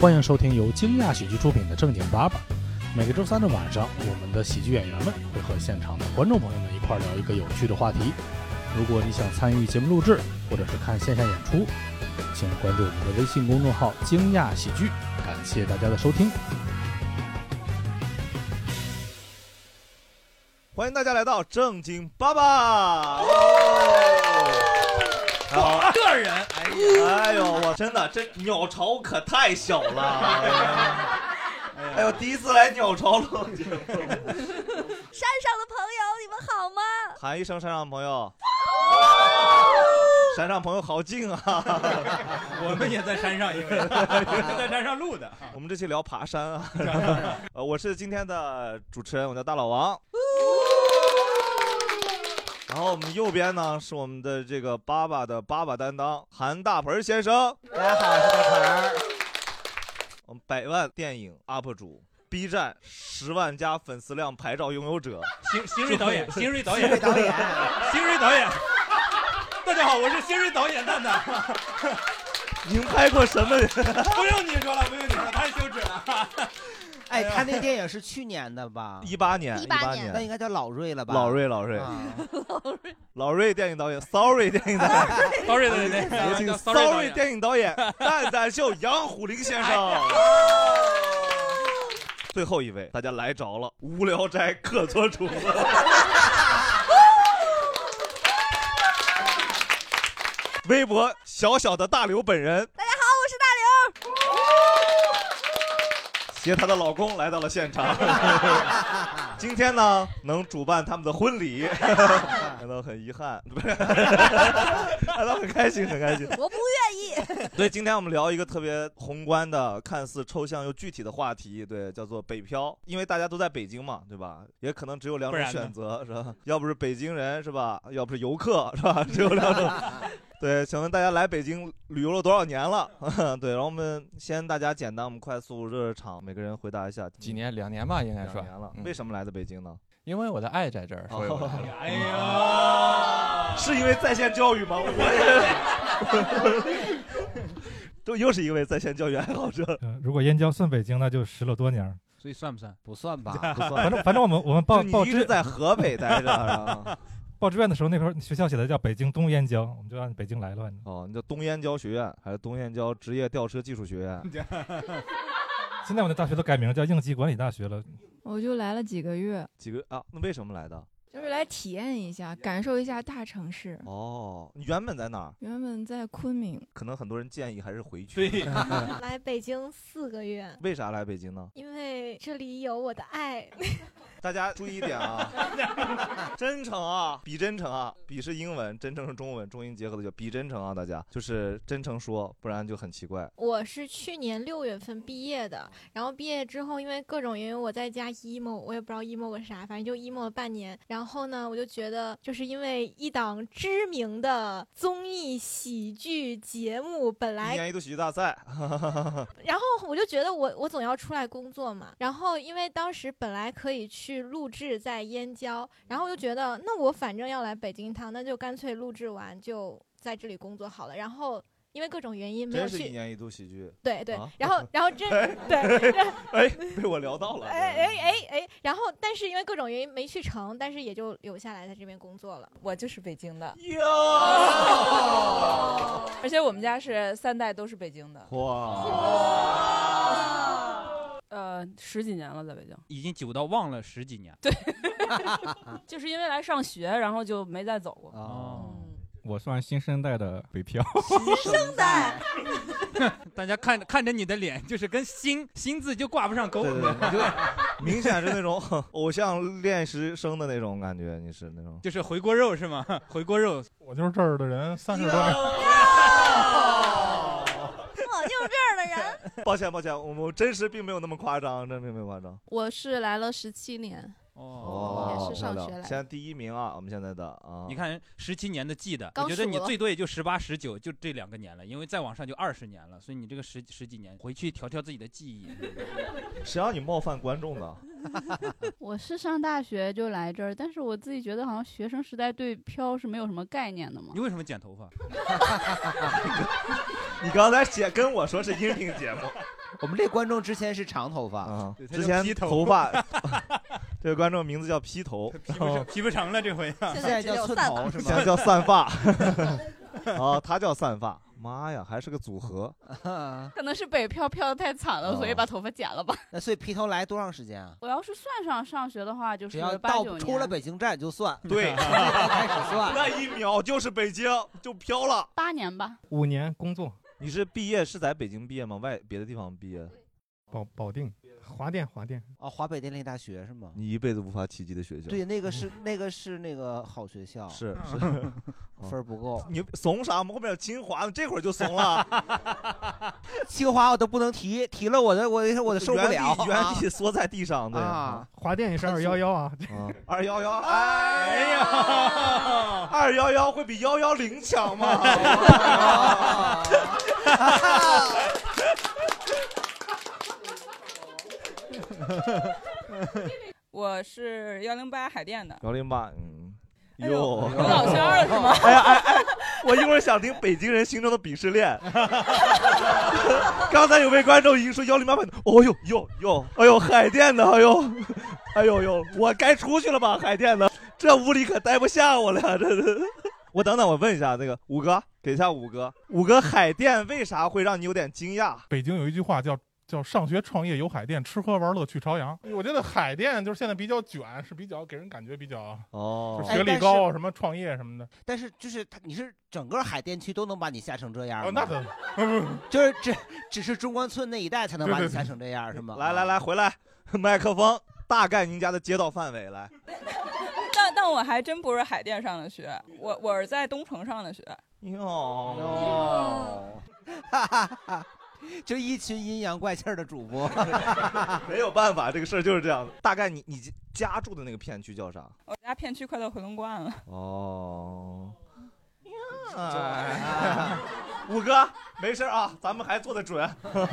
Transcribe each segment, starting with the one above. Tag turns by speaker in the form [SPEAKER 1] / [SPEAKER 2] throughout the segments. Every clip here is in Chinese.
[SPEAKER 1] 欢迎收听由惊讶喜剧出品的《正经八百》。每个周三的晚上，我们的喜剧演员们会和现场的观众朋友们一块儿聊一个有趣的话题。如果你想参与节目录制，或者是看线下演出，请关注我们的微信公众号“惊讶喜剧”。感谢大家的收听。
[SPEAKER 2] 欢迎大家来到正经爸爸。我个人，哎呀，哎呦，我真的这鸟巢可太小了，哎呦，第一次来鸟巢录，
[SPEAKER 3] 山上的朋友，你们好吗？
[SPEAKER 2] 喊一声山上朋友，山上朋友好静 啊，
[SPEAKER 4] 我们也在山上，因为 我们在山上录的。
[SPEAKER 2] 我们这期聊爬山啊，呃，我是今天的主持人，我叫大老王。然后我们右边呢是我们的这个爸爸的爸爸担当韩大盆先生，大家好，我是大盆。我们百万电影 UP 主，B 站十万加粉丝量牌照拥有者，
[SPEAKER 4] 新新锐导演，新锐导演，新锐导 演，新锐导演。大家好，我是新锐导演蛋蛋。
[SPEAKER 2] 您拍过什么？
[SPEAKER 4] 不用你说了，不用你说了，太羞耻了。
[SPEAKER 5] 哎，他那个电影是去年的吧
[SPEAKER 2] ？一八年，
[SPEAKER 3] 18
[SPEAKER 2] 八
[SPEAKER 3] 年
[SPEAKER 5] 那应该叫老瑞了吧？
[SPEAKER 2] 老瑞，老瑞，
[SPEAKER 5] 啊，
[SPEAKER 2] 老瑞电影导演，Sorry 电影导演。
[SPEAKER 4] Sorry，对 对
[SPEAKER 2] 有
[SPEAKER 4] 对
[SPEAKER 2] 请
[SPEAKER 4] 叫
[SPEAKER 2] Sorry
[SPEAKER 4] 导演。
[SPEAKER 2] 电影导演蛋蛋秀杨虎林先生。
[SPEAKER 5] 哎
[SPEAKER 2] 最后一位，大家来着了，无聊斋客座主播。微博小小的大刘本人
[SPEAKER 3] 大家好，我是大刘。
[SPEAKER 2] 携她的老公来到了现场， 今天呢能主办他们的婚礼， 感到很遗憾， 不是，感到很开心，很开心。
[SPEAKER 3] 我不愿意。
[SPEAKER 2] 对，今天我们聊一个特别宏观的、看似抽象又具体的话题，对，叫做北漂。因为大家都在北京嘛，对吧？也可能只有两
[SPEAKER 4] 不
[SPEAKER 2] 种
[SPEAKER 4] 然呢
[SPEAKER 2] 选 择，是吧？要不是北京人，是吧？要不是游客， 是吧？只有 两种。对，请问大家来北京旅游了多少年了？ 对，然后我们先大家简单，我们快速热热场，每个人回答一下
[SPEAKER 6] 几。年，两年吧，应该
[SPEAKER 2] 两
[SPEAKER 6] 说
[SPEAKER 2] 年，了，
[SPEAKER 6] 嗯
[SPEAKER 2] 为什么来的北京呢？
[SPEAKER 6] 因为我的爱在这儿，所以我
[SPEAKER 2] 哦
[SPEAKER 4] 哎呀，
[SPEAKER 2] 是因为在线教育吗？ 我都又是一位在线教育爱好 者，
[SPEAKER 7] 呃，如果燕郊算北京，那就十了多年儿。
[SPEAKER 4] 所以算不算？
[SPEAKER 5] 不算 吧？
[SPEAKER 2] 不算
[SPEAKER 7] 反正反正我们我们报
[SPEAKER 2] 就
[SPEAKER 7] 报
[SPEAKER 2] 你一直
[SPEAKER 7] 志
[SPEAKER 2] 在河北待着，啊然后
[SPEAKER 7] 报志愿的时候，那块学校写的叫北京东燕郊，我们就 按北京来了。反正
[SPEAKER 2] 哦，你叫东燕交学院还是东燕交职业吊车技术学院？
[SPEAKER 7] 现在我那大学都改名叫应急管理大学了。
[SPEAKER 8] 我就来了几个月，
[SPEAKER 2] 几个啊？那为什么来 的？
[SPEAKER 8] 就是来体验一下，感受一下大城市。
[SPEAKER 2] 哦，你原本在哪儿？
[SPEAKER 8] 原本在昆明，
[SPEAKER 2] 可能很多人建议还是回去。
[SPEAKER 4] 对，
[SPEAKER 3] 来北京四个月，
[SPEAKER 2] 为啥来北京呢？
[SPEAKER 3] 因为这里有我的爱。
[SPEAKER 2] 大家注意一点啊， 真诚啊，比真诚啊，比是英文，真诚是中文，中英结合的叫比真诚啊。大家就是真诚说，不然就很奇怪。
[SPEAKER 3] 我是去年六月份毕业的，然后毕业之后，因为各种原因，我在家 emo，我也不知道 emo 个啥，反正就 emo 了半年。然后呢，我就觉得，就是因为一档知名的综艺喜剧节目，本
[SPEAKER 2] 一
[SPEAKER 3] 来
[SPEAKER 2] 年一度喜剧大赛，
[SPEAKER 3] 然后我就觉得我我总要出来工作嘛，然后因为当时本来可以去录制在燕郊，然后我就觉得那我反正要来北京一趟，那就干脆录制完就在这里工作好了。然后因为各种原因没有
[SPEAKER 2] 真是一
[SPEAKER 3] 去，
[SPEAKER 2] 年一度喜剧。
[SPEAKER 3] 对对，
[SPEAKER 2] 啊
[SPEAKER 3] 然 后然后这对，然后
[SPEAKER 2] 哎，被我聊到了。
[SPEAKER 3] 哎哎哎哎，然后但是因为各种原因没去成，但是也就留下来在这边工作 了。
[SPEAKER 9] 我就是北京的，
[SPEAKER 2] 哟！
[SPEAKER 9] 而且我们家是三代都是北京的，
[SPEAKER 2] 哇！
[SPEAKER 10] 呃，十几年了，在北 京，
[SPEAKER 4] 已经久到忘了十几年。
[SPEAKER 10] 就是因为来上学，然后就没再走过。
[SPEAKER 2] 啊，
[SPEAKER 6] 嗯我算新生代的北漂，
[SPEAKER 3] 生代，
[SPEAKER 4] 大家看看着你的脸，就是跟心心字就挂不上钩
[SPEAKER 2] 对。对对，你就明显是那种 偶像练习生的那种感觉，你是 那种。
[SPEAKER 4] 就是回锅肉是吗？回锅肉，
[SPEAKER 7] 我就是这儿的人，三十多年。
[SPEAKER 3] 我就是这儿的人。
[SPEAKER 2] 抱歉抱歉，我们真实并没有那么夸张，真并没有夸张。
[SPEAKER 11] 我是来了十七年，
[SPEAKER 2] 哦，
[SPEAKER 11] 也是上学来的
[SPEAKER 2] 漂亮现在第一名啊，我们现在的啊，
[SPEAKER 4] 你看十七年的记的，我
[SPEAKER 11] 刚
[SPEAKER 4] 觉得
[SPEAKER 11] 数
[SPEAKER 4] 你
[SPEAKER 11] 了
[SPEAKER 4] 最多也就十八、十九，就这两个年了，因为再往上就二十年了，所以你这个十十几年回去调调自己的记忆。
[SPEAKER 2] 谁让你冒犯观众 的？
[SPEAKER 11] 我是上大学就来这儿，但是我自己觉得好像学生时代对漂是没有什么概念的嘛
[SPEAKER 4] 你。为什么 剪头发？
[SPEAKER 2] 你刚才姐跟我说是音频节目， 啊
[SPEAKER 5] 我们这观众之前是长头发，
[SPEAKER 2] 之前头发， 这位观众名字叫披头，披
[SPEAKER 7] 不成皮不成了这回啊，
[SPEAKER 5] 现在叫寸头是
[SPEAKER 2] 哦
[SPEAKER 5] 吗？
[SPEAKER 2] 现在叫散发， 啊，他叫散发，妈呀，还是个组合，
[SPEAKER 11] 可能是北漂漂的太惨了，所以把头发剪了吧。
[SPEAKER 5] 那所以披头来多长时间啊？
[SPEAKER 11] 我要是算上上学的话，就
[SPEAKER 5] 只
[SPEAKER 11] 是
[SPEAKER 5] 要
[SPEAKER 11] 八
[SPEAKER 5] 到
[SPEAKER 11] 九
[SPEAKER 5] 出了
[SPEAKER 11] 年，
[SPEAKER 5] 北京站就算。
[SPEAKER 2] 对，
[SPEAKER 5] 开始算，
[SPEAKER 2] 那一秒就是北京，就飘了。
[SPEAKER 11] 八年吧。
[SPEAKER 2] 五年工作，你是毕业是在北京毕业吗？外别的地方毕业？
[SPEAKER 12] 保保定，华电华电
[SPEAKER 5] 啊，华北电力大学是吗？
[SPEAKER 2] 你一辈子无法企及的学校。
[SPEAKER 5] 对，那个是那个是那个好学校，嗯
[SPEAKER 2] 是是
[SPEAKER 5] 分儿不够。
[SPEAKER 2] 你怂啥？我们后面有清华，这会儿就怂了。
[SPEAKER 5] 清华我都不能提，提了我的我的我的受不了啊
[SPEAKER 2] 原地，原地缩在地上的
[SPEAKER 12] 啊， 华电也是二幺幺啊，
[SPEAKER 2] 二幺幺，哎呀，二幺幺会比幺幺零强吗？
[SPEAKER 8] 我是幺零八海淀 的，
[SPEAKER 2] 幺零八，嗯，
[SPEAKER 8] 哎
[SPEAKER 2] 哟，
[SPEAKER 8] 呦你老乡儿是吗
[SPEAKER 2] 哎呀哎哎，我一会儿想听北京人心中的鄙视 链。刚才有位观众已经说幺零八百，哦呦呦呦，哎呦海淀的，哎呦，哎呦呦，我该出去了吧？海淀的，这屋里可待不下我了，这是。我等等，我问一下那个五哥，给一下五哥，五哥海淀为啥会让你有点惊讶？
[SPEAKER 12] 北京有一句话叫叫“上学创业游海淀，吃喝玩乐去朝阳”。我觉得海淀就是现在比较卷，是比较给人感觉比较
[SPEAKER 2] 哦
[SPEAKER 12] 就
[SPEAKER 4] 哎
[SPEAKER 12] 学历高啊，什么创业什么的。
[SPEAKER 5] 但是就是他，你是整个海淀区都能把你吓成这样吗？
[SPEAKER 12] 哦那怎
[SPEAKER 5] 就是只只是中关村那一带才能把
[SPEAKER 2] 对
[SPEAKER 5] 你
[SPEAKER 2] 对对
[SPEAKER 5] 吓成这样是吗？
[SPEAKER 2] 来来来，哎回来，麦克风，大概您家的街道范围来。
[SPEAKER 8] 但但我还真不是海淀上的学，我我是在东城上的学。
[SPEAKER 2] 哟，
[SPEAKER 5] 就一群阴阳怪气儿的主播，
[SPEAKER 2] 没有办法，这个事儿就是这样的。大概你你家住的那个片区叫啥？
[SPEAKER 8] 我家片区快到回龙观了，
[SPEAKER 2] 哦，哎五哥，没事儿啊，咱们还做得准。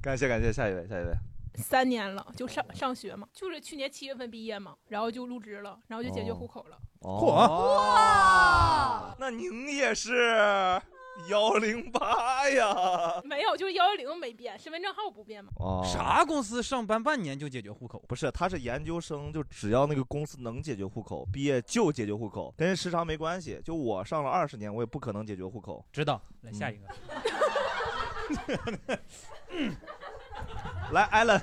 [SPEAKER 2] 感谢感谢，下一位下一位。
[SPEAKER 13] 三年了，就上上学嘛，就是去年七月份毕业嘛，然后就入职了，然后就解决
[SPEAKER 2] 哦
[SPEAKER 13] 户口了。哦
[SPEAKER 2] 哇，那您也是幺零八呀？
[SPEAKER 13] 没有，就是幺幺零没变，身份证号不 变嘛。
[SPEAKER 2] 哦，
[SPEAKER 4] 啥公司上班半年就解决户口？
[SPEAKER 2] 不是，他是研究生，就只要那个公司能解决户口，毕业就解决户口，跟时长没关系。就我上了二十年，我也不可能解决户口。
[SPEAKER 4] 知道，来下一个。
[SPEAKER 2] 嗯来，哎艾伦，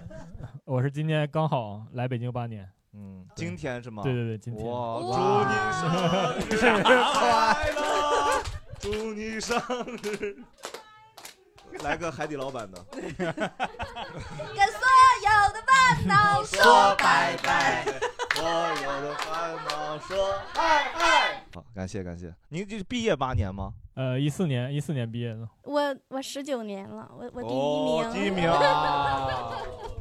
[SPEAKER 6] 我是今年刚好来北京八年，
[SPEAKER 2] 嗯，今天是吗？
[SPEAKER 6] 对对对今天
[SPEAKER 2] 哇，
[SPEAKER 6] 哇
[SPEAKER 2] 祝你生日快乐，祝你生日。来个海底捞版的，
[SPEAKER 14] 跟所有的烦恼说拜拜。
[SPEAKER 2] 所有的烦恼说拜拜。好，感谢感谢。您这是毕业八年吗？
[SPEAKER 6] 呃，一四年一四年毕业的，
[SPEAKER 15] 我我十九年了，我我第一名，
[SPEAKER 2] 哦，第一名啊！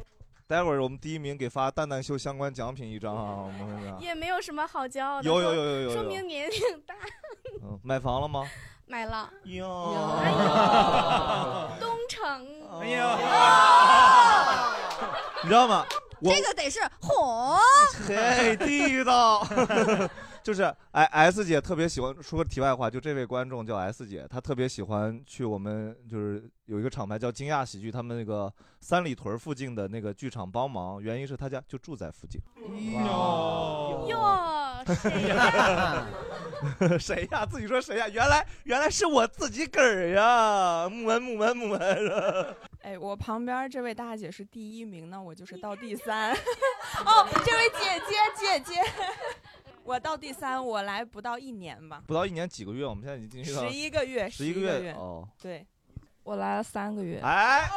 [SPEAKER 2] 待会儿我们第一名给发蛋蛋秀相关奖品一张 啊，我们那个
[SPEAKER 15] 也没有什么好骄傲的，
[SPEAKER 2] 有有有有有有
[SPEAKER 15] 说明年龄大，
[SPEAKER 2] 嗯买房了吗？
[SPEAKER 15] 买了，
[SPEAKER 1] 哎
[SPEAKER 2] 哟，
[SPEAKER 15] 东城，
[SPEAKER 2] 哎你知道吗？我
[SPEAKER 14] 这个得是火，
[SPEAKER 2] 嘿，地道， 就是哎，S 姐特别喜欢说个题外话，就这位观众叫 S 姐，她特别喜欢去我们就是有一个厂牌叫惊讶喜剧，他们那个三里屯附近的那个剧场帮忙，原因是她家就住在附近。
[SPEAKER 11] 哎
[SPEAKER 2] 哦
[SPEAKER 15] 哟， 谁呀？
[SPEAKER 2] 呀？ 谁呀？自己说谁呀？原来原来是我自己个儿呀！ 木门木门木门。
[SPEAKER 16] 哎，我旁边这位大姐是第一名，那我就是到第 三。哦，这位姐姐姐姐， 我到第三，我来不到一年吧，
[SPEAKER 2] 不到一年几个月，我们现在已经
[SPEAKER 16] 十一个月，
[SPEAKER 2] 十
[SPEAKER 16] 一
[SPEAKER 2] 一
[SPEAKER 16] 个
[SPEAKER 2] 个月哦。
[SPEAKER 16] 对，我来了三个月。
[SPEAKER 2] 哎，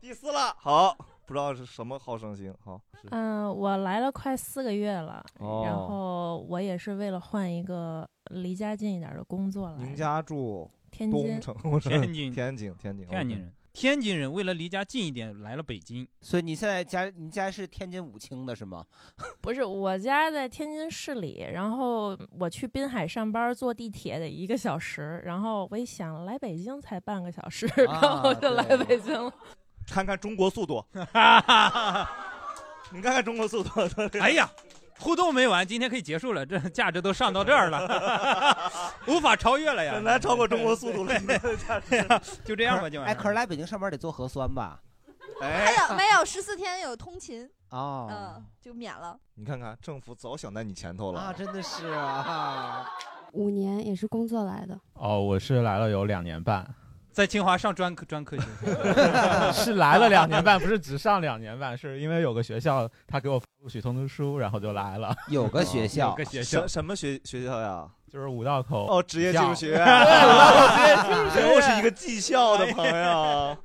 [SPEAKER 2] 第四了，好，不知道是什么好胜心，好。是
[SPEAKER 17] 嗯，我来了快四个月了，
[SPEAKER 2] 哦
[SPEAKER 17] 然后我也是为了换一个离家近一点的工作来
[SPEAKER 2] 您
[SPEAKER 17] 着。
[SPEAKER 2] 家住
[SPEAKER 17] 天津
[SPEAKER 2] 东城，我是
[SPEAKER 4] 天津
[SPEAKER 2] 天津，天津，
[SPEAKER 4] 天津人，天津人为了离家近一点来了北京，
[SPEAKER 5] 所以你现在家你家是天津武清的是吗？
[SPEAKER 17] 不是，我家在天津市里，然后我去滨海上班，坐地铁得一个小时，然后我一想来北京才半个小时，然
[SPEAKER 2] 啊
[SPEAKER 17] 后就来北京了。
[SPEAKER 2] 看看中国速度，你看看中国速度。
[SPEAKER 4] 哎呀，互动没完，今天可以结束了，这价值都上到这儿了， 无法超越了呀，
[SPEAKER 2] 很难超过中国速度 了。
[SPEAKER 4] 就这样吧，今
[SPEAKER 5] 哎，
[SPEAKER 4] 晚
[SPEAKER 5] 可是来北京上班得做核酸吧？
[SPEAKER 14] 没有没有，十四天有通勤，嗯、
[SPEAKER 5] 哦，
[SPEAKER 14] 就免了。
[SPEAKER 2] 你看看，政府早想在你前头了
[SPEAKER 5] 啊，真的是啊。
[SPEAKER 18] 五年也是工作来的，
[SPEAKER 3] 哦，我是来了有两年 半，
[SPEAKER 4] 在清华上专科专科学，
[SPEAKER 3] 是来了两年半，不是只上两年半，是因为有个学校他给我发录取通知书，然后就来了。
[SPEAKER 5] 有个学 校
[SPEAKER 3] 有个学校
[SPEAKER 2] 什什么学学校呀？
[SPEAKER 3] 就是五道口
[SPEAKER 2] 哦，职业技术 学院，哦
[SPEAKER 3] 对
[SPEAKER 2] 又啊哎是一个技校的朋 友。啊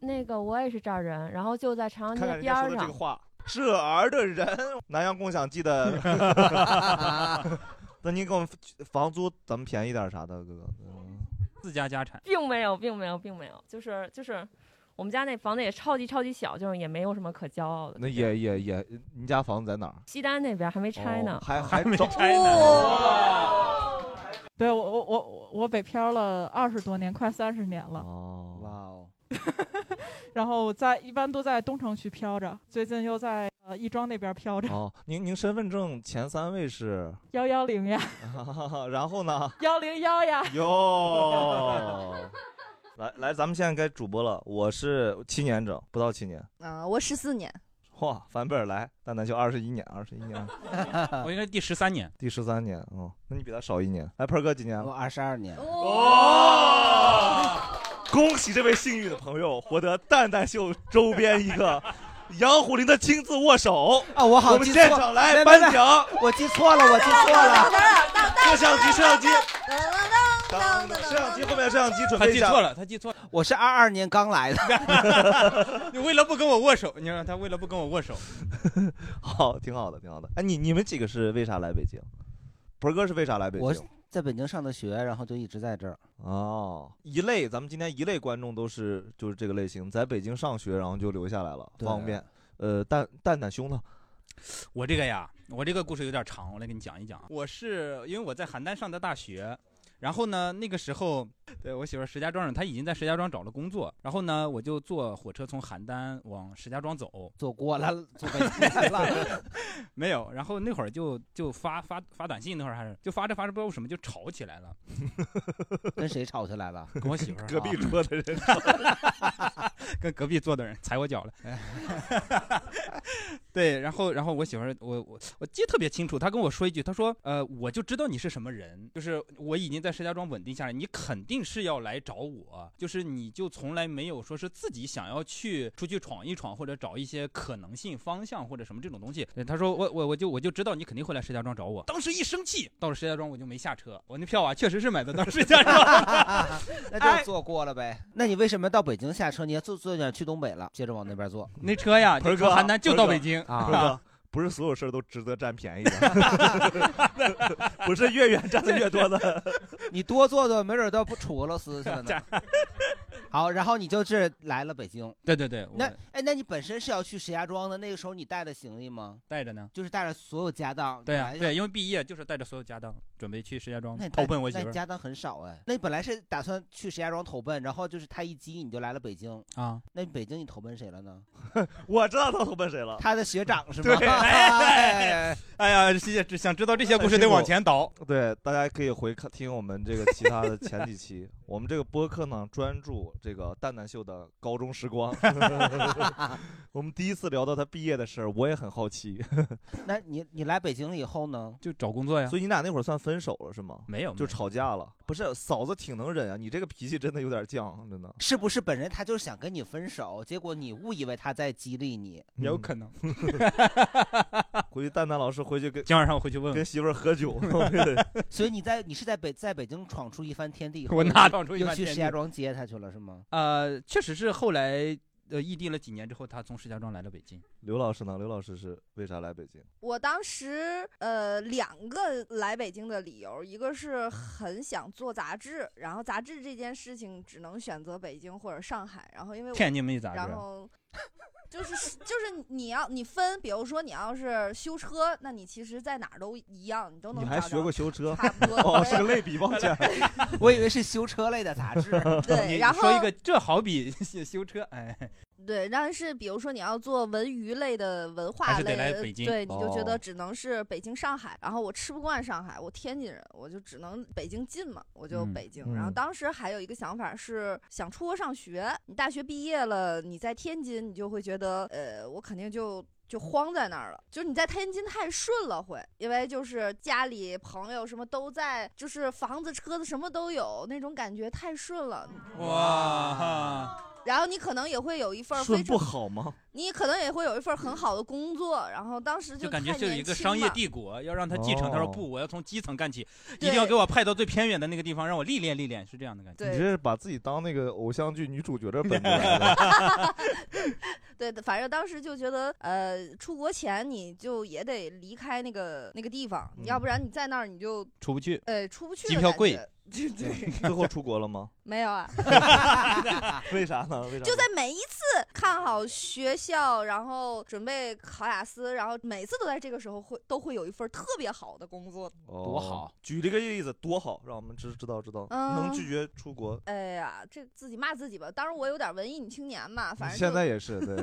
[SPEAKER 19] 那个我也是这儿人，然后就在长安街
[SPEAKER 2] 看看人
[SPEAKER 19] 边
[SPEAKER 2] 家
[SPEAKER 19] 儿
[SPEAKER 2] 说的
[SPEAKER 19] 上。
[SPEAKER 2] 这个话，这儿的人，南阳共享记 得。那你给我们房租咱们便宜点啥的，哥哥。
[SPEAKER 4] 自家家产，
[SPEAKER 19] 并没有，并没有，并没有，就是就是，我们家那房子也超级超级小，就是也没有什么可骄傲的。
[SPEAKER 2] 那也也也，你家房子在哪儿？
[SPEAKER 19] 西单那边还没拆呢，
[SPEAKER 2] 哦还 还没
[SPEAKER 19] 拆
[SPEAKER 2] 呢
[SPEAKER 20] 对我我我我我北漂了二十多年，快三十年了。
[SPEAKER 2] 哦，
[SPEAKER 5] 哇哦，
[SPEAKER 20] 然后在一般都在东城区飘着，最近又在呃亦庄那边飘着。
[SPEAKER 2] 哦，您您身份证前三位是，
[SPEAKER 20] 幺幺零呀，
[SPEAKER 2] 然后呢？
[SPEAKER 20] 幺零幺呀，
[SPEAKER 2] 哟， 来来，咱们现在该主播了。我是七年整，不到七年。
[SPEAKER 14] 啊、我十四年，
[SPEAKER 2] 哇，翻倍儿来，蛋蛋就二十一年，二十一年，
[SPEAKER 4] 我应该第十三年，
[SPEAKER 2] 第十三年，嗯，那你比他少一年。来，鹏哥几年了？
[SPEAKER 5] 二十二年。
[SPEAKER 2] 哦， 恭喜这位幸运的朋友获得蛋蛋秀周边一个杨虎林的亲自握手
[SPEAKER 5] 啊！我好
[SPEAKER 2] 我
[SPEAKER 5] 像
[SPEAKER 2] 们
[SPEAKER 5] 记
[SPEAKER 2] 现
[SPEAKER 5] 错
[SPEAKER 2] 场来
[SPEAKER 5] 没没没
[SPEAKER 2] 颁奖，
[SPEAKER 5] 我记错了，我记错了。
[SPEAKER 2] 摄像机，摄像机，摄像机后面摄像机准备一下。
[SPEAKER 4] 他记错了。
[SPEAKER 5] 我是二二年刚来的。
[SPEAKER 4] 你为了不跟我握手，你让他为了不跟我握手，
[SPEAKER 2] 好，挺好的，挺好的。哎，你你们几个是为啥来北京？鹏哥是为啥来北京？
[SPEAKER 5] 我是在北京上的学，然后就一直在这儿。
[SPEAKER 2] 哦，一类，咱们今天一类观众都是就是这个类型，在北京上学，然后就留下来了，
[SPEAKER 4] 对
[SPEAKER 2] 方便。呃，蛋蛋蛋兄呢？
[SPEAKER 4] 我这个呀，我这个故事有点长，我来给你讲一讲啊。我是因为我在邯郸上的大学，然后呢，那个时候对我媳妇儿石家庄人，她已经在石家庄找了工作，然后呢，我就坐火车从邯郸往石家庄走，
[SPEAKER 5] 坐过了，坐北京了。
[SPEAKER 4] 没有，然后那会儿就就发发发短信，那会儿还是就发着发着不知道为什么就吵起来了，
[SPEAKER 5] 跟谁吵起来了？
[SPEAKER 4] 跟我媳妇儿啊
[SPEAKER 5] 隔壁
[SPEAKER 2] 桌的人
[SPEAKER 4] 跟隔壁坐的人踩我脚了。 对，然后然后我媳妇儿，我我我记得特别清楚，她跟我说一句，她说，呃，我就知道你是什么人，就是我已经在石家庄稳定下来，你肯定是要来找我，就是你就从来没有说是自己想要去出去闯一闯，或者找一些可能性、方向或者什么这种东西。对她说，我我我就我就知道你肯定会来石家庄找我。当时一生气，到了石家庄我就没下车，我那票啊确实是买的到石家庄。
[SPEAKER 5] 那就坐过了呗。那你为什么到北京下车？你还坐坐点去东北了，接着往那边坐。
[SPEAKER 4] 那车呀，
[SPEAKER 2] 鹏
[SPEAKER 4] 就
[SPEAKER 2] 哥
[SPEAKER 4] 从
[SPEAKER 2] 啊，
[SPEAKER 4] 邯郸就
[SPEAKER 2] 鹏
[SPEAKER 4] 到
[SPEAKER 2] 哥
[SPEAKER 4] 北京啊
[SPEAKER 2] 鹏哥，啊不是所有事儿都值得占便宜的， 不是越远占的越多的。
[SPEAKER 5] 你多坐坐，没准到不楚俄罗斯 去了呢。好，然后你就是来了北京。
[SPEAKER 4] 对对对，
[SPEAKER 5] 那哎，那你本身是要去石家庄的，那个时候你带的行李吗？
[SPEAKER 4] 带着呢，
[SPEAKER 5] 就是带着所有家当。
[SPEAKER 4] 对
[SPEAKER 5] 本
[SPEAKER 4] 啊
[SPEAKER 5] 来，
[SPEAKER 4] 对，因为毕业就是带着所有家当准备去石家庄
[SPEAKER 5] 那你带
[SPEAKER 4] 投奔我媳
[SPEAKER 5] 那
[SPEAKER 4] 妇
[SPEAKER 5] 你
[SPEAKER 4] 儿
[SPEAKER 5] 家当很少哎。那你本来是打算去石家庄投奔，然后就是他一激你就来了北京。
[SPEAKER 4] 啊。
[SPEAKER 5] 那你北京你投奔谁了 呢？
[SPEAKER 2] 我知道他投奔谁了，
[SPEAKER 5] 他的学长是吗？
[SPEAKER 2] 对
[SPEAKER 5] 哎
[SPEAKER 4] 哎呀，这想知道这些故事得往前倒。
[SPEAKER 2] 哎对，大家可以回看听我们这个其他的前几期。我们这个播客呢，专注这个蛋蛋秀的高中时光。 我们第一次聊到他毕业的事儿，我也很好奇。
[SPEAKER 5] 那你你来北京以后呢？
[SPEAKER 4] 就找工作呀
[SPEAKER 2] 所以你俩那会儿算分手了是吗？
[SPEAKER 4] 没有，
[SPEAKER 2] 就吵架了。不是，嫂子挺能忍啊，你这个 脾气真的有点犟，啊真的。
[SPEAKER 5] 是不是本人他就是想跟你分手，结果你误以为他在激励你？
[SPEAKER 4] 有可能。
[SPEAKER 2] 嗯 回去蛋蛋老师回 去跟
[SPEAKER 4] 今晚上我 回去问问
[SPEAKER 2] 跟媳妇儿喝 酒。
[SPEAKER 5] 所以你在你是在北在北京闯出一番天地以后，
[SPEAKER 4] 我哪闯出一
[SPEAKER 5] 又
[SPEAKER 4] 番
[SPEAKER 5] 去
[SPEAKER 4] 天
[SPEAKER 5] 石家
[SPEAKER 4] 地
[SPEAKER 5] 庄接他去了是吗？
[SPEAKER 4] 呃，确实是后来呃异地了几年之后，他从石家庄来了北京。
[SPEAKER 2] 刘老师呢？刘老师是为啥来北 京？
[SPEAKER 14] 我当时呃两个来北京的理由，一个是很想做杂志，然后杂志这件事情只能选择北京或者上海，然后因为我
[SPEAKER 4] 天津没杂志
[SPEAKER 14] 然后就是 就是你要你分，比如说你要是修车，那你其实在哪儿都一样，你都能
[SPEAKER 2] 你还
[SPEAKER 14] 找
[SPEAKER 2] 学
[SPEAKER 14] 到
[SPEAKER 2] 过修车？
[SPEAKER 14] 多
[SPEAKER 2] 哦，是个类比，抱 歉。
[SPEAKER 5] 我以为是修车类的杂志
[SPEAKER 14] 对
[SPEAKER 4] 你
[SPEAKER 14] 然
[SPEAKER 4] 说一
[SPEAKER 14] 后
[SPEAKER 4] 个，这好比修车，哎，
[SPEAKER 14] 对，但是比如说你要做文娱类的、文化
[SPEAKER 4] 还是
[SPEAKER 14] 类
[SPEAKER 4] 得来
[SPEAKER 14] 的，
[SPEAKER 4] 北京
[SPEAKER 14] 对，你就觉
[SPEAKER 4] 哦
[SPEAKER 14] 得只能是北京、上海。然后我吃不惯上海，我天津人，我就只能北京近嘛，我就
[SPEAKER 1] 嗯
[SPEAKER 14] 北京。然后
[SPEAKER 1] 嗯
[SPEAKER 14] 当时还有一个想法是想出国上学，你大学毕业了，你在天津，你就会觉得，呃，我肯定就。就慌在那儿了，就是你在天津太顺了会，因为就是家里朋友什么都在，就是房子车子什么都有，那种感觉太顺了。
[SPEAKER 2] 哇，
[SPEAKER 14] 然后你可能也会有一
[SPEAKER 5] 呃
[SPEAKER 14] 份儿非
[SPEAKER 2] 顺
[SPEAKER 14] 常
[SPEAKER 2] 不好吗？
[SPEAKER 14] 你可能也会有一份很好的工作，然后当时
[SPEAKER 4] 就
[SPEAKER 14] 就
[SPEAKER 4] 感觉
[SPEAKER 14] 太
[SPEAKER 4] 就是
[SPEAKER 14] 年
[SPEAKER 4] 一个
[SPEAKER 14] 轻
[SPEAKER 4] 商业
[SPEAKER 14] 嘛
[SPEAKER 4] 帝国，要让他继承。他
[SPEAKER 2] 哦
[SPEAKER 4] 说不，我要从基层干起，一
[SPEAKER 14] 对
[SPEAKER 4] 定要给我派到最偏远的那个地方，让我历练历练，是这样的感觉。
[SPEAKER 14] 对
[SPEAKER 2] 你这是把自己当那个偶像剧女主角的 本子来了
[SPEAKER 14] 对，反正当时就觉得，呃，出国前你就也得离开那个那个地方，要不然你在那儿你就
[SPEAKER 4] 出不去
[SPEAKER 14] 呃，出不去的
[SPEAKER 2] 机票
[SPEAKER 14] 感
[SPEAKER 2] 贵
[SPEAKER 14] 觉 对，
[SPEAKER 2] 最后出国了吗？
[SPEAKER 14] 没有 啊，
[SPEAKER 2] 为啥呢？为啥呢？
[SPEAKER 14] 就在每一次看好学校，然后准备考雅思，然后每次都在这个时候会都会有一份特别好的工作。
[SPEAKER 2] 多好。举这个例子多好，让我们知知道知道，
[SPEAKER 14] 嗯
[SPEAKER 2] 能拒绝出国。
[SPEAKER 14] 哎呀，这自己骂自己吧。当然我有点文艺女青年嘛，反正
[SPEAKER 2] 现
[SPEAKER 14] 就
[SPEAKER 2] 在也是对，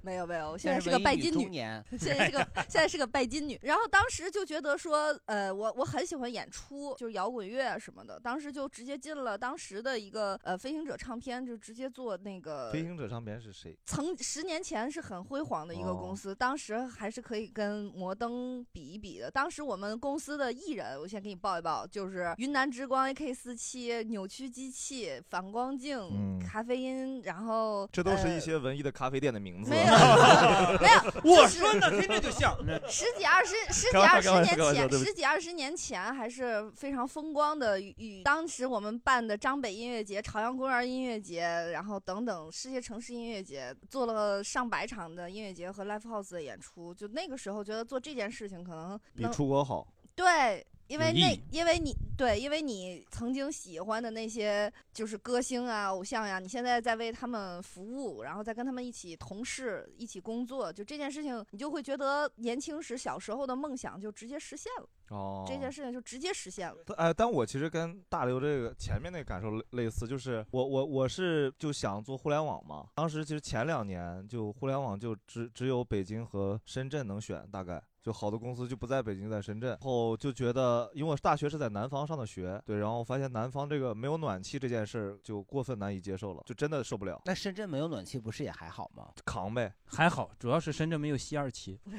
[SPEAKER 14] 没有没 有，我现在
[SPEAKER 5] 现在
[SPEAKER 14] 是
[SPEAKER 5] 是
[SPEAKER 14] 个
[SPEAKER 5] 文艺
[SPEAKER 14] 拜
[SPEAKER 5] 女
[SPEAKER 14] 金
[SPEAKER 5] 中
[SPEAKER 14] 女，
[SPEAKER 5] 年
[SPEAKER 14] 现在是个现在是个拜金女。然后当时就觉得说，呃，我我很喜欢演出，就是摇滚乐啊什么的。当时就直接进了当时的一个呃飞行者唱片，就直接做那个
[SPEAKER 2] 飞行者唱片是谁？
[SPEAKER 14] 曾十年前是很辉煌的一个公司，
[SPEAKER 2] 哦
[SPEAKER 14] 当时还是可以跟摩登比一比的。当时我们公司的艺人，我先给你报一报，就是云南之光 AK 四七、扭曲机器、反光镜、
[SPEAKER 2] 嗯
[SPEAKER 14] 咖啡因，然后
[SPEAKER 2] 这都是
[SPEAKER 14] 呃
[SPEAKER 2] 一些啊文艺的咖啡店的名字。
[SPEAKER 14] 没有 没有
[SPEAKER 2] 我
[SPEAKER 14] 就是
[SPEAKER 2] 说呢，听着就 像。
[SPEAKER 14] 十几二十、十几
[SPEAKER 2] 开玩笑
[SPEAKER 14] 二十
[SPEAKER 2] 开玩笑
[SPEAKER 14] 年
[SPEAKER 2] 开玩笑
[SPEAKER 14] 前，
[SPEAKER 2] 对不起
[SPEAKER 14] 十几二十年前还是非常风光的。与与当时我们办的张北音乐节、朝阳公园音乐节，然后等等世界城市音乐节，做了上百场的音乐节和 live house 的演出。就那个时候觉得做这件事情可能
[SPEAKER 2] 比
[SPEAKER 14] 能
[SPEAKER 2] 出国好。
[SPEAKER 14] 对，因为
[SPEAKER 2] 有意
[SPEAKER 14] 那
[SPEAKER 2] 义
[SPEAKER 14] 因为你对，因为你曾经喜欢的那些就是歌星啊、偶像呀、你现在在为他们服务，然后再跟他们一起同事、一起工作，就这件事情，你就会觉得年轻时小时候的梦想就直接实现了，
[SPEAKER 2] 哦，
[SPEAKER 14] 这件事情就直接实现了。
[SPEAKER 2] 哎，但我其实跟大刘这个前面那个感受类类似，就是我我我是就想做互联网嘛。当时其实前两年就互联网就只只有北京和深圳能选，大概就好多公司就不在北京，在深圳。然后就觉得，因为我大学是在南方上的学，对，然后发现南方这个没有暖气这件事儿就过分难以接受了，就真的受不了。
[SPEAKER 5] 那深圳没有暖气不是也还好吗？
[SPEAKER 2] 扛呗，
[SPEAKER 4] 还好，主要是深圳没有西二旗。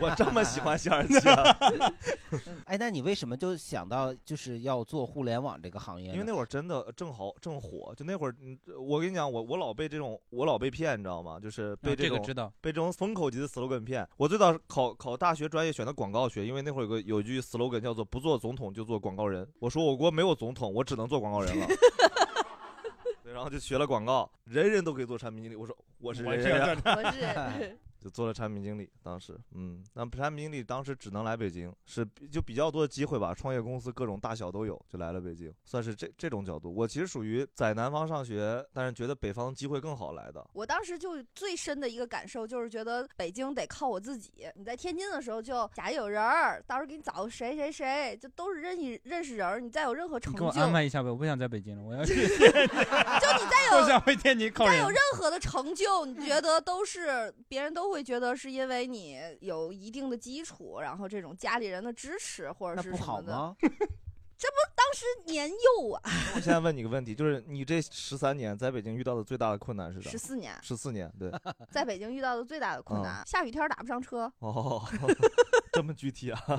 [SPEAKER 2] 我这么喜欢西二旗 啊
[SPEAKER 5] 哎，那你为什么就想到就是要做互联网这个行业呢？
[SPEAKER 2] 因为那会儿真的正好正火，就那会儿，嗯我跟你讲，我我老被这种我老被骗，你知道吗？就是被
[SPEAKER 4] 啊这个
[SPEAKER 2] 种、
[SPEAKER 4] 知道
[SPEAKER 2] 被这种风口级的 slogan 骗。我最早考考大学专业选的广告学，因为那会儿有个有一句 slogan 叫做“不做总统就做广告人”。我说我国没有总统，我只能做广告人了。 对，然后就学了广告，人人都可以做产品经理。我说我是
[SPEAKER 4] 我
[SPEAKER 2] 人
[SPEAKER 4] 是
[SPEAKER 2] 人 呀，
[SPEAKER 4] 我 是
[SPEAKER 2] 就做了产品经理。当时，嗯，那产品经理当时只能来北京，是比就比较多的机会吧，创业公司各种大小都有，就来了北京，算是这这种角度。我其实属于在南方上学，但是觉得北方机会更好来的。
[SPEAKER 14] 我当时就最深的一个感受就是觉得北京得靠我自己。你在天津的时候就家里有人儿，到时候给你找谁谁谁，就都是认识认识人儿。你再有任何成
[SPEAKER 4] 给我
[SPEAKER 14] 就，
[SPEAKER 4] 安排一下呗，我不想在北京了，我要去。就
[SPEAKER 14] 你再
[SPEAKER 4] 有，我想回天津靠
[SPEAKER 14] 再
[SPEAKER 4] 人
[SPEAKER 14] 有。
[SPEAKER 4] 嗯
[SPEAKER 14] 任何的成就，你觉得都是别人都会觉得是因为你有一定的基础，然后这种家里人的支持或者是
[SPEAKER 5] 不
[SPEAKER 14] 什
[SPEAKER 5] 好
[SPEAKER 14] 么的
[SPEAKER 5] 吗。？
[SPEAKER 14] 这不当时年幼啊，
[SPEAKER 2] 我现在问你个问题，就是你这十三年在北京遇到的最大的困难是啥？
[SPEAKER 14] 14年
[SPEAKER 2] 十四年， 对。
[SPEAKER 14] 在北京遇到的最大的困难，
[SPEAKER 2] 嗯
[SPEAKER 14] 下雨天儿打不上车。
[SPEAKER 2] 哦，这么具体啊？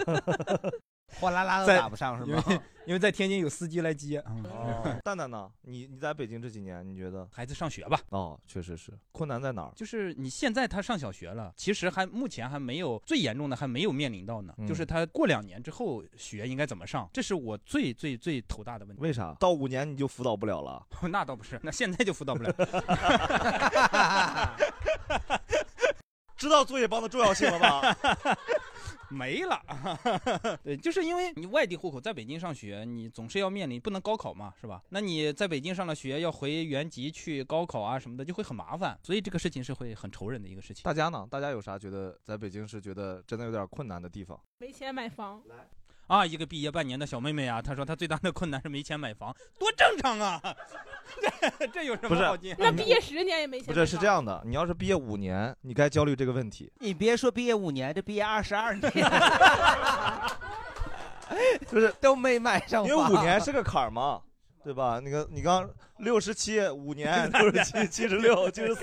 [SPEAKER 5] 货拉拉都
[SPEAKER 4] 在
[SPEAKER 5] 打不上是吗？
[SPEAKER 4] 因为因为在天津有司机来接。嗯
[SPEAKER 2] 哦，蛋蛋呢？你你在北京这几年，你觉得
[SPEAKER 4] 孩子上学吧？
[SPEAKER 2] 哦，确实是。困难在哪儿？
[SPEAKER 4] 就是你现在他上小学了，其实还目前还没有最严重的还没有面临到呢，
[SPEAKER 2] 嗯
[SPEAKER 4] 就是他过两年之后学应该怎么上，这是我最最最头大的问题。
[SPEAKER 2] 为啥到五年你就辅导不了了？
[SPEAKER 4] 那倒不是，那现在就辅导不了。
[SPEAKER 2] 知道作业帮的重要性了吧？
[SPEAKER 4] 没了， 对，就是因为你外地户口在北京上学，你总是要面临不能高考嘛，是吧？那你在北京上了学，要回原籍去高考啊什么的，就会很麻烦，所以这个事情是会很愁人的一个事情。
[SPEAKER 2] 大家呢？大家有啥觉得在北京是觉得真的有点困难的地方？
[SPEAKER 13] 没钱买房，
[SPEAKER 4] 啊，一个毕业半年的小妹妹啊，她说她最大的困难是没钱买房，多正常啊，这这有什
[SPEAKER 2] 不
[SPEAKER 4] 么
[SPEAKER 2] 是
[SPEAKER 4] 好啊介？
[SPEAKER 13] 那毕业十年也没钱。
[SPEAKER 2] 不是是这样的，你要是毕业五年，你该焦虑这个问题。
[SPEAKER 5] 你别说毕业五年，这毕业二十二年，
[SPEAKER 2] 就是
[SPEAKER 5] 都没买上
[SPEAKER 2] 因为
[SPEAKER 5] 房
[SPEAKER 2] 五 年是个坎儿嘛，对吧？那个你刚六十七，五 年六十七，七十六，七十四，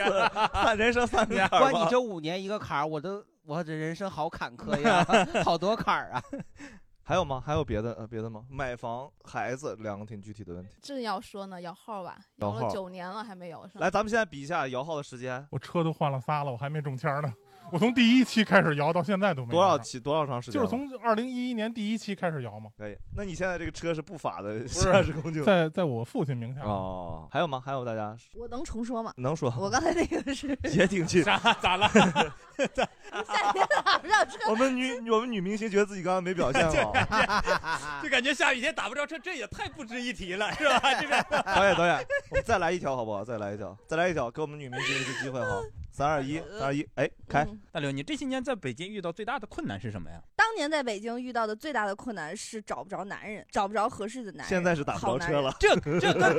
[SPEAKER 2] 三人生三个坎儿
[SPEAKER 5] 关
[SPEAKER 2] 嘛
[SPEAKER 5] 你这五年一个坎儿，我都我这人生好坎坷 呀，好多坎儿啊。
[SPEAKER 2] 还有吗？还有别的呃别的吗？买房、孩子两个挺具体的问题。
[SPEAKER 1] 正要说呢，摇号吧，
[SPEAKER 2] 摇
[SPEAKER 1] 摇
[SPEAKER 2] 号
[SPEAKER 1] 了九年了还没摇上。
[SPEAKER 2] 来，咱们现在比一下摇号的时间，
[SPEAKER 12] 我车都换了仨了，我还没中签呢。我从第一期开始摇到现在都没
[SPEAKER 2] 多
[SPEAKER 12] 摇
[SPEAKER 2] 少
[SPEAKER 12] 上
[SPEAKER 2] 期多少长时间
[SPEAKER 12] 就是
[SPEAKER 2] 了？
[SPEAKER 12] 从二零一一年第一期开始摇嘛。
[SPEAKER 2] 可以。那你现在这个车是不法的，不
[SPEAKER 12] 不
[SPEAKER 2] 是工具
[SPEAKER 12] 是，在在我父亲 名下。
[SPEAKER 2] 哦。还有吗？还有大家
[SPEAKER 14] 我能重说吗？
[SPEAKER 2] 能说？
[SPEAKER 14] 我刚才那个 是
[SPEAKER 2] 也挺近。
[SPEAKER 4] 咋 咋了？
[SPEAKER 14] 打不上车，
[SPEAKER 2] 我们女我们女明星觉得自己刚刚没表
[SPEAKER 4] 哦
[SPEAKER 2] 现好。
[SPEAKER 4] 啊就感觉 下雨天打不着车，这也太不值一提了，是吧？ 这个
[SPEAKER 2] 导演导演，我们再来一条好不好？再来一条，再来一条，给我们女明星一个机会哈。三二一，三二一，哎，开！
[SPEAKER 4] 大刘，你这些年在北京遇到最大的困难是什么呀？
[SPEAKER 14] 当年在北京遇到的最大的困难是找不着男人，找不着合适的男人。
[SPEAKER 4] 现在是打不着
[SPEAKER 14] 好男人
[SPEAKER 4] 车了这这跟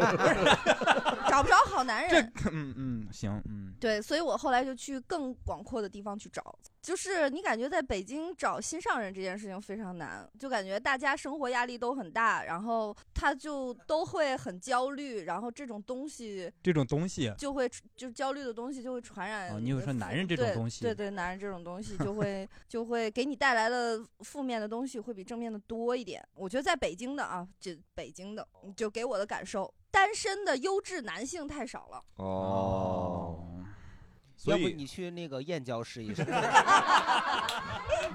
[SPEAKER 14] 找不着好男人。
[SPEAKER 4] 嗯嗯，行，嗯，
[SPEAKER 14] 对，所以我后来就去更广阔的地方去找。就是你感觉在北京找新上人这件事情非常难，就感觉大家生活压力都很大，然后他就都会很焦虑，然后这种东西
[SPEAKER 4] 这种东西
[SPEAKER 14] 就会就是焦虑的东西就会传染
[SPEAKER 4] 哦
[SPEAKER 14] 的负。
[SPEAKER 4] 你有说男人这种
[SPEAKER 14] 对
[SPEAKER 4] 东西
[SPEAKER 14] 对对，男人这种东西就会就会给你带来的负面的东西会比正面的多一点。我觉得在北京的啊，这北京的就给我的感受，单身的优质男性太少了。
[SPEAKER 2] 哦，所
[SPEAKER 5] 要不
[SPEAKER 2] 以
[SPEAKER 5] 你去那个燕郊试一 试，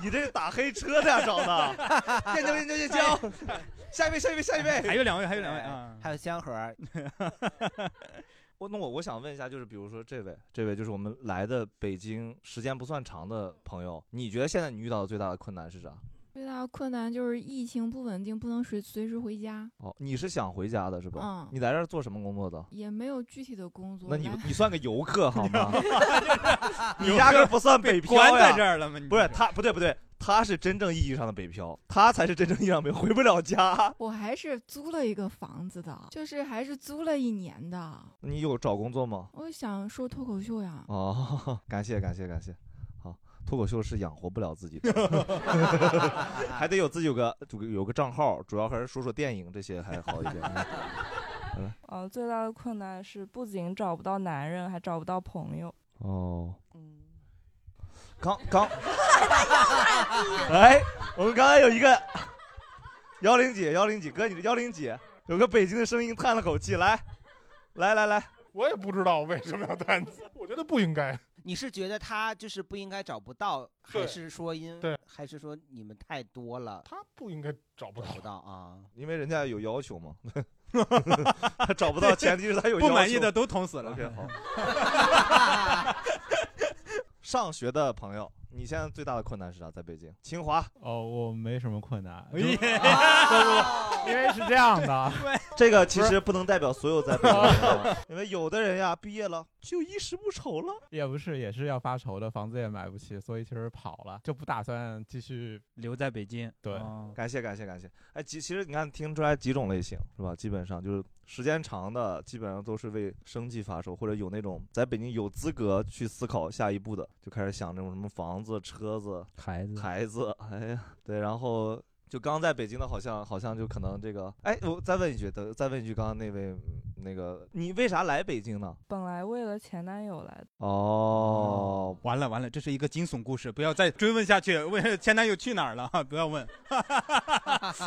[SPEAKER 2] 你这打黑车的呀，啊找 的。燕郊燕郊燕郊，下一位下一位下一位，
[SPEAKER 4] 还有两位还有两位
[SPEAKER 5] 哎
[SPEAKER 4] 啊
[SPEAKER 5] 还有香河，
[SPEAKER 2] 我那 我我想问一下，就是比如说 这位，这位就是我们来的北京时间不算长的朋友，你觉得现在你遇到的最大的困难是啥？
[SPEAKER 21] 最大的困难就是疫情不稳定，不能随随时回家，
[SPEAKER 2] 哦，你是想回家的是吧？
[SPEAKER 21] 嗯
[SPEAKER 2] 你来这儿做什么工作的？
[SPEAKER 21] 也没有具体的工作。
[SPEAKER 2] 那你
[SPEAKER 21] 来
[SPEAKER 2] 你算个游客好吗？你
[SPEAKER 4] 游
[SPEAKER 2] 压根儿
[SPEAKER 4] 客
[SPEAKER 2] 不算
[SPEAKER 4] 被
[SPEAKER 2] 北漂
[SPEAKER 4] 关
[SPEAKER 2] 呀，
[SPEAKER 4] 在这儿了吗你
[SPEAKER 2] 不是他，不对不对，他是真正意义上的北漂，他才是真正意义上的北回不了家。
[SPEAKER 21] 我还是租了一个房子的，就是还是租了一年的。
[SPEAKER 2] 你有找工作吗？
[SPEAKER 21] 我想说脱口秀呀，
[SPEAKER 2] 哦， 感谢感谢感谢，好，脱口秀是养活不了自己的， 还得有自己有个有个账号，主要还是说说电影这些还好一点。嗯
[SPEAKER 16] 呃，最大的困难是不仅找不到男人，还找不到朋友。
[SPEAKER 2] 哦，刚刚，哎，我们刚才有一个幺零几幺零几哥，你这幺零几有个北京的声音叹了口气，来，来来来，
[SPEAKER 12] 我也不知道为什么要单，我觉得不应该。
[SPEAKER 5] 你是觉得他就是不应该找不到，还
[SPEAKER 12] 对
[SPEAKER 5] 是说因
[SPEAKER 12] 对
[SPEAKER 5] 还是说你们太多了？
[SPEAKER 12] 他不应该找不
[SPEAKER 5] 到不到啊，
[SPEAKER 2] 因为人家有要求嘛， 找不到前提是他有
[SPEAKER 4] 不
[SPEAKER 2] 要
[SPEAKER 4] 满意
[SPEAKER 2] 求
[SPEAKER 4] 的都捅死了
[SPEAKER 2] OK，好。 上学的朋友，你现在最大的困难是啥？在北京，清华。
[SPEAKER 6] 哦，我没什么困 难，就
[SPEAKER 2] 哎呀
[SPEAKER 6] 不不不因为是这样的，
[SPEAKER 2] 哦 这个其实不能代表所有在北京的人，因为有的人呀，毕业了就衣食无愁了。
[SPEAKER 6] 也不是也是要发愁的，房子也买不起，所以其实跑了，就不打算继 续
[SPEAKER 4] 留在北京。
[SPEAKER 6] 对，
[SPEAKER 2] 感谢感谢感谢。哎，其其实你看，听出来几种类型是吧？基本上就是时间长的，基本上都是为生计发愁，或者有那种在北京有资格去思考下一步的，就开始想那种什么房子、车子、
[SPEAKER 4] 孩子、
[SPEAKER 2] 孩子。哎呀，对，然后就刚在北京的，好像好像就可能这个。哎，我再问一句，等再问一句，刚刚那位嗯那个，你为啥来北京呢？
[SPEAKER 16] 本来为了前男友来的，
[SPEAKER 2] 哦，
[SPEAKER 4] 完了完了，这是一个惊悚故事，不要再追问下去。问前男友去哪儿了？不要问，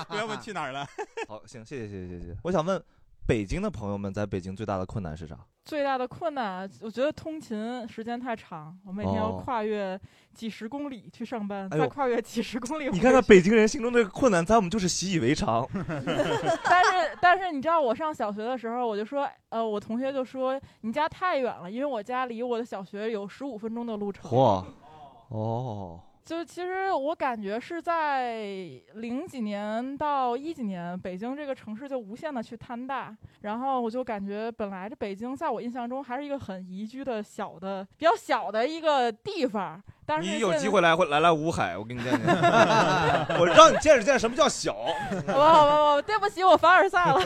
[SPEAKER 4] 不要问去哪儿了。
[SPEAKER 2] 好，行，谢谢谢谢谢谢。我想问北京的朋友们，在北京最大的困难是啥？
[SPEAKER 20] 最大的困难，我觉得通勤时间太长，我每天要
[SPEAKER 2] 哦
[SPEAKER 20] 跨越几十公里去上班，
[SPEAKER 2] 哎呦
[SPEAKER 20] 再跨越几十公里。
[SPEAKER 2] 你看看，北京人心中这个困难，在我们就是习以为 常。
[SPEAKER 20] 但是但是你知道，我上小学的时候，我就说，呃，我同学就说你家太远了，因为我家离我的小学有十五分钟的路程。
[SPEAKER 2] 嚯，哦，
[SPEAKER 20] 就其实我感觉是在零几年到一几年，北京这个城市就无限的去摊大，然后我就感觉本来这北京在我印象中还是一个很宜居的小的、比较小的一个地方，但是
[SPEAKER 2] 你有
[SPEAKER 20] 现
[SPEAKER 2] 机
[SPEAKER 20] 在
[SPEAKER 2] 会来回来来五海，我跟你 讲讲，我让你见识见识什么叫小。
[SPEAKER 20] 我我我对不啊起，我凡尔赛了。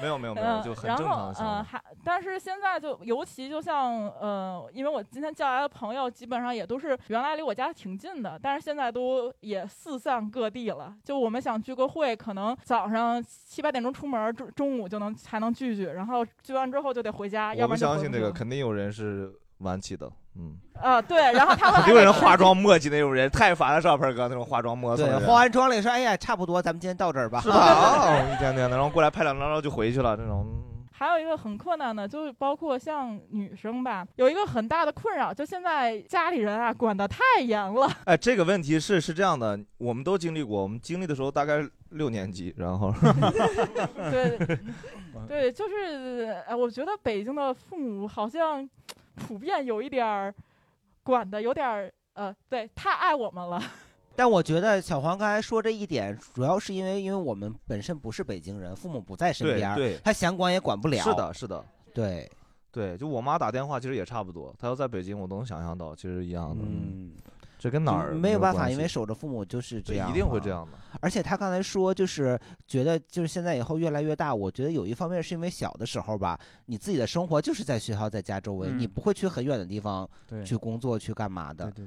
[SPEAKER 2] 没有没有没有，
[SPEAKER 20] 嗯，
[SPEAKER 2] 就很
[SPEAKER 20] 然
[SPEAKER 2] 正常
[SPEAKER 20] 后
[SPEAKER 2] 的想
[SPEAKER 20] 嗯，
[SPEAKER 2] 法。
[SPEAKER 20] 还但是现在就尤其就像呃，因为我今天叫来的朋友基本上也都是原来离我家挺近的，但是现在都也四散各地了。就我们想聚个会，可能早上七八点钟出门，中中午就能才能聚聚，然后聚完之后就得回家，要
[SPEAKER 2] 我
[SPEAKER 20] 不然
[SPEAKER 2] 不
[SPEAKER 20] 就
[SPEAKER 2] 相
[SPEAKER 20] 回
[SPEAKER 2] 信
[SPEAKER 20] 不
[SPEAKER 2] 这个，
[SPEAKER 20] 去了
[SPEAKER 2] 肯定有人是晚起的，嗯，
[SPEAKER 20] 啊，对， 然后他们
[SPEAKER 2] 肯
[SPEAKER 20] 还
[SPEAKER 2] 定有
[SPEAKER 20] 得
[SPEAKER 2] 人化妆磨叽那种人，太烦了，是吧，盆儿哥那种化妆磨蹭
[SPEAKER 5] 对
[SPEAKER 2] 的，人。
[SPEAKER 5] 化完妆了也说，哎呀，差不多，咱们今天到这儿吧。
[SPEAKER 2] 是吧？哦一天天的，然后过来拍两张照就回去了，这种
[SPEAKER 20] 还有一个很困难的，就是包括像女生吧，有一个很大的困扰，就现在家里人啊管得太严了。
[SPEAKER 2] 哎，这个问题是是这样的，我们都经历过。我们经历的时候大概六年级，然 后
[SPEAKER 20] 对，
[SPEAKER 5] 啊
[SPEAKER 20] 对，就是呃我觉得北京的父母好像普遍有一点儿管的有点儿呃，对，太爱我们了。
[SPEAKER 5] 但我觉得小黄刚才说这一点，主要是因为因为我们本身不是北京人，父母不在身
[SPEAKER 2] 对
[SPEAKER 5] 边儿，
[SPEAKER 2] 对
[SPEAKER 5] 他想管也管不了。
[SPEAKER 2] 是的，，是的，
[SPEAKER 5] 对
[SPEAKER 2] 对，就我妈打电话其实也差不多，她要在北京，我都能想象到，其实一样的。嗯，这跟哪儿
[SPEAKER 5] 没有办法，
[SPEAKER 2] 关
[SPEAKER 5] 因为
[SPEAKER 2] 系
[SPEAKER 5] 守着父母就是这
[SPEAKER 2] 对
[SPEAKER 5] 样，
[SPEAKER 2] 一定会这样的。
[SPEAKER 5] 而且他刚才说，就是觉得就是现在以后越来越大，我觉得有一方面是因为小的时候吧，你自己的生活就是在学校在家周围，
[SPEAKER 4] 嗯
[SPEAKER 5] 你不会去很远的地方
[SPEAKER 4] 对
[SPEAKER 5] 去工作去干嘛的。对
[SPEAKER 4] 对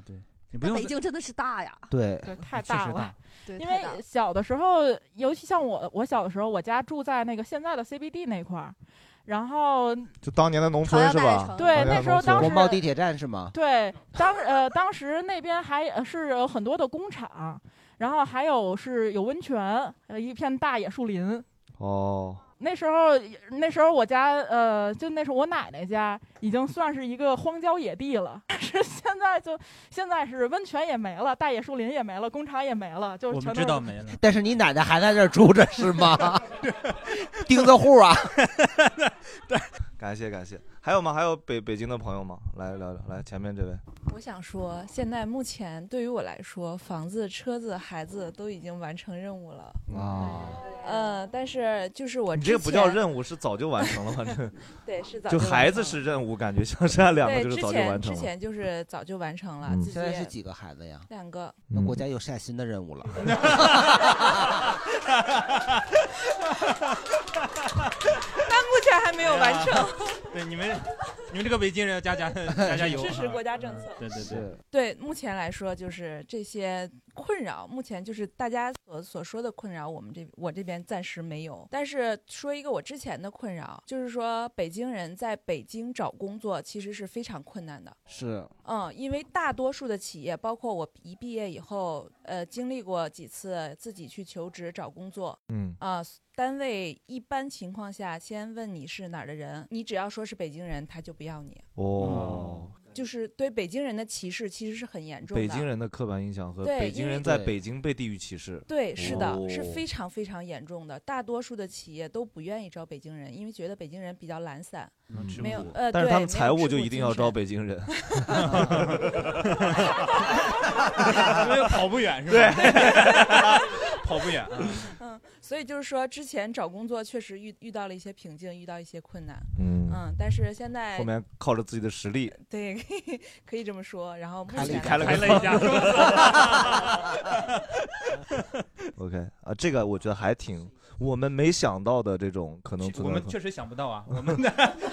[SPEAKER 4] 对，
[SPEAKER 14] 但北京真的是大呀，
[SPEAKER 5] 对
[SPEAKER 20] 对，太
[SPEAKER 5] 确
[SPEAKER 20] 大
[SPEAKER 5] 实
[SPEAKER 20] 了。
[SPEAKER 5] 大
[SPEAKER 14] 对，
[SPEAKER 20] 因
[SPEAKER 14] 太
[SPEAKER 20] 为
[SPEAKER 14] 大了
[SPEAKER 20] 小的时候，尤其像我，我小的时候，我家住在那个现在的 CBD 那块儿，然后
[SPEAKER 2] 就当年的农村是吧？
[SPEAKER 20] 对
[SPEAKER 2] 当年的
[SPEAKER 20] 那时候
[SPEAKER 2] 农村
[SPEAKER 20] 当时国贸地
[SPEAKER 5] 铁站是吗？
[SPEAKER 20] 对，当呃当时那边还呃是有很多的工厂，然后还有是有温泉，呃一片大野树林。
[SPEAKER 2] 哦，
[SPEAKER 20] 那时候那时候我家呃就那时候我奶奶家已经算是一个荒郊野地了， 但是现在就现在是温泉也没了，大野树林也没了，工厂也没了，就
[SPEAKER 4] 我
[SPEAKER 20] 全都
[SPEAKER 4] 们知
[SPEAKER 20] 是
[SPEAKER 4] 道没了。
[SPEAKER 5] 但是你奶奶还在这儿住着是吗？ 钉子户啊！
[SPEAKER 2] 感谢感谢。还有吗？还有北北京的朋友吗？来聊聊，来前面这位。
[SPEAKER 9] 我想说，现在目前对于我来说，房子、车子、孩子都已经完成任务了。
[SPEAKER 20] 哎
[SPEAKER 2] 啊，
[SPEAKER 9] 呃，但是就是我
[SPEAKER 2] 你这个不叫
[SPEAKER 9] 务，
[SPEAKER 2] 任务， 是早就完成了吧？这
[SPEAKER 9] 对，是早
[SPEAKER 2] 就
[SPEAKER 9] 完
[SPEAKER 2] 孩
[SPEAKER 9] 成
[SPEAKER 2] 子是任务，感觉像剩下两个
[SPEAKER 9] 对
[SPEAKER 2] 就是
[SPEAKER 9] 之
[SPEAKER 2] 早就
[SPEAKER 9] 前
[SPEAKER 2] 完成
[SPEAKER 9] 之
[SPEAKER 2] 了。
[SPEAKER 9] 前就是早就完成了，
[SPEAKER 5] 嗯
[SPEAKER 9] 自己
[SPEAKER 5] 现在是
[SPEAKER 9] 也
[SPEAKER 5] 几 个孩子呀
[SPEAKER 9] 两个。
[SPEAKER 5] 那国家又下新的任务了。
[SPEAKER 9] 但目前还没有完成。
[SPEAKER 4] 对你们，你们这个北京人要加 加加加油，
[SPEAKER 9] 支持国家政策
[SPEAKER 4] 嗯对对对。
[SPEAKER 9] 对，目前来说就是这些困扰，目前就是大家所所说的困扰，我们这我这边暂时没有。但是说一个我之前的困扰，就是说北京人在北京找工作其实是非常困难的。
[SPEAKER 5] 是，
[SPEAKER 9] 嗯，因为大多数的企业，包括我一毕业以后，呃，经历过几次自己去求职找工作，
[SPEAKER 2] 嗯
[SPEAKER 9] 啊、单位一般情况下先问你是哪儿的人，你只要说是北京人，他就不要你。
[SPEAKER 2] 哦，
[SPEAKER 9] 就是对北京人的歧视其实是很严重嗯
[SPEAKER 2] 北
[SPEAKER 9] 的。
[SPEAKER 2] 京人的刻板印象和
[SPEAKER 9] 对
[SPEAKER 2] 北京
[SPEAKER 9] 因为
[SPEAKER 2] 人在北京被地域歧视。
[SPEAKER 9] 对，是的，
[SPEAKER 2] 哦
[SPEAKER 9] 是非常非常严重的。大多数的企业都不愿意招北京人，因为觉得北京人比较懒散，
[SPEAKER 2] 吃
[SPEAKER 9] 没有
[SPEAKER 2] 苦
[SPEAKER 9] 呃，
[SPEAKER 2] 嗯但是
[SPEAKER 9] 对
[SPEAKER 2] 他
[SPEAKER 9] 没有
[SPEAKER 2] 们财务
[SPEAKER 9] 吃
[SPEAKER 2] 就
[SPEAKER 9] 苦
[SPEAKER 2] 一定
[SPEAKER 9] 精
[SPEAKER 2] 要招
[SPEAKER 9] 神，
[SPEAKER 2] 北京人
[SPEAKER 4] 因为跑不远是吧
[SPEAKER 9] 对
[SPEAKER 4] 跑不远啊
[SPEAKER 9] 嗯，所以就是说，之前找工作确实遇遇到了一些瓶颈，遇到一些困难。
[SPEAKER 2] 嗯
[SPEAKER 9] 但是现在
[SPEAKER 2] 后面靠着自己的实力，
[SPEAKER 9] 对， 可以可以这么说。然后目
[SPEAKER 2] 自己
[SPEAKER 9] 前
[SPEAKER 2] 开了
[SPEAKER 9] 来
[SPEAKER 2] 个
[SPEAKER 9] 说
[SPEAKER 2] OK 啊，这个我觉得还挺我们没想到的这种可能存在。
[SPEAKER 4] 我们确实想不 到啊，我们的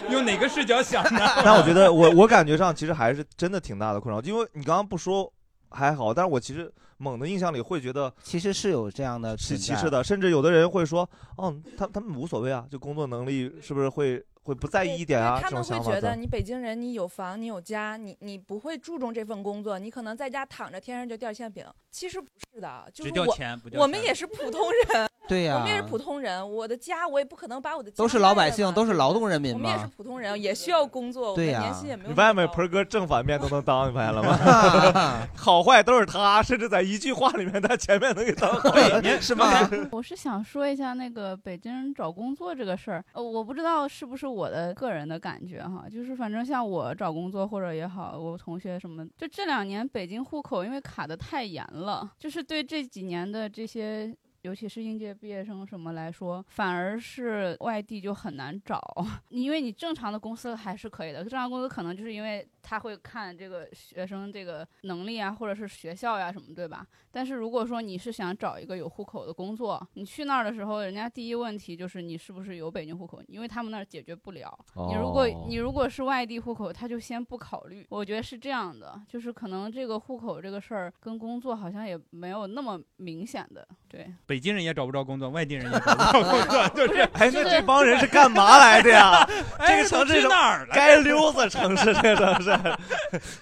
[SPEAKER 4] 用哪个视角想呢？
[SPEAKER 2] 但我觉得我我感觉上其实还是真的挺大的困扰，因为你刚刚不说还好，但是我其实猛的印象里会觉得
[SPEAKER 5] 其实是有这样的
[SPEAKER 2] 是
[SPEAKER 5] 存
[SPEAKER 2] 歧
[SPEAKER 5] 在
[SPEAKER 2] 视的，甚至有的人会说，哦，他他们无所谓啊，就工作能力是不是会会不在意一点啊？
[SPEAKER 9] 他
[SPEAKER 2] 这种
[SPEAKER 9] 们会
[SPEAKER 2] 想法
[SPEAKER 9] 觉
[SPEAKER 2] 在
[SPEAKER 9] 得你北京人，你有房，你有家，你你不会注重这份工作，你可能在家躺着，天上就掉馅饼。其实不是的，就
[SPEAKER 4] 只
[SPEAKER 9] 是
[SPEAKER 4] 掉
[SPEAKER 9] 我
[SPEAKER 4] 钱不掉
[SPEAKER 9] 我们
[SPEAKER 4] 钱
[SPEAKER 9] 也是普通 人，
[SPEAKER 5] 对呀
[SPEAKER 9] 我们也是普通人，我的家我也不可能把我的家
[SPEAKER 5] 都是老
[SPEAKER 9] 卖
[SPEAKER 5] 百
[SPEAKER 9] 了吧
[SPEAKER 5] 姓，都是劳动人
[SPEAKER 9] 我
[SPEAKER 5] 民
[SPEAKER 9] 们也是
[SPEAKER 5] 嘛。
[SPEAKER 9] 普通人，也需要工作，
[SPEAKER 5] 对
[SPEAKER 9] 我
[SPEAKER 5] 呀
[SPEAKER 9] 们年薪也没有
[SPEAKER 2] 你
[SPEAKER 9] 那么
[SPEAKER 2] 外面盆儿哥正反面都能当，你发现了 吗？好坏都是他，甚至在一句话里面，他前面能给当后 面，是 吗？
[SPEAKER 11] 我是想说一下那个北京人找工作这个事儿，呃，我不知道是不是我的个人的感觉哈，就是反正像我找工作或者也好，我同学什么，就这两年北京户口因为卡的太严了，就是对这几年的这些。尤其是应届毕业生什么来说，反而是外地就很难找，因为你正常的公司还是可以的，正常公司可能就是因为他会看这个学生这个能力啊，或者是学校呀、什么，对吧？但是如果说你是想找一个有户口的工作，你去那儿的时候，人家第一问题就是你是不是有北京户口，因为他们那儿解决不了。你如果
[SPEAKER 10] 哦
[SPEAKER 11] 你如果是外地户口，他就先不考虑。我觉得是这样的，就是可能这个户口这个事儿跟工作好像也没有那么明显的，对。
[SPEAKER 4] 北京人也找不着工作，外地人也找不着工 作，就是？
[SPEAKER 2] 哎，那这帮人是干嘛来的呀 这
[SPEAKER 4] 哎
[SPEAKER 2] 个城市
[SPEAKER 4] 都
[SPEAKER 2] 是
[SPEAKER 4] 去哪儿了
[SPEAKER 2] 街溜子城市，这城市，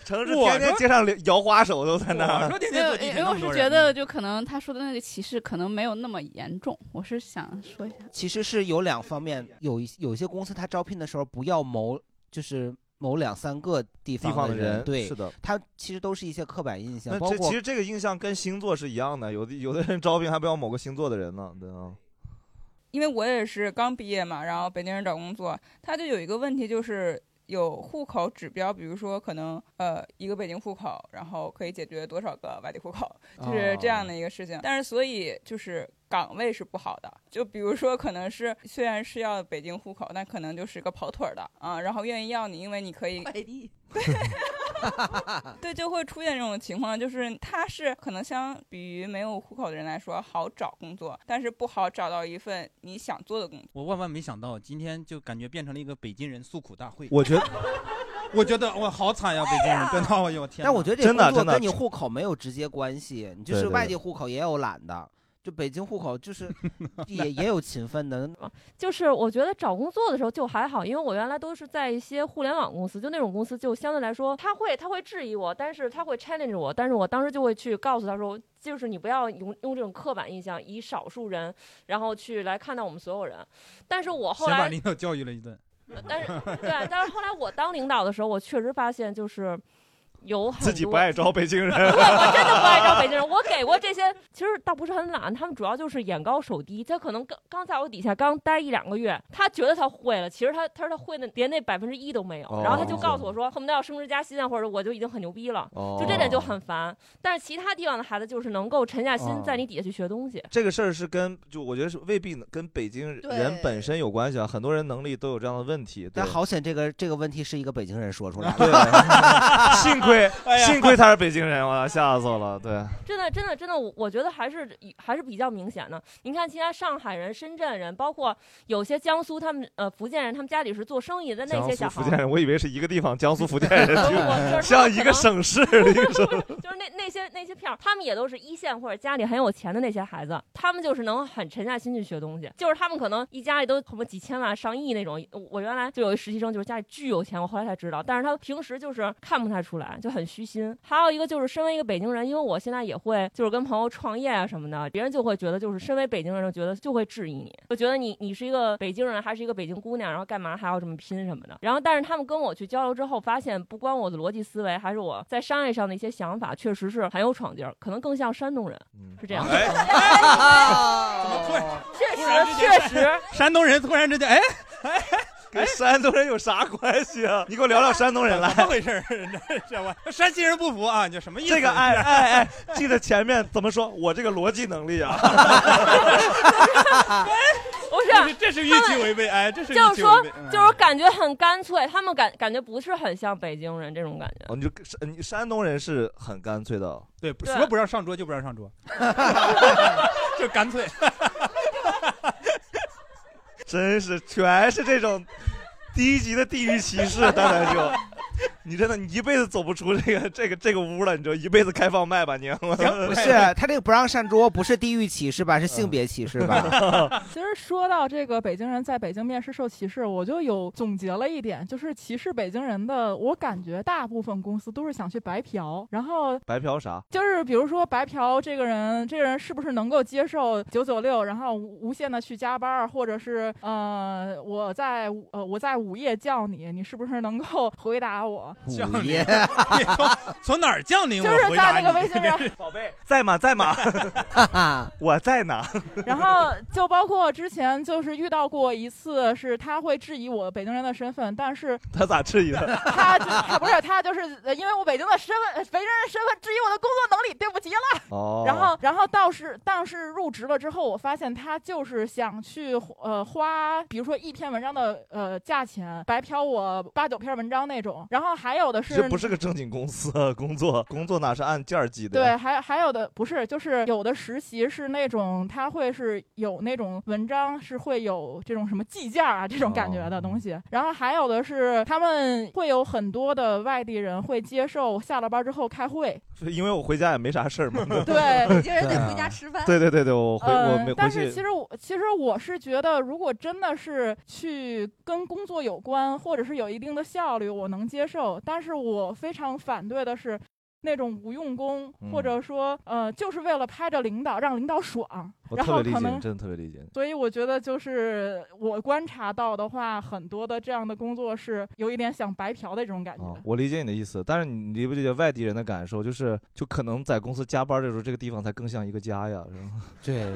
[SPEAKER 2] 城市
[SPEAKER 4] 我
[SPEAKER 2] 天天
[SPEAKER 4] 说
[SPEAKER 2] 街上流摇花手都在那儿。
[SPEAKER 11] 没有，因为我是觉得，就可能他说的那个歧视可能没有那么严重。我是想说一下，
[SPEAKER 5] 其实是有两方面，有一有一些公司它招聘的时候不要某就是某两三个
[SPEAKER 2] 地
[SPEAKER 5] 地
[SPEAKER 2] 方
[SPEAKER 5] 的
[SPEAKER 2] 的人
[SPEAKER 5] 对，
[SPEAKER 2] 是的
[SPEAKER 5] 它其实都是一些刻板印象，
[SPEAKER 2] 那
[SPEAKER 5] 包
[SPEAKER 2] 这
[SPEAKER 5] 括
[SPEAKER 2] 其实这个印象跟星座是一样的，有的有的人招聘还不要某个星座的人呢，对啊。
[SPEAKER 8] 因为我也是刚毕业嘛，然后北京人找工作，他就有一个问题就是。有户口指标，比如说可能呃一个北京户口，然后可以解决多少个外地户口，就是这样的一个事情。但是所以就是岗位是不好的，就比如说可能是虽然是要北京户口，但可能就是个跑腿儿的啊，然后愿意要你，因为你可以
[SPEAKER 14] 快递。啊
[SPEAKER 8] 对，就会出现这种情况，就是他是可能相比于没有户口的人来说好找工作，但是不好找到一份你想做的工作。
[SPEAKER 4] 我万万没想到，今天就感觉变成了一个北京人诉苦大会。
[SPEAKER 2] 我觉得，
[SPEAKER 4] 我觉得我好惨呀，北京人，真的，我有天哪。
[SPEAKER 5] 哎但我觉得这工作跟你户口没有直接关系，你就
[SPEAKER 4] 对
[SPEAKER 5] 是
[SPEAKER 4] 对
[SPEAKER 5] 外
[SPEAKER 4] 对
[SPEAKER 5] 地户口也有懒的，就北京户口就是 也也有勤奋的。
[SPEAKER 10] 就是我觉得找工作的时候就还好，因为我原来都是在一些互联网公司，就那种公司就相对来说，他会他会质疑我，但是他会 challenge 我，但是我当时就会去告诉他说，就是你不要用用这种刻板印象，以少数人然后去来看待我们所有人。但是我后
[SPEAKER 4] 先把
[SPEAKER 10] 来
[SPEAKER 4] 领导教育了一顿。
[SPEAKER 10] 但是对，但是后来我当领导的时候，我确实发现就是有很
[SPEAKER 2] 自己
[SPEAKER 10] 多
[SPEAKER 2] 不爱招北京 人
[SPEAKER 10] 我哎我真的不爱招北京人。我给过这些，其实倒不是很懒，他们主要就是眼高手低。他可能刚刚在我底下刚待一两个月，他觉得他会了，其实他他说他会的连那百分之一都没有。
[SPEAKER 18] 哦
[SPEAKER 10] 然后他就告诉我说，恨不得要升职加薪啊，或者我就已经很牛逼了，
[SPEAKER 2] 哦
[SPEAKER 10] 就这点就很烦。但是其他地方的孩子就是能够沉下心
[SPEAKER 2] 哦
[SPEAKER 10] 在你底下去学东西。
[SPEAKER 2] 这个事儿是跟就我觉得是未必能跟北京人
[SPEAKER 10] 对
[SPEAKER 2] 本身有关系啊，很多人能力都有这样的问题。对
[SPEAKER 5] 但好险，这个这个问题是一个北京人说出来 的。
[SPEAKER 2] 对，幸亏、
[SPEAKER 10] 哎呀
[SPEAKER 2] 幸亏他是北京人，我吓死我了。对，
[SPEAKER 10] 真的，真的，真的，我我觉得还是还是比较明显的。您看，其他上海人、深圳人，包括有些江苏他们呃福建人，他们家里是做生意的那
[SPEAKER 2] 江
[SPEAKER 10] 些
[SPEAKER 2] 苏
[SPEAKER 10] 小
[SPEAKER 2] 福
[SPEAKER 10] 孩
[SPEAKER 2] 建
[SPEAKER 10] 儿，
[SPEAKER 2] 人，我以为是一个地方，江苏福建人
[SPEAKER 10] 我我就是
[SPEAKER 2] 像一个省市的一个省。
[SPEAKER 10] 就是那那些那些片儿，他们也都是一线或者家里很有钱的那些孩子，他们就是能很沉下心去学东西，就是他们可能一家里都什么几千万、上亿那种。我原来就有一实习生，就是家里巨有钱，我后来才知道，但是他平时就是看不太出来，就很虚心。还有一个就是，身为一个北京人，因为我现在也会就是跟朋友创业啊什么的，别人就会觉得就是身为北京人，就觉得就会质疑你，就觉得你你是一个北京人，还是一个北京姑娘，然后干嘛还要这么拼什么的。然后，但是他们跟我去交流之后，发现不光我的逻辑思维，还是我在商业上的一些想法，确实是很有闯劲儿，可能更像山东人，是这样。
[SPEAKER 4] 哎
[SPEAKER 10] 怎
[SPEAKER 4] 么
[SPEAKER 10] 确
[SPEAKER 4] 突然之
[SPEAKER 10] 实，
[SPEAKER 4] 间
[SPEAKER 10] 确实。
[SPEAKER 4] 山东人突然之间，哎哎，
[SPEAKER 2] 跟山东人有啥关系啊？你给我聊聊山东人来，
[SPEAKER 4] 怎么回事 儿？这我山西人不服啊，你这 什么意思？
[SPEAKER 2] 这个哎 哎哎，记得前面怎么说？我这个逻辑能力啊，
[SPEAKER 10] 不是
[SPEAKER 4] 这，这是预
[SPEAKER 10] 他
[SPEAKER 4] 期
[SPEAKER 10] 们
[SPEAKER 4] 违背，哎，这是
[SPEAKER 10] 就
[SPEAKER 4] 预
[SPEAKER 10] 是
[SPEAKER 4] 期
[SPEAKER 10] 说
[SPEAKER 4] 违背。，
[SPEAKER 10] 就是感觉很干脆，他们感感觉不是很像北京人这种感觉。
[SPEAKER 2] 哦，你就你山东人是很干脆的，哦
[SPEAKER 4] 对，
[SPEAKER 10] 对
[SPEAKER 4] 什么不让上桌就不让上桌，就干脆。
[SPEAKER 2] 真是全是这种低级的地域歧视，蛋蛋 就。你真的，你一辈子走不出这个这个这个屋了，你就一辈子开放麦吧，你。
[SPEAKER 5] 不是，他这个不让上桌，不是地域歧视吧？
[SPEAKER 2] 嗯
[SPEAKER 5] 是性别歧视 吧？
[SPEAKER 20] 其实说到这个北京人在北京面试受歧视，我就有总结了一点，就是歧视北京人的，我感觉大部分公司都是想去白嫖，然后
[SPEAKER 2] 白嫖啥？
[SPEAKER 20] 就是比如说白嫖这个人，这个人是不是能够接受九九六，然后无无限的去加班儿，或者是呃我在午呃我在午夜叫你，你是不是能够 回答我？
[SPEAKER 4] 降临，你从从哪儿降临？
[SPEAKER 20] 就
[SPEAKER 4] 我
[SPEAKER 20] 是在
[SPEAKER 4] 回答
[SPEAKER 20] 那
[SPEAKER 4] 你。
[SPEAKER 20] 个微信 上
[SPEAKER 2] 宝贝，在吗？在吗？我在呢。
[SPEAKER 20] 然后就包括之前就是遇到过一次，是他会质疑我北京人的身份，但是
[SPEAKER 2] 他咋质疑的？
[SPEAKER 20] 他就他不是他就是呃因为我北京的身份，呃北京人的身份质疑我的工作能力，对不起了。
[SPEAKER 2] 哦
[SPEAKER 20] 然后然后倒是但是入职了之后，我发现他就是想去呃花，比如说一篇文章的呃价钱，白嫖我八九篇文章那种。然后还有的是
[SPEAKER 2] 这不是个正经公司，啊工作工作哪是按件儿计的？
[SPEAKER 20] 对，，还还有的不是，就是有的实习是那种，他会是有那种文章是会有这种什么计价啊这种感觉
[SPEAKER 2] 哦嗯
[SPEAKER 20] 的东西。然后还有的是他们会有很多的外地人会接受下了班之后开会。
[SPEAKER 2] 是因为我回家也没啥事儿嘛。
[SPEAKER 20] 对北京人
[SPEAKER 2] 对啊
[SPEAKER 20] 得回家吃饭
[SPEAKER 2] 对对对对，我回我
[SPEAKER 20] 嗯
[SPEAKER 2] 没回
[SPEAKER 20] 但是其
[SPEAKER 2] 去
[SPEAKER 20] 实我其实我是觉得，如果真的是去跟工作有关，或者是有一定的效率，我能接受。但是我非常反对的是。那种无用功，或
[SPEAKER 2] 嗯
[SPEAKER 20] 者说，呃，就是为了拍着领导，让领导爽，
[SPEAKER 2] 我
[SPEAKER 20] 然
[SPEAKER 2] 特
[SPEAKER 20] 后
[SPEAKER 2] 别理
[SPEAKER 20] 可
[SPEAKER 2] 解，
[SPEAKER 20] 能，
[SPEAKER 2] 真的特别理解。
[SPEAKER 20] 所以我觉得就是我观察到的话，很多的这样的工作是有一点想白嫖的这种感觉。
[SPEAKER 2] 啊，我理解你的意思，但是你理不理解外地人的感受？就是，就可能在公司加班的时候，这个地方才更像一个家呀，是吗？
[SPEAKER 5] 对，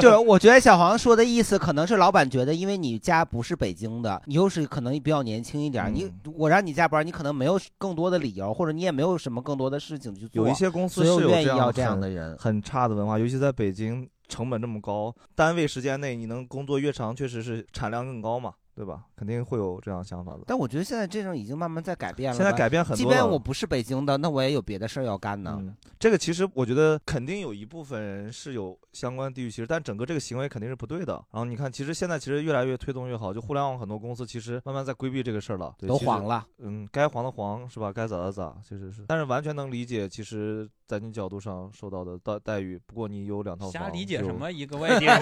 [SPEAKER 5] 就是我觉得小黄说的意思，可能是老板觉得，因为你家不是北京的，你又是可能比较年轻一点儿，你
[SPEAKER 2] 嗯
[SPEAKER 5] 我让你加班，你可能没有更多的理由，或者你也没有什么更多的事情去做。
[SPEAKER 2] 有一些公司
[SPEAKER 5] 所以
[SPEAKER 2] 是
[SPEAKER 5] 我
[SPEAKER 2] 有
[SPEAKER 5] 愿意要这
[SPEAKER 2] 这
[SPEAKER 5] 样
[SPEAKER 2] 样
[SPEAKER 5] 的
[SPEAKER 2] 很
[SPEAKER 5] 人。
[SPEAKER 2] 很差的文化，尤其在北京，成本这么高，单位时间内你能工作越长，确实是产量更高嘛，对吧？肯定会有这样想法的。
[SPEAKER 5] 但我觉得现在这种已经慢慢在改变了吧，
[SPEAKER 2] 现在改变很多
[SPEAKER 5] 即便
[SPEAKER 2] 了
[SPEAKER 5] 我不是北京的，那我也有别的事儿要干呢。
[SPEAKER 2] 嗯这个其实我觉得肯定有一部分人是有相关地域歧视，但整个这个行为肯定是不对的。然后你看，其实现在其实越来越推动越好，就互联网很多公司其实慢慢在规避这个事儿了，对
[SPEAKER 5] 都
[SPEAKER 2] 其实
[SPEAKER 5] 黄了
[SPEAKER 2] 嗯，该黄的黄是吧？该咋的咋，其实是，但是完全能理解，其实在你角度上受到的待待遇。不过你有两套
[SPEAKER 4] 瞎
[SPEAKER 2] 房
[SPEAKER 4] 理解
[SPEAKER 2] 就
[SPEAKER 4] 什么一个 外地人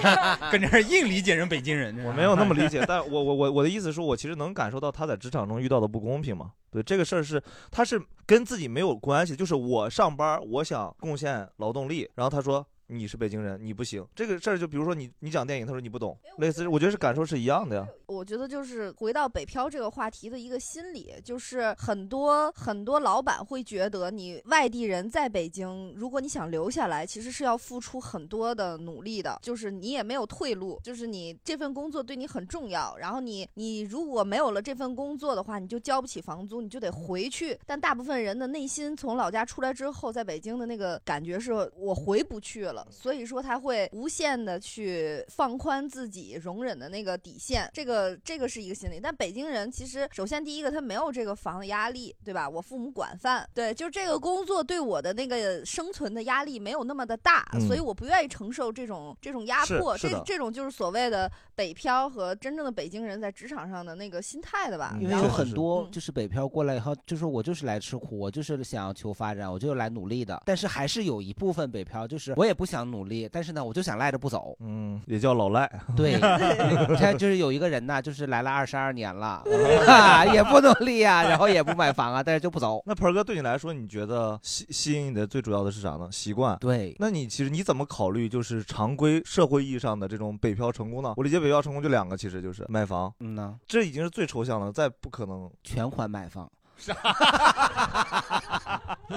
[SPEAKER 4] 跟这儿硬理解人北京人啊这是
[SPEAKER 2] 我没有那么理 解，但我我我我的意思是我其实能感受到他在职场中遇到的不公平嘛。对这个事儿是，他是跟自己没有关系，就是我上班儿，我想贡献劳动力，然后他说你是北京人，你不行。这个事儿就比如说你你讲电影，他说你不懂，类似，我觉得是感受是一样的呀。
[SPEAKER 14] 我觉得就是回到北漂这个话题的一个心理，就是很多很多老板会觉得你外地人在北京，如果你想留下来，其实是要付出很多的努力的，就是你也没有退路，就是你这份工作对你很重要，然后你你如果没有了这份工作的话，你就交不起房租，你就得回去。但大部分人的内心从老家出来之后，在北京的那个感觉是我回不去了，所以说他会无限的去放宽自己容忍的那个底线，这个这个是一个心理。但北京人其实首先第一个他没有这个房的压力，对吧？我父母管饭，对，就这个工作对我的那个生存的压力没有那么的大，
[SPEAKER 7] 嗯
[SPEAKER 14] 所以我不愿意承受这种这种压
[SPEAKER 7] 是
[SPEAKER 14] 迫，
[SPEAKER 7] 是
[SPEAKER 14] 这
[SPEAKER 7] 的
[SPEAKER 14] 这种就是所谓的北漂和真正的北京人在职场上的那个心态的吧。
[SPEAKER 5] 因为
[SPEAKER 14] 然
[SPEAKER 5] 有
[SPEAKER 14] 后
[SPEAKER 5] 啊很多
[SPEAKER 14] 嗯
[SPEAKER 5] 就是北漂过来以后，就说我就是来吃苦，我就是想要求发展，我就是来努力的。但是还是有一部分北漂，就是我也不想努力，但是呢，我就想赖着不走。
[SPEAKER 2] 嗯，也叫老赖。
[SPEAKER 5] 对，他就是有一个人呐，就是来了二十二年了， 啊也不努力呀、然后也不买房啊，但是就不走。
[SPEAKER 2] 那盆儿哥对你来说，你觉得吸吸引你的最主要的是啥呢？习惯。
[SPEAKER 5] 对，
[SPEAKER 2] 那你其实你怎么考虑就是常规社会意义上的这种北漂成功呢？我理解北漂成功就两个，其实就是买房，
[SPEAKER 5] 嗯呐，
[SPEAKER 2] 这已经是最抽象的，再不可能
[SPEAKER 5] 全款 买房。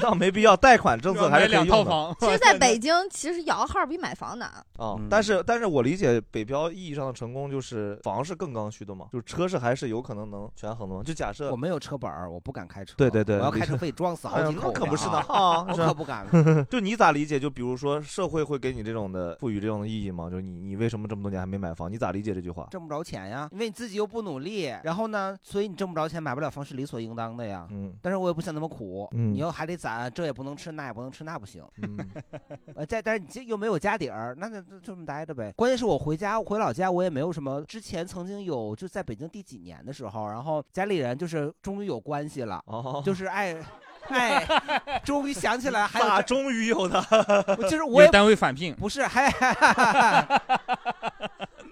[SPEAKER 2] 倒没必要，贷款政策还是可以用的。
[SPEAKER 14] 其实， 在北京，其实摇号比买房难。
[SPEAKER 2] 啊、
[SPEAKER 5] 嗯
[SPEAKER 2] 但是但是我理解北漂意义上的成功就是房是更刚需的嘛，就是车是还是有可能能权衡的嘛。就假设
[SPEAKER 5] 我没有车本儿，我不敢开车。
[SPEAKER 2] 对对对，
[SPEAKER 5] 我要开
[SPEAKER 2] 理
[SPEAKER 5] 车费撞死好
[SPEAKER 2] 哎呀
[SPEAKER 5] 几口
[SPEAKER 2] 那可
[SPEAKER 5] 呢
[SPEAKER 2] 不是呢
[SPEAKER 5] 啊
[SPEAKER 2] 啊，
[SPEAKER 5] 我
[SPEAKER 2] 是吧
[SPEAKER 5] 可不敢 了
[SPEAKER 2] 就你咋理解？就比如说社会会给你这种的赋予这种的意义吗？就是你你为什么这么多年还没买房？你咋理解这句话？
[SPEAKER 5] 挣不着钱呀，因为你自己又不努力，然后呢，所以你挣不着钱，买不了房是理所应当的呀。
[SPEAKER 2] 嗯，
[SPEAKER 5] 但是我也不想那么苦，
[SPEAKER 2] 嗯
[SPEAKER 5] 你又还得攒，这也不能吃，那也不能吃，那不行。 呃，再但是你这又没有家底儿，那就就这么待着呗。关键是我回家回老家，我也没有什么。之前曾经有就在北京第几年的时候，然后家里人就是终于有关系了，
[SPEAKER 2] 哦
[SPEAKER 5] 就是哎。 哎，终于想起来，还有
[SPEAKER 4] 咋
[SPEAKER 5] 这
[SPEAKER 2] 终于有的，
[SPEAKER 5] 我就是我也
[SPEAKER 4] 有单 位返 聘
[SPEAKER 5] 不是还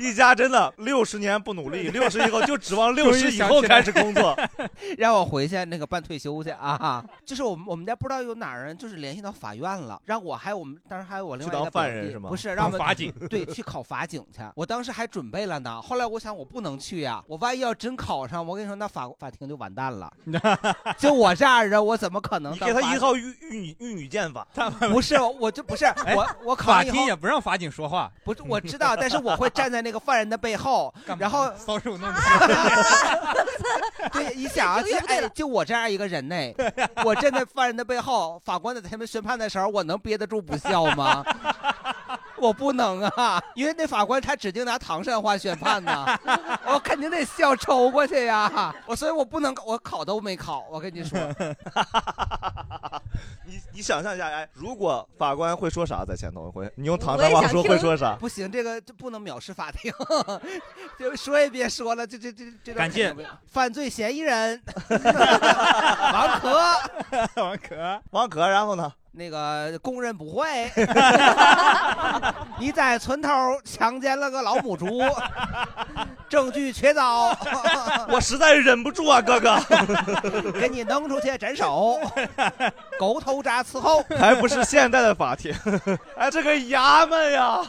[SPEAKER 2] 一家真的六十年不努 力，六十以后就指望六
[SPEAKER 5] 终于
[SPEAKER 2] 十以
[SPEAKER 5] 想
[SPEAKER 2] 后
[SPEAKER 5] 起来
[SPEAKER 2] 开始工 作。
[SPEAKER 5] 让我回去那个办退休去啊！就是我们我们家不知道有哪儿人就是联系到法院了，让我还有我们当时还有我另外一
[SPEAKER 2] 去
[SPEAKER 5] 个
[SPEAKER 2] 当犯
[SPEAKER 5] 表弟
[SPEAKER 2] 人是吗
[SPEAKER 5] 不是，
[SPEAKER 2] 当
[SPEAKER 5] 让我们
[SPEAKER 2] 法警
[SPEAKER 5] 对去考法警去。我当时还准备了呢，后来我想我不能去呀、我万一要真考上，我跟你说那法法庭就完蛋 了。就我这样的人，我怎么可能
[SPEAKER 2] 你
[SPEAKER 5] 当
[SPEAKER 2] 给
[SPEAKER 5] 法警？
[SPEAKER 2] 他一套玉玉女玉女剑法，
[SPEAKER 5] 不是，我就不是
[SPEAKER 4] 哎
[SPEAKER 5] 我我考
[SPEAKER 4] 法
[SPEAKER 5] 上以
[SPEAKER 4] 庭
[SPEAKER 5] 后
[SPEAKER 4] 也不让法警说话，
[SPEAKER 5] 不是我知道，但是我会站在那个犯人的背后，然后
[SPEAKER 4] 搔首弄
[SPEAKER 5] 姿。 对，你想啊，就哎，就我这样一个人呢，我站在犯人的背后，法官在他们宣判的时候，我能憋得住不笑吗？我不能啊，因为那法官他指定拿唐山话宣判呢，我肯定得笑抽过去呀。 我所以我不能，我考都没考，我跟你说。
[SPEAKER 2] 你你想象一下，哎，如果法官会说啥在前头会，你用唐山话说会说啥？
[SPEAKER 5] 不行，这个这不能藐视法庭， 就说也别说了，这这这这段
[SPEAKER 2] 赶紧
[SPEAKER 5] 犯罪嫌疑 人王可，
[SPEAKER 2] 王可，王可，然后呢？
[SPEAKER 5] 那个供认不讳，你在村头强奸了个老 母猪，证据确凿，
[SPEAKER 2] 我实在忍不住啊，哥哥，
[SPEAKER 5] 给你弄出去斩 首，狗头铡伺候，
[SPEAKER 2] 还不是现代的法庭？ 哎，这个衙门呀，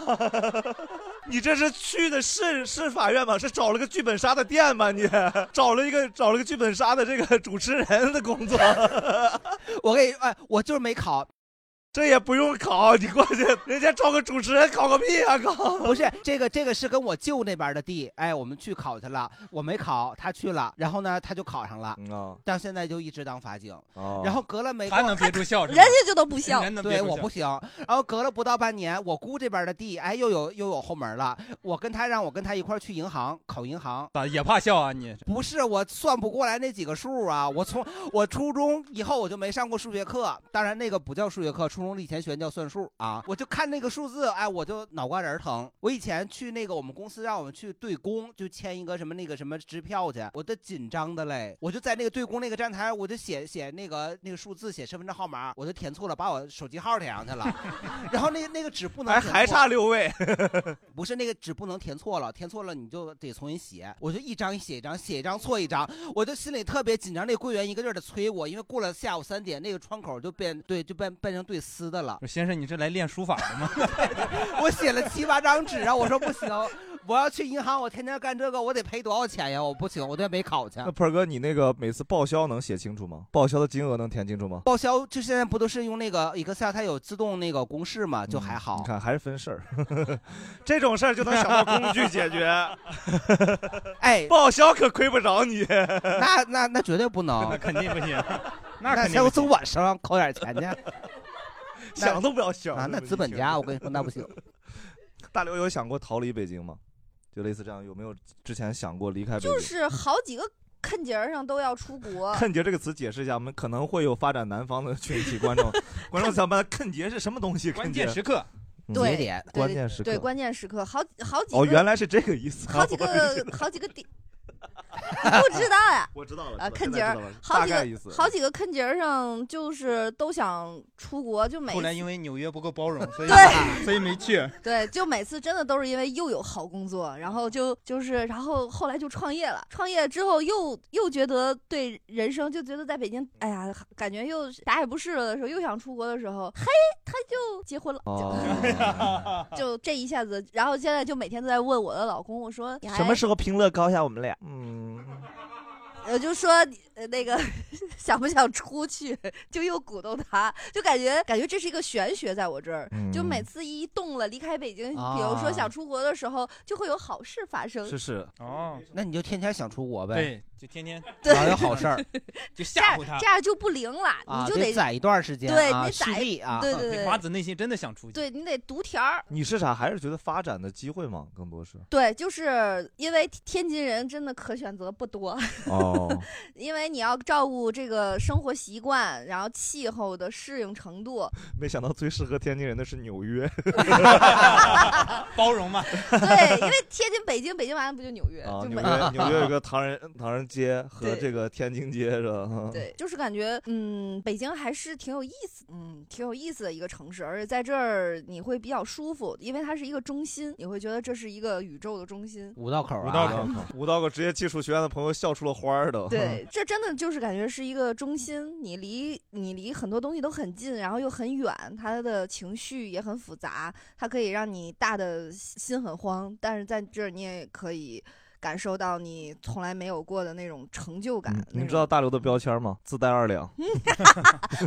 [SPEAKER 2] 你这是去的是是法院吗？是找了个剧本杀的店吗？你找了一个找了个剧本杀的这个主持人的工作？
[SPEAKER 5] 我跟你哎，我就是没考。
[SPEAKER 2] 这也不用考，你过去人家招个主持人考个屁啊！考
[SPEAKER 5] 不是这个，这个是跟我舅那边的地，哎，我们去考去了，我没考，他去了，然后呢，他就考上了，
[SPEAKER 2] 嗯啊
[SPEAKER 5] 到现在就一直当法警，
[SPEAKER 4] 哦
[SPEAKER 5] 然后隔了没多，
[SPEAKER 4] 他能憋住笑是
[SPEAKER 14] 人
[SPEAKER 4] 吧，
[SPEAKER 14] 家就都不笑，
[SPEAKER 4] 人能
[SPEAKER 5] 对，
[SPEAKER 4] 憋住
[SPEAKER 5] 我
[SPEAKER 4] 笑
[SPEAKER 5] 不行。然后隔了不到半年，我姑这边的地，哎，又有又有后门了，我跟他让我跟他一块儿去银行考银行，
[SPEAKER 4] 咋也怕笑啊你？
[SPEAKER 5] 不是我算不过来那几个数啊！我从我初中以后我就没上过数学课，当然那个不叫数学课，初中力前学叫算数啊。我就看那个数字，哎，我就脑瓜仁儿疼。我以前去那个我们公司让我们去对公，就签一个什么那个什么支票去，我都紧张的嘞。我就在那个对公那个站台，我就写写那个那个数字，写身份证号码，我就填错了，把我手机号填上去了。 然后那个那个纸不能
[SPEAKER 2] 还
[SPEAKER 5] 填
[SPEAKER 2] 还
[SPEAKER 5] 错
[SPEAKER 2] 差六位，
[SPEAKER 5] 不是那个纸不能填错了，填错了你就得重新写。我就一张一写一张，写一张错一张，我就心里特别紧张。那个柜员一个劲儿的催我，因为过了下午三点，那个窗口就变对就变变成对撕的了
[SPEAKER 4] 说。先生，你是来练书法的吗？
[SPEAKER 5] 我写了七八张纸啊，我说不行，我要去银行，我天天干这个，我得赔多少钱呀？我不行，我这没考去。
[SPEAKER 2] 那盆儿哥，你那个每次报销能写清楚吗？报销的金额能填清楚吗？
[SPEAKER 5] 报 销就现在不都是用那个 Excel，它有自动那个公式嘛，就还好。
[SPEAKER 2] 嗯你看还是分事儿，这种事儿就能想到工具解决。
[SPEAKER 5] 哎，
[SPEAKER 2] 报销可亏不着你。
[SPEAKER 5] 那那 那绝对不能，
[SPEAKER 4] 那肯定不行，
[SPEAKER 5] 那
[SPEAKER 4] 肯定
[SPEAKER 5] 先
[SPEAKER 4] 不
[SPEAKER 5] 从我身上扣点钱 去，
[SPEAKER 2] 想都不要想
[SPEAKER 5] 啊！那资本 家，我跟你说那不行。
[SPEAKER 2] 大刘有想过逃离北京吗？就类似这样，有没有之前想过离开北京？嗯
[SPEAKER 14] 就是啊好几个坑节儿上都要出国。
[SPEAKER 2] “坑节”这个词解释一下，我们可能会有发展南方的群体 观众，观众想问坑节是什么东西？关
[SPEAKER 4] 键时刻，
[SPEAKER 14] 对
[SPEAKER 2] 嗯
[SPEAKER 14] 对
[SPEAKER 2] 关键时
[SPEAKER 14] 对
[SPEAKER 2] 刻。
[SPEAKER 14] 关键时刻，好好几个
[SPEAKER 2] 哦，原来是这个意思。
[SPEAKER 14] 好几个好几个点，不知道呀。
[SPEAKER 2] 我知道了
[SPEAKER 14] 啊，
[SPEAKER 2] 知道
[SPEAKER 14] 坑节儿
[SPEAKER 2] 现在知道了，
[SPEAKER 14] 好几
[SPEAKER 4] 大概意思
[SPEAKER 14] 个好几个坑节儿上，就是都想出国，就每
[SPEAKER 4] 后来
[SPEAKER 14] 次
[SPEAKER 4] 因为纽约不够包容，所以
[SPEAKER 14] 对
[SPEAKER 4] 所以没去。
[SPEAKER 14] 对，就每次真的都是因为又有好工作，然后就就是，然后后来就创业了。创业之后又又觉得对人生，就觉得在北京，哎呀，感觉又啥也不是了的时候，又想出国的时候，嘿，他就结婚了，
[SPEAKER 2] 哦，
[SPEAKER 14] 就这一下子，然后现在就每天都在问我的老公，我说你还
[SPEAKER 2] 什么时候评论高一下我们俩？嗯，
[SPEAKER 14] 哎我就说你呃那个 想不想出去， 就又鼓动他，就感觉感觉这是一个玄学在我这儿，
[SPEAKER 2] 嗯
[SPEAKER 14] 就每次一动了离开北京，比如
[SPEAKER 5] 啊
[SPEAKER 14] 说想出国的时候，就会有好事发生。
[SPEAKER 2] 是
[SPEAKER 4] 哦，
[SPEAKER 5] 那你就天天想出国呗，
[SPEAKER 4] 对，就天天
[SPEAKER 5] 老有好事儿，
[SPEAKER 4] 就
[SPEAKER 14] 这
[SPEAKER 4] 吓
[SPEAKER 14] 样
[SPEAKER 4] 唬 他
[SPEAKER 14] 这。样就不灵了，
[SPEAKER 5] 啊，
[SPEAKER 14] 你就得
[SPEAKER 5] 攒一段时间，
[SPEAKER 14] 对
[SPEAKER 5] 啊，
[SPEAKER 14] 得
[SPEAKER 5] 蓄
[SPEAKER 14] 攒
[SPEAKER 5] 力啊，
[SPEAKER 14] 对对对
[SPEAKER 4] 华子内心真的想出去，
[SPEAKER 14] 对你得读条儿。
[SPEAKER 2] 你是啥？还是觉得发展的机会吗？更多是
[SPEAKER 14] 对，就是因为天津人真的可选择不多，
[SPEAKER 2] 哦，
[SPEAKER 14] 因为你要照顾这个生活习惯，然后气候的适应程度，
[SPEAKER 2] 没想到最适合天津人的是纽约，
[SPEAKER 4] 包容嘛。
[SPEAKER 14] 对，因为天津、北京、北京完了不就纽约？
[SPEAKER 2] 啊，
[SPEAKER 14] 就
[SPEAKER 2] 纽
[SPEAKER 14] 每
[SPEAKER 2] 约纽约有个唐人唐人街和
[SPEAKER 14] 对
[SPEAKER 2] 这个天津街是吧？
[SPEAKER 14] 对，，就是感觉嗯，北京还是挺有意思，嗯，挺有意思的一个城市，而且在这儿你会比较舒服，因为它是一个中心，你会觉得这是一个宇宙的中心。
[SPEAKER 5] 五道口啊，
[SPEAKER 2] 五道口， 五道口职业技术学院的朋友笑出了花儿都。
[SPEAKER 14] 对，这真的就是感觉是一个中心，你离你离很多东西都很近，然后又很远，他的情绪也很复杂，它可以让你大的心很慌，但是在这儿你也可以感受到你从来没有过的那种成就感。
[SPEAKER 2] 你知道大刘的标签吗？自带 二两，
[SPEAKER 14] 啊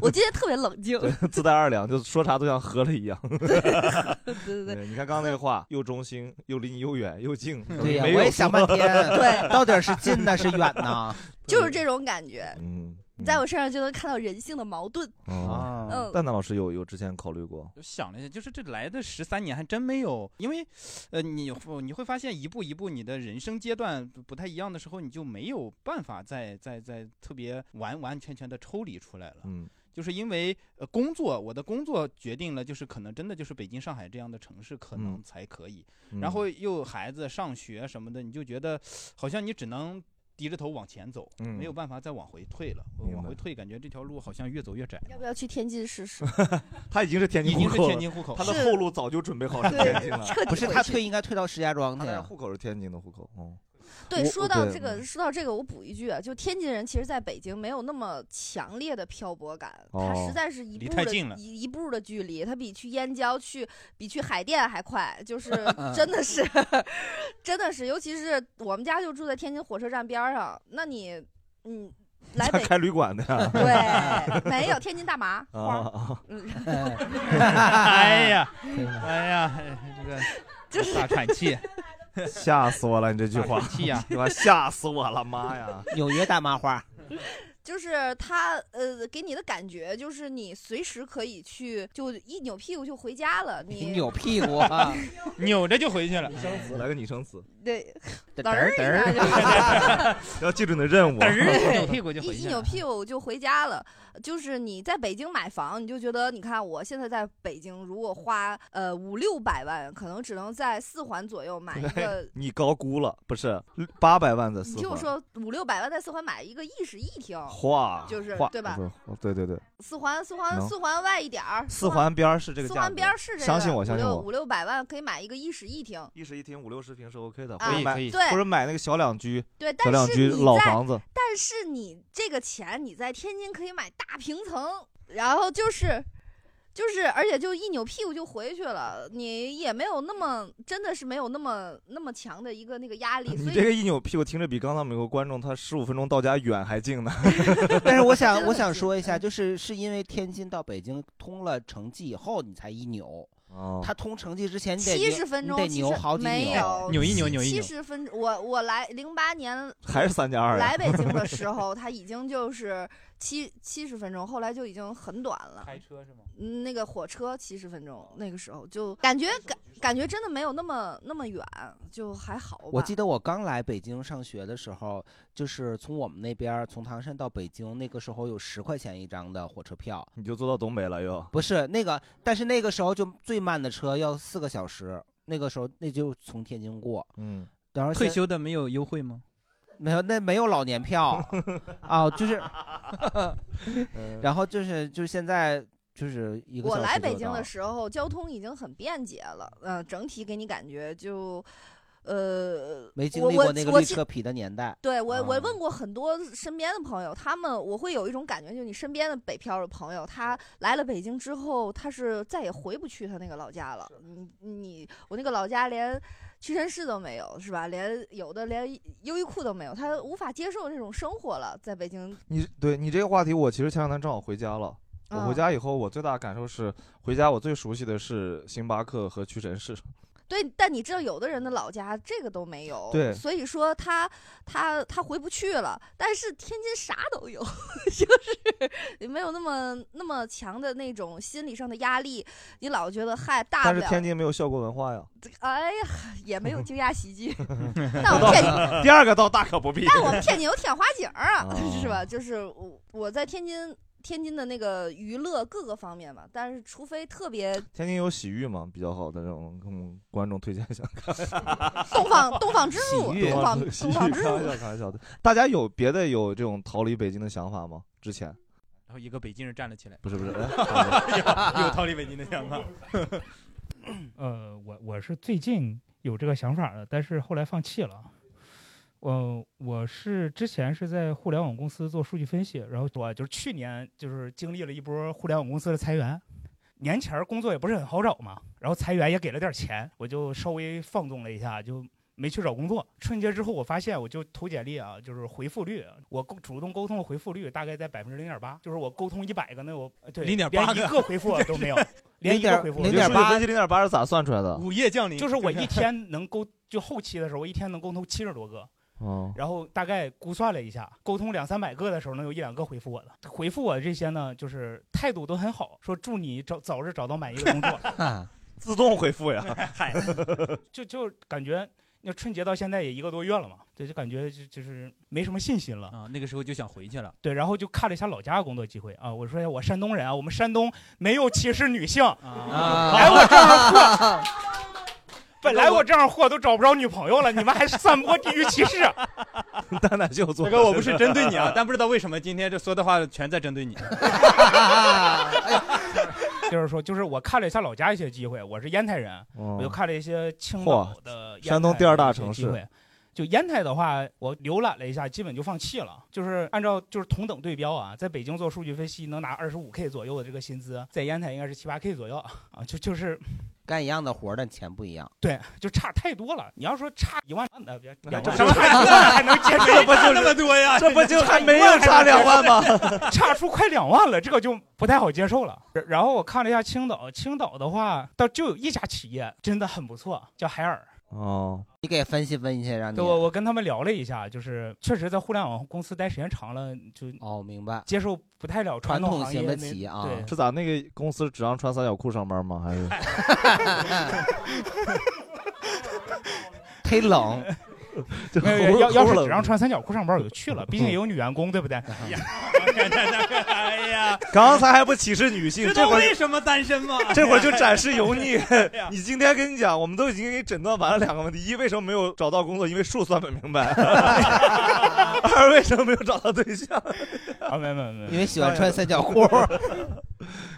[SPEAKER 14] 我今天特别冷静，
[SPEAKER 2] 对，自带二两，就说啥都像喝了一 样。
[SPEAKER 14] 对对对，
[SPEAKER 2] 对，你看刚刚那个话，又中心，又离你又远又近。
[SPEAKER 5] 对呀
[SPEAKER 2] 没有
[SPEAKER 5] 我也想半天
[SPEAKER 14] 对
[SPEAKER 5] 到底是近呢是远呢？
[SPEAKER 14] 就是这种感觉。
[SPEAKER 2] 嗯，
[SPEAKER 14] 你在我身上就能看到人性的矛盾。
[SPEAKER 5] 啊
[SPEAKER 2] 哦
[SPEAKER 14] 嗯，
[SPEAKER 2] 蛋蛋老师有有之前考虑过，
[SPEAKER 4] 我想了一下，就是这来的十三年还真没有，因为，呃，你你会发现一步一步你的人生阶段不太一样的时候，你就没有办法再再再特别完完全全的抽离出来了。
[SPEAKER 2] 嗯，
[SPEAKER 4] 就是因为呃工作，我的工作决定了，就是可能真的就是北京、上海这样的城市可能
[SPEAKER 2] 嗯
[SPEAKER 4] 才可以，
[SPEAKER 2] 嗯
[SPEAKER 4] 然后又孩子上学什么的，你就觉得好像你只能。低着头往前走，
[SPEAKER 2] 嗯
[SPEAKER 4] 没有办法再往回退了。
[SPEAKER 2] 明白
[SPEAKER 4] 往回退，感觉这条路好像越走越窄。
[SPEAKER 14] 要不要去天津试试？
[SPEAKER 2] 他已经是天津
[SPEAKER 4] 已
[SPEAKER 2] 户
[SPEAKER 4] 经是
[SPEAKER 2] 口了，
[SPEAKER 4] 天津户口
[SPEAKER 2] 他
[SPEAKER 4] 是
[SPEAKER 2] 的后路早就准备 好是天津了。
[SPEAKER 5] 不是他 退，应该退到石家庄去啊
[SPEAKER 2] 他。的户口是天津的户口。哦，
[SPEAKER 14] 对，
[SPEAKER 2] 我嗯
[SPEAKER 14] 说到这，
[SPEAKER 2] 我
[SPEAKER 14] 个，说到这个，我补一句啊，就天津人其实在北京没有那么强烈的漂泊感，他
[SPEAKER 2] 哦
[SPEAKER 14] 实在是一
[SPEAKER 2] 离
[SPEAKER 14] 步
[SPEAKER 2] 太
[SPEAKER 14] 的
[SPEAKER 2] 近了
[SPEAKER 14] 一一步的距离，他比去燕郊去比去海淀还快，就是
[SPEAKER 15] 嗯
[SPEAKER 14] 真的是 真的是，尤其是我们家就住在天津火车站边儿上，那你嗯来
[SPEAKER 2] 他
[SPEAKER 14] 北
[SPEAKER 2] 开旅馆的呀。
[SPEAKER 14] 对没有天津大麻花
[SPEAKER 2] 啊啊
[SPEAKER 14] 儿
[SPEAKER 2] 啊，
[SPEAKER 14] 嗯
[SPEAKER 4] 哎 呀，哎呀，这个
[SPEAKER 14] 就是
[SPEAKER 4] 大喘气。
[SPEAKER 2] 吓死我了！你这句话
[SPEAKER 4] 大喘 气呀，
[SPEAKER 2] 你妈吓死我了！妈 呀，
[SPEAKER 5] 纽约大麻 花，
[SPEAKER 14] 就是他呃给你的感觉就是你随时可以去，就一扭屁股就回家了，你
[SPEAKER 5] 扭屁股啊
[SPEAKER 4] 扭着就回去了。
[SPEAKER 2] 来个拟声词，
[SPEAKER 14] 对，
[SPEAKER 5] 嘚
[SPEAKER 14] 儿
[SPEAKER 5] 儿
[SPEAKER 14] 一
[SPEAKER 5] 嘚儿
[SPEAKER 14] 下就
[SPEAKER 2] 要记住你的任务。
[SPEAKER 4] 嘚儿
[SPEAKER 14] 对一一扭屁股就回家了。呃就是你在北京买房，你就觉得，你看我现在在北京，如果花呃五六百万，可能只能在四环左右买一个
[SPEAKER 2] 哎。你高估了，不是八百万的
[SPEAKER 14] 你
[SPEAKER 2] 四
[SPEAKER 14] 听我
[SPEAKER 2] 环。
[SPEAKER 14] 说，五六百万在四环买一个一室一厅，
[SPEAKER 2] 哇，
[SPEAKER 14] 就是
[SPEAKER 2] 哇
[SPEAKER 14] 对吧？？
[SPEAKER 2] 不哦对对对，
[SPEAKER 14] 四环四环
[SPEAKER 2] 能
[SPEAKER 14] 四环外一点儿，
[SPEAKER 2] 四环边儿是这个
[SPEAKER 14] 四
[SPEAKER 2] 价
[SPEAKER 14] 环
[SPEAKER 2] 格
[SPEAKER 14] 边儿是这个，
[SPEAKER 2] 相信我
[SPEAKER 14] 五
[SPEAKER 2] 相信
[SPEAKER 14] 六
[SPEAKER 2] 我
[SPEAKER 14] 五六百万可以买一个一室一厅，
[SPEAKER 2] 一室一厅五六十平是 OK 的，
[SPEAKER 14] 啊
[SPEAKER 2] 或者买
[SPEAKER 14] 可以对
[SPEAKER 2] 或者买那个小两居，
[SPEAKER 14] 对，
[SPEAKER 2] 小
[SPEAKER 14] 但
[SPEAKER 2] 两
[SPEAKER 14] 是
[SPEAKER 2] 居
[SPEAKER 14] 你
[SPEAKER 2] 老
[SPEAKER 14] 在
[SPEAKER 2] 房子，
[SPEAKER 14] 但是你这个钱你在天津可以买大平层，然后就是就是，而且就一扭屁股就回去了，你也没有那么真的是没有那么那么强的一个那个 压力，所
[SPEAKER 2] 你
[SPEAKER 14] 以
[SPEAKER 2] 这个一扭屁股，听着比刚才我们有个观众他十五分钟到家远还近呢。
[SPEAKER 5] 但是我想，我想说一下，就是是因为天津到北京通了城际以后，你才一扭。
[SPEAKER 2] 哦
[SPEAKER 5] 他通城际之前，你得
[SPEAKER 14] 七
[SPEAKER 5] 扭
[SPEAKER 14] 十分钟
[SPEAKER 5] 你得
[SPEAKER 14] 其
[SPEAKER 5] 扭
[SPEAKER 14] 实
[SPEAKER 5] 好几
[SPEAKER 14] 没有
[SPEAKER 5] 扭
[SPEAKER 14] 七十分钟，我我来零八年
[SPEAKER 2] 还是三加二呀
[SPEAKER 14] 来北京 的时候，他已经就是七七十分钟，后来就已经很短了。
[SPEAKER 4] 开车是吗？
[SPEAKER 14] 嗯，那个火车七十分钟，那个时候就感觉感感觉真的没有那么那么远，就还好吧。
[SPEAKER 5] 我记得我刚来北京上学的时候，就是从我们那边儿从唐山到北京，那个时候有十块钱一张的火车票，
[SPEAKER 2] 你就坐到东北了又。
[SPEAKER 5] 不是那个，但是那个时候就最慢的车要四个小时，那个时候那就从天津过，
[SPEAKER 2] 嗯，
[SPEAKER 5] 然后现
[SPEAKER 4] 退休的没有优惠吗？
[SPEAKER 5] 没有那没有老年 票啊，就是，然后就是就是现在就是一个
[SPEAKER 14] 我
[SPEAKER 5] 小
[SPEAKER 14] 来
[SPEAKER 5] 时
[SPEAKER 14] 北
[SPEAKER 5] 就
[SPEAKER 14] 京
[SPEAKER 5] 到
[SPEAKER 14] 的时候，交通已经很便捷了，呃，整体给你感觉就，呃，
[SPEAKER 5] 没经
[SPEAKER 14] 我
[SPEAKER 5] 历
[SPEAKER 14] 我
[SPEAKER 5] 过那个
[SPEAKER 14] 我
[SPEAKER 5] 绿
[SPEAKER 14] 记
[SPEAKER 5] 车皮的年代，
[SPEAKER 14] 对我，我
[SPEAKER 5] 啊
[SPEAKER 14] 问过很多身边的朋友，他们我会有一种感觉，就是你身边的北漂的朋友，他来了北京之后，他是再也回不去他那个老家了。你你我那个老家连屈臣氏都没有，是吧？连有的连优衣库都没有，他无法接受这种生活了，在北京。
[SPEAKER 2] 你对你这个话题，我其实前两天正好回家了。我
[SPEAKER 14] 嗯
[SPEAKER 2] 回家以后，我最大的感受是，回家我最熟悉的是星巴克和屈臣氏。
[SPEAKER 14] 对，但你知道，有的人的老家这个都没有，
[SPEAKER 2] 对
[SPEAKER 14] 所以说他他他回不去了。但是天津啥都有， 就是没有那么那么强的那种心理上的压力。你老觉得嗨，大
[SPEAKER 2] 但
[SPEAKER 14] 不
[SPEAKER 2] 是
[SPEAKER 14] 了
[SPEAKER 2] 天津没有效果 文化呀。
[SPEAKER 14] 哎呀，也没有惊讶喜 剧。
[SPEAKER 2] 那我 第二个倒大可不必。
[SPEAKER 14] 但我们天津有天花井儿啊，
[SPEAKER 2] 哦
[SPEAKER 14] 是吧？就是我我在天津天津的那个娱乐各个方面吧，但是除非特 别
[SPEAKER 2] 天津有洗浴嘛，比较好的让我们给我们观众推荐一下。
[SPEAKER 14] 东方东方之路，
[SPEAKER 2] 对
[SPEAKER 14] 东方
[SPEAKER 2] 洗
[SPEAKER 14] 东
[SPEAKER 2] 浴，开
[SPEAKER 14] 方之
[SPEAKER 2] 玩
[SPEAKER 14] 路
[SPEAKER 2] 笑，开玩笑的。大家有别的有这种逃离北京的想法吗？之前
[SPEAKER 4] 然后一个北京人站了起来，
[SPEAKER 2] 不是 不是
[SPEAKER 4] 有
[SPEAKER 2] 哎
[SPEAKER 4] 有逃离北京的想 法。
[SPEAKER 7] 呃，我我是最近有这个想法的，但是后来放弃了。呃，我是之前是在互联网公司做数据分析，然后我就是去年就是经历了一波互联网公司的裁员，年前儿工作也不是很好找嘛，然后裁员也给了点儿钱，我就稍微放纵了一下，就没去找工作。春节之后，我发现我就投简历啊，就是回复率，我沟主动沟通的回复率大概在百分之零点八，就是我沟通一百个，那我对
[SPEAKER 4] 0.8
[SPEAKER 7] 连一
[SPEAKER 4] 个
[SPEAKER 7] 个回复都没有，连一个回复
[SPEAKER 2] 你这数据分析零点八是咋算出来的？
[SPEAKER 4] 午夜降临，
[SPEAKER 7] 就是我一天能沟，就后期的时候，我一天能沟通七十多个。
[SPEAKER 2] 哦
[SPEAKER 7] 然后大概估算了一下，沟通两三百个的时候，能有一两个回复我的。回复我这些呢，就是态度都很好，说祝你找早日找到满意的工作。
[SPEAKER 2] 哦自动回复呀。
[SPEAKER 7] 嗨，就就感觉，那春节到现在也一个多月了嘛，对，就感觉就就是没什么信心了
[SPEAKER 4] 啊。那个时候就想回去了。
[SPEAKER 7] 对，然后就看了一下老家的工作机会啊，我说哎我山东人啊，我们山东没有歧视女性，
[SPEAKER 4] 啊
[SPEAKER 7] 来我这儿 混。本来我这样货都找不着女朋友了，你们还散播地域歧视。啊
[SPEAKER 2] 蛋蛋秀做
[SPEAKER 4] 大
[SPEAKER 2] 的
[SPEAKER 4] 哥，我不是针对你啊，但不知道为什么今天这说的话全在针对你。
[SPEAKER 7] 就是说，就是我看了一下老家一些机会，我是烟台人，
[SPEAKER 2] 哦
[SPEAKER 7] 我就看了一些青岛
[SPEAKER 2] 嚯
[SPEAKER 7] 的烟台
[SPEAKER 2] 山东第二大
[SPEAKER 7] 的一些
[SPEAKER 2] 城
[SPEAKER 7] 机
[SPEAKER 2] 市
[SPEAKER 7] 会就烟台的话，我浏览了一下，基本就放弃了。就是按照就是同等对标啊，在北京做数据分析能拿二十五 K 左右的这个薪资，在烟台应该是七八 K 左右啊，就就是
[SPEAKER 5] 干一样的活儿，但钱不一样。
[SPEAKER 7] 对，就差太多了。你要说差一万，那别
[SPEAKER 5] 那
[SPEAKER 7] 两万
[SPEAKER 5] 就是
[SPEAKER 7] 还能接受，
[SPEAKER 5] 这不就是那么多呀这不就还没有差两万吗？
[SPEAKER 7] 差出快两万了，这个就不太好接受了。然然后我看了一下青岛，青岛的话，倒就有一家企业真的很不错，叫海尔。
[SPEAKER 2] 哦，
[SPEAKER 5] 你给分析分析，让你
[SPEAKER 7] 对，我我跟他们聊了一下，就是确实在互联网公司待时间长了，就
[SPEAKER 5] 哦，明白，
[SPEAKER 7] 接受不太了传
[SPEAKER 5] 传统
[SPEAKER 7] 行
[SPEAKER 5] 型
[SPEAKER 7] 业
[SPEAKER 5] 的
[SPEAKER 7] 那
[SPEAKER 5] 企业啊
[SPEAKER 7] 对，
[SPEAKER 2] 是咋？那个公司只让穿三角裤上班吗？还是
[SPEAKER 5] 忒 冷？
[SPEAKER 7] 没有要要是只让穿三角裤上班，我就去了，毕竟也有女员工，对不 对？
[SPEAKER 4] 哎呀，
[SPEAKER 2] 嗯刚才还不歧视女性，
[SPEAKER 4] 知
[SPEAKER 2] 这
[SPEAKER 4] 道
[SPEAKER 2] 会
[SPEAKER 4] 为
[SPEAKER 2] 儿
[SPEAKER 4] 什么单身吗？
[SPEAKER 2] 这会儿就展示油腻。
[SPEAKER 4] 哎
[SPEAKER 2] 你今天跟你讲，我们都已经给你诊断完了两个问题：一，为什么没有找到工作？因为数算不明白；二，为什么没有找到对象？
[SPEAKER 7] 啊，没有没有没有，
[SPEAKER 5] 因为喜欢穿三角 裤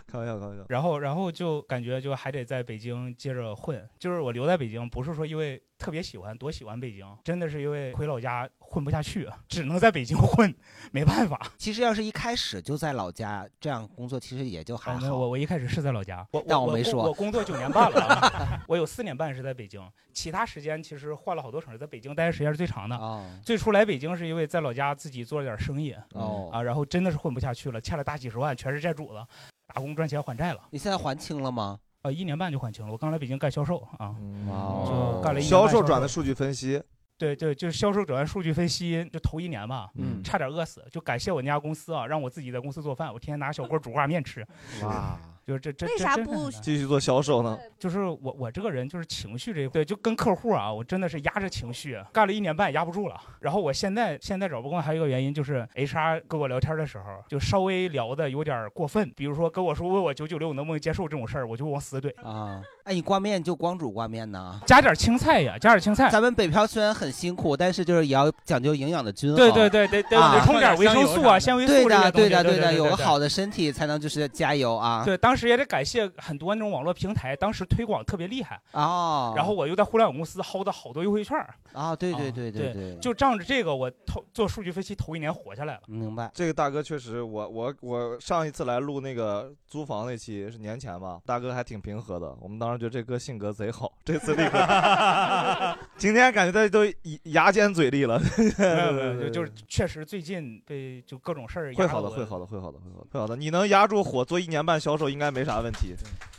[SPEAKER 2] 开玩笑，开玩笑。
[SPEAKER 7] 然后，然后就感觉就还得在北京接着混，就是我留在北京，不是说因为特别喜欢多喜欢北京，真的是因为回老家混不下去，啊只能在北京混，没办法。
[SPEAKER 5] 其实要是一开始就在老家这样工作，其实也就还
[SPEAKER 7] 哎没
[SPEAKER 5] 好。
[SPEAKER 7] 有我我一开始是在老家，我
[SPEAKER 5] 但
[SPEAKER 7] 我
[SPEAKER 5] 没
[SPEAKER 7] 工
[SPEAKER 5] 说。
[SPEAKER 7] 我工作九年半了 啊， 我有四年半是在北京，其他时间其实换了好多城市，在北京待的时间是最长的。最初来北京是因为在老家自己做了点生意，
[SPEAKER 5] 哦
[SPEAKER 7] 啊，然后真的是混不下去了，欠了大几十万，全是债主了，打工赚钱还债了。
[SPEAKER 5] 你现在还清了吗？
[SPEAKER 7] 呃，一年半就还清了。我刚来北京干销售啊，
[SPEAKER 14] 嗯
[SPEAKER 2] 哦
[SPEAKER 7] 就干了一年半
[SPEAKER 2] 销
[SPEAKER 7] 售
[SPEAKER 2] 售转的数据分析，
[SPEAKER 7] 对对，就是销售转换数据分析，就头一年吧，
[SPEAKER 2] 嗯
[SPEAKER 7] 差点饿死。就感谢我那家公司啊，让我自己在公司做饭，我天天拿小锅煮挂面吃。
[SPEAKER 2] 哇，
[SPEAKER 7] 就是这这
[SPEAKER 14] 为
[SPEAKER 7] 这
[SPEAKER 14] 啥
[SPEAKER 7] 真的
[SPEAKER 14] 不
[SPEAKER 7] 很难
[SPEAKER 2] 继续做销售呢？
[SPEAKER 7] 就是我我这个人就是情绪这一块，对，就跟客户啊，我真的是压着情绪，干了一年半也压不住了。然后我现在现在找不工作还有一个原因就是 HR 跟我聊天的时候，就稍微聊的有点过分，比如说跟我说问我九九六能不能接受这种事儿，我就往死怼
[SPEAKER 5] 啊。哎，你挂面就光煮挂面呢？
[SPEAKER 7] 加点青菜呀，加点青菜。
[SPEAKER 5] 咱们北漂虽然很辛苦，但是就是也要讲究营养的均衡。
[SPEAKER 7] 对对对对对
[SPEAKER 5] 啊
[SPEAKER 7] 得充点维生素啊纤维素
[SPEAKER 5] 对
[SPEAKER 7] 这
[SPEAKER 5] 的
[SPEAKER 7] 些东
[SPEAKER 5] 对
[SPEAKER 7] 西
[SPEAKER 5] 的
[SPEAKER 7] 对对
[SPEAKER 5] 的，
[SPEAKER 7] 对
[SPEAKER 5] 有个
[SPEAKER 7] 对
[SPEAKER 5] 好的身体才能就是加油啊。
[SPEAKER 7] 对，当时也得感谢很多那种网络平台，当时推广特别厉害
[SPEAKER 5] 哦
[SPEAKER 7] 然后我又在互联网公司薅的好多优惠券儿
[SPEAKER 5] 啊，对对
[SPEAKER 7] 啊
[SPEAKER 5] 对
[SPEAKER 7] 对
[SPEAKER 5] 对，
[SPEAKER 7] 就仗着这个，我头做数据分析头一年活下来了。
[SPEAKER 5] 明白。
[SPEAKER 2] 这个大哥确实，我我我上一次来录那个租房那期是年前吧，大哥还挺平和的，我们当时觉得这哥性格贼好，这次立 刻，今天感觉他都牙尖嘴利了，
[SPEAKER 7] 没有没有，就就是确实最近被就各种事儿
[SPEAKER 2] 会
[SPEAKER 7] 压
[SPEAKER 2] 好的，
[SPEAKER 7] 我
[SPEAKER 2] 会好的，会好的，会好的，会好的。你能压住火做一年半销售，应该没啥问题。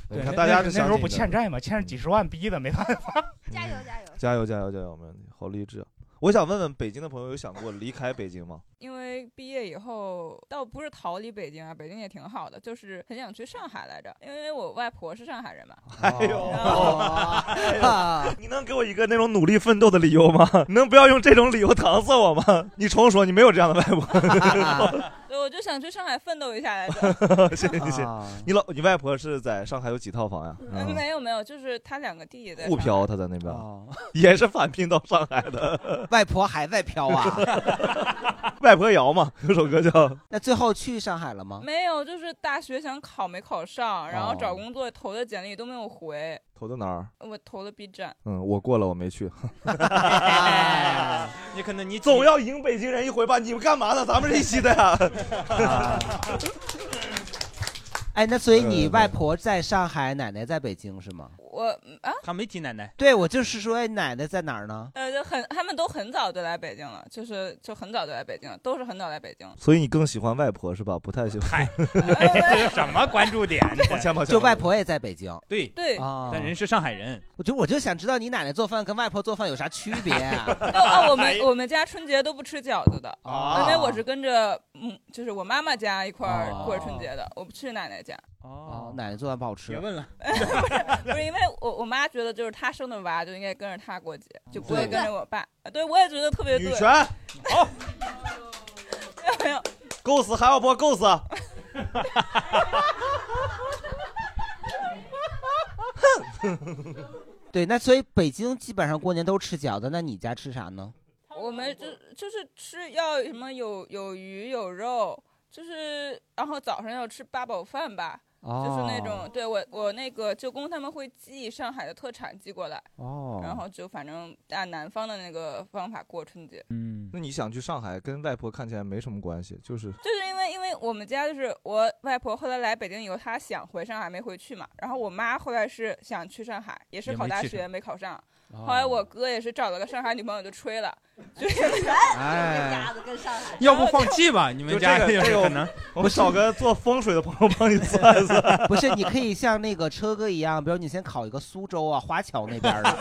[SPEAKER 7] 对，
[SPEAKER 2] 你看
[SPEAKER 7] 那
[SPEAKER 2] 大家
[SPEAKER 7] 那
[SPEAKER 2] 是
[SPEAKER 7] 时那
[SPEAKER 2] 相
[SPEAKER 7] 时候
[SPEAKER 2] 信
[SPEAKER 7] 不
[SPEAKER 2] 你
[SPEAKER 7] 欠
[SPEAKER 2] 的
[SPEAKER 7] 债嘛，欠着几十万逼的，没办法。加油加油！
[SPEAKER 2] 加油加油加油，没问题，好励志啊！我想问问北京的朋友，有想过离开北京吗？
[SPEAKER 8] 因为毕业以后倒不是逃离北京啊，北京也挺好的，就是很想去上海来着，因为我外婆是上海 人嘛。
[SPEAKER 2] 哎呦，
[SPEAKER 5] 哦
[SPEAKER 2] 哎呦你能给我一个那种努力奋斗的理由吗？ 你能不要用这种理由搪塞我吗？ 你重说，你没有这样的外婆。
[SPEAKER 8] 对，我就想去上海奋斗一下来着。
[SPEAKER 2] 谢谢谢谢。
[SPEAKER 5] 啊
[SPEAKER 2] 你老你外婆是在上海有几套房呀？
[SPEAKER 8] 嗯没有没有，就是他两个弟弟在
[SPEAKER 2] 沪
[SPEAKER 8] 上
[SPEAKER 2] 漂，
[SPEAKER 8] 海
[SPEAKER 2] 她在那边 也是返聘到上海的。
[SPEAKER 5] 哦 外婆还在漂啊？
[SPEAKER 2] 外婆摇嘛，有 首歌叫。
[SPEAKER 5] 那最后去上海了吗？
[SPEAKER 8] 没有，就是大学想考没考上，然后
[SPEAKER 2] 哦
[SPEAKER 8] 找工作投的简历都没有回，
[SPEAKER 2] 投的哪儿？
[SPEAKER 8] 我投的 B 站。
[SPEAKER 2] 嗯，我过了，我没去。
[SPEAKER 4] 哎你可能你
[SPEAKER 2] 总要赢北京人一回吧？你们干嘛呢？咱们是一起的呀。
[SPEAKER 5] 哎，那所以
[SPEAKER 2] 对对
[SPEAKER 5] 你
[SPEAKER 2] 对
[SPEAKER 5] 哎外婆在上海，奶奶在北京是吗？
[SPEAKER 8] 我啊，
[SPEAKER 4] 他没提奶 奶，
[SPEAKER 5] 对我就是说，哎，奶奶在哪儿呢？
[SPEAKER 8] 呃，就很他们都很早就来北京了，就是就很早就来北京了，都是很早来北京了。
[SPEAKER 2] 所以你更喜欢外婆是吧？不太喜欢。
[SPEAKER 4] 这有什么关注点？
[SPEAKER 2] 抱歉抱歉，
[SPEAKER 5] 就外婆也在北京。
[SPEAKER 4] 对
[SPEAKER 8] 对
[SPEAKER 5] 啊，
[SPEAKER 4] 但人是上海人。
[SPEAKER 5] 我就我就想知道你奶奶做饭跟外婆做饭有啥区别 啊？
[SPEAKER 8] 那 哦，我们我们家春节都不吃饺子的，
[SPEAKER 5] 啊
[SPEAKER 8] 因为我是跟着嗯，就是我妈妈家一块儿过春节的，我不去奶奶家。
[SPEAKER 5] 哦，奶奶做饭不好吃。
[SPEAKER 4] 别问了，
[SPEAKER 8] 不是因为我我妈觉得就是她生的娃就应该跟着她过节，就不会
[SPEAKER 4] 对
[SPEAKER 8] 跟着我爸。呃对，我也觉得特别对。
[SPEAKER 2] 女 权，好，
[SPEAKER 8] 没有，
[SPEAKER 2] 够死还要播够死。
[SPEAKER 5] 对，那所以北京基本上过年都吃饺子，那你家吃啥 呢？
[SPEAKER 8] 我们就就是吃要什么有有鱼有肉，就是然后早上要吃八宝饭吧，就是那种
[SPEAKER 5] 哦
[SPEAKER 8] 对我我那个舅公他们会寄上海的特产寄过来，
[SPEAKER 5] 哦
[SPEAKER 8] 然后就反正按南方的那个方法过春节。
[SPEAKER 4] 嗯，
[SPEAKER 2] 那你想去上海，跟外婆看起来没什么关系，就是
[SPEAKER 8] 就是因为因为我们家就是我外婆后来来北京以后，她想回上海没回去嘛，然后我妈后来是想去上海，也是
[SPEAKER 4] 也
[SPEAKER 8] 考
[SPEAKER 4] 没
[SPEAKER 8] 大
[SPEAKER 4] 去
[SPEAKER 8] 学
[SPEAKER 4] 成
[SPEAKER 8] 没考上，
[SPEAKER 4] 哦
[SPEAKER 8] 后来我哥也是找了个上海女朋友就吹了，就是
[SPEAKER 4] 哎
[SPEAKER 14] 鸭子跟上海。
[SPEAKER 4] 要不放弃吧？你们家
[SPEAKER 2] 就这个
[SPEAKER 4] 有
[SPEAKER 2] 这个
[SPEAKER 4] 可能，
[SPEAKER 2] 我们找个做风水的朋友帮你算一算。，
[SPEAKER 5] 不是，你可以像那个车哥一样，比如你先考一个苏州啊、华侨那边儿的，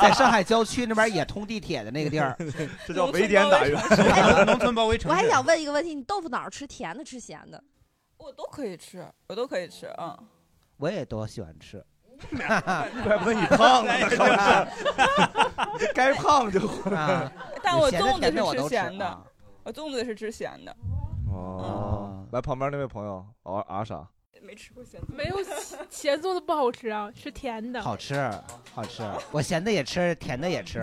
[SPEAKER 5] 在上海郊区那边也通地铁的那个地 儿
[SPEAKER 2] 这叫围点打援
[SPEAKER 5] 农村包围
[SPEAKER 14] 我还想问一个问题，你豆腐脑儿吃甜的吃咸的？
[SPEAKER 8] 我都可以吃，我都可以吃，嗯。
[SPEAKER 5] 我也都喜欢吃。
[SPEAKER 2] 怪不得你 胖呢，是不是？你该胖就会
[SPEAKER 5] 啊。
[SPEAKER 8] 但我粽子
[SPEAKER 5] 咸的甜的我
[SPEAKER 8] 是
[SPEAKER 5] 都
[SPEAKER 8] 吃
[SPEAKER 5] 吃
[SPEAKER 8] 咸的，
[SPEAKER 5] 啊
[SPEAKER 8] 我粽子是吃咸的，
[SPEAKER 2] 哦，来旁边那位朋友，啊啊啥？
[SPEAKER 8] 没吃过咸
[SPEAKER 13] 没有咸粽子不好吃啊，是甜的。，
[SPEAKER 5] 好 吃，好吃， 我咸的也吃，甜的也 吃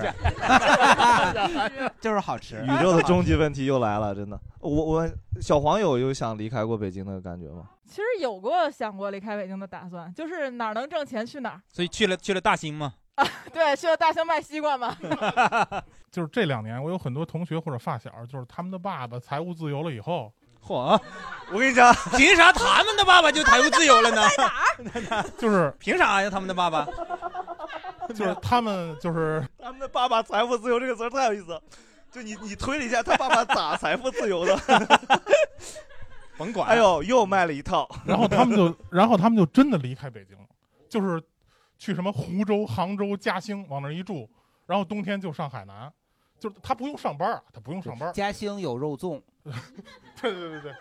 [SPEAKER 5] 就是好
[SPEAKER 4] 嗯
[SPEAKER 5] 吃。
[SPEAKER 2] 宇宙的终极问题又来了，真的。我我小黄有有想离开过北京的感觉吗？
[SPEAKER 20] 其实有过想过离开北京的打算，就是哪儿能挣钱去哪儿。
[SPEAKER 4] 所以去了去了大兴嘛。
[SPEAKER 20] 对，去了大兴卖西瓜嘛。
[SPEAKER 12] 就是这两年，我有很多同学或者发小，就是他们的爸爸财务自由了以后，
[SPEAKER 4] 嚯，
[SPEAKER 2] 我跟你讲，
[SPEAKER 4] 凭啥他们的爸爸就财务自由了呢？
[SPEAKER 12] 就是
[SPEAKER 4] 凭啥呀？他们的爸爸？
[SPEAKER 12] 就是他们就是
[SPEAKER 2] 他们的爸爸财富自由这个词儿太有意思了，就你你推理一下，他爸爸咋财富自由的？
[SPEAKER 4] 甭管
[SPEAKER 2] 哎呦，又卖了一套。
[SPEAKER 12] 然后他们 就，然后他们就真的离开北京了，就是去什么湖州、杭州、嘉兴，往那儿一住，然后冬天就上海南，就是他不用上班啊，他不用上班。
[SPEAKER 5] 嘉兴有肉 粽，
[SPEAKER 12] 对对对对，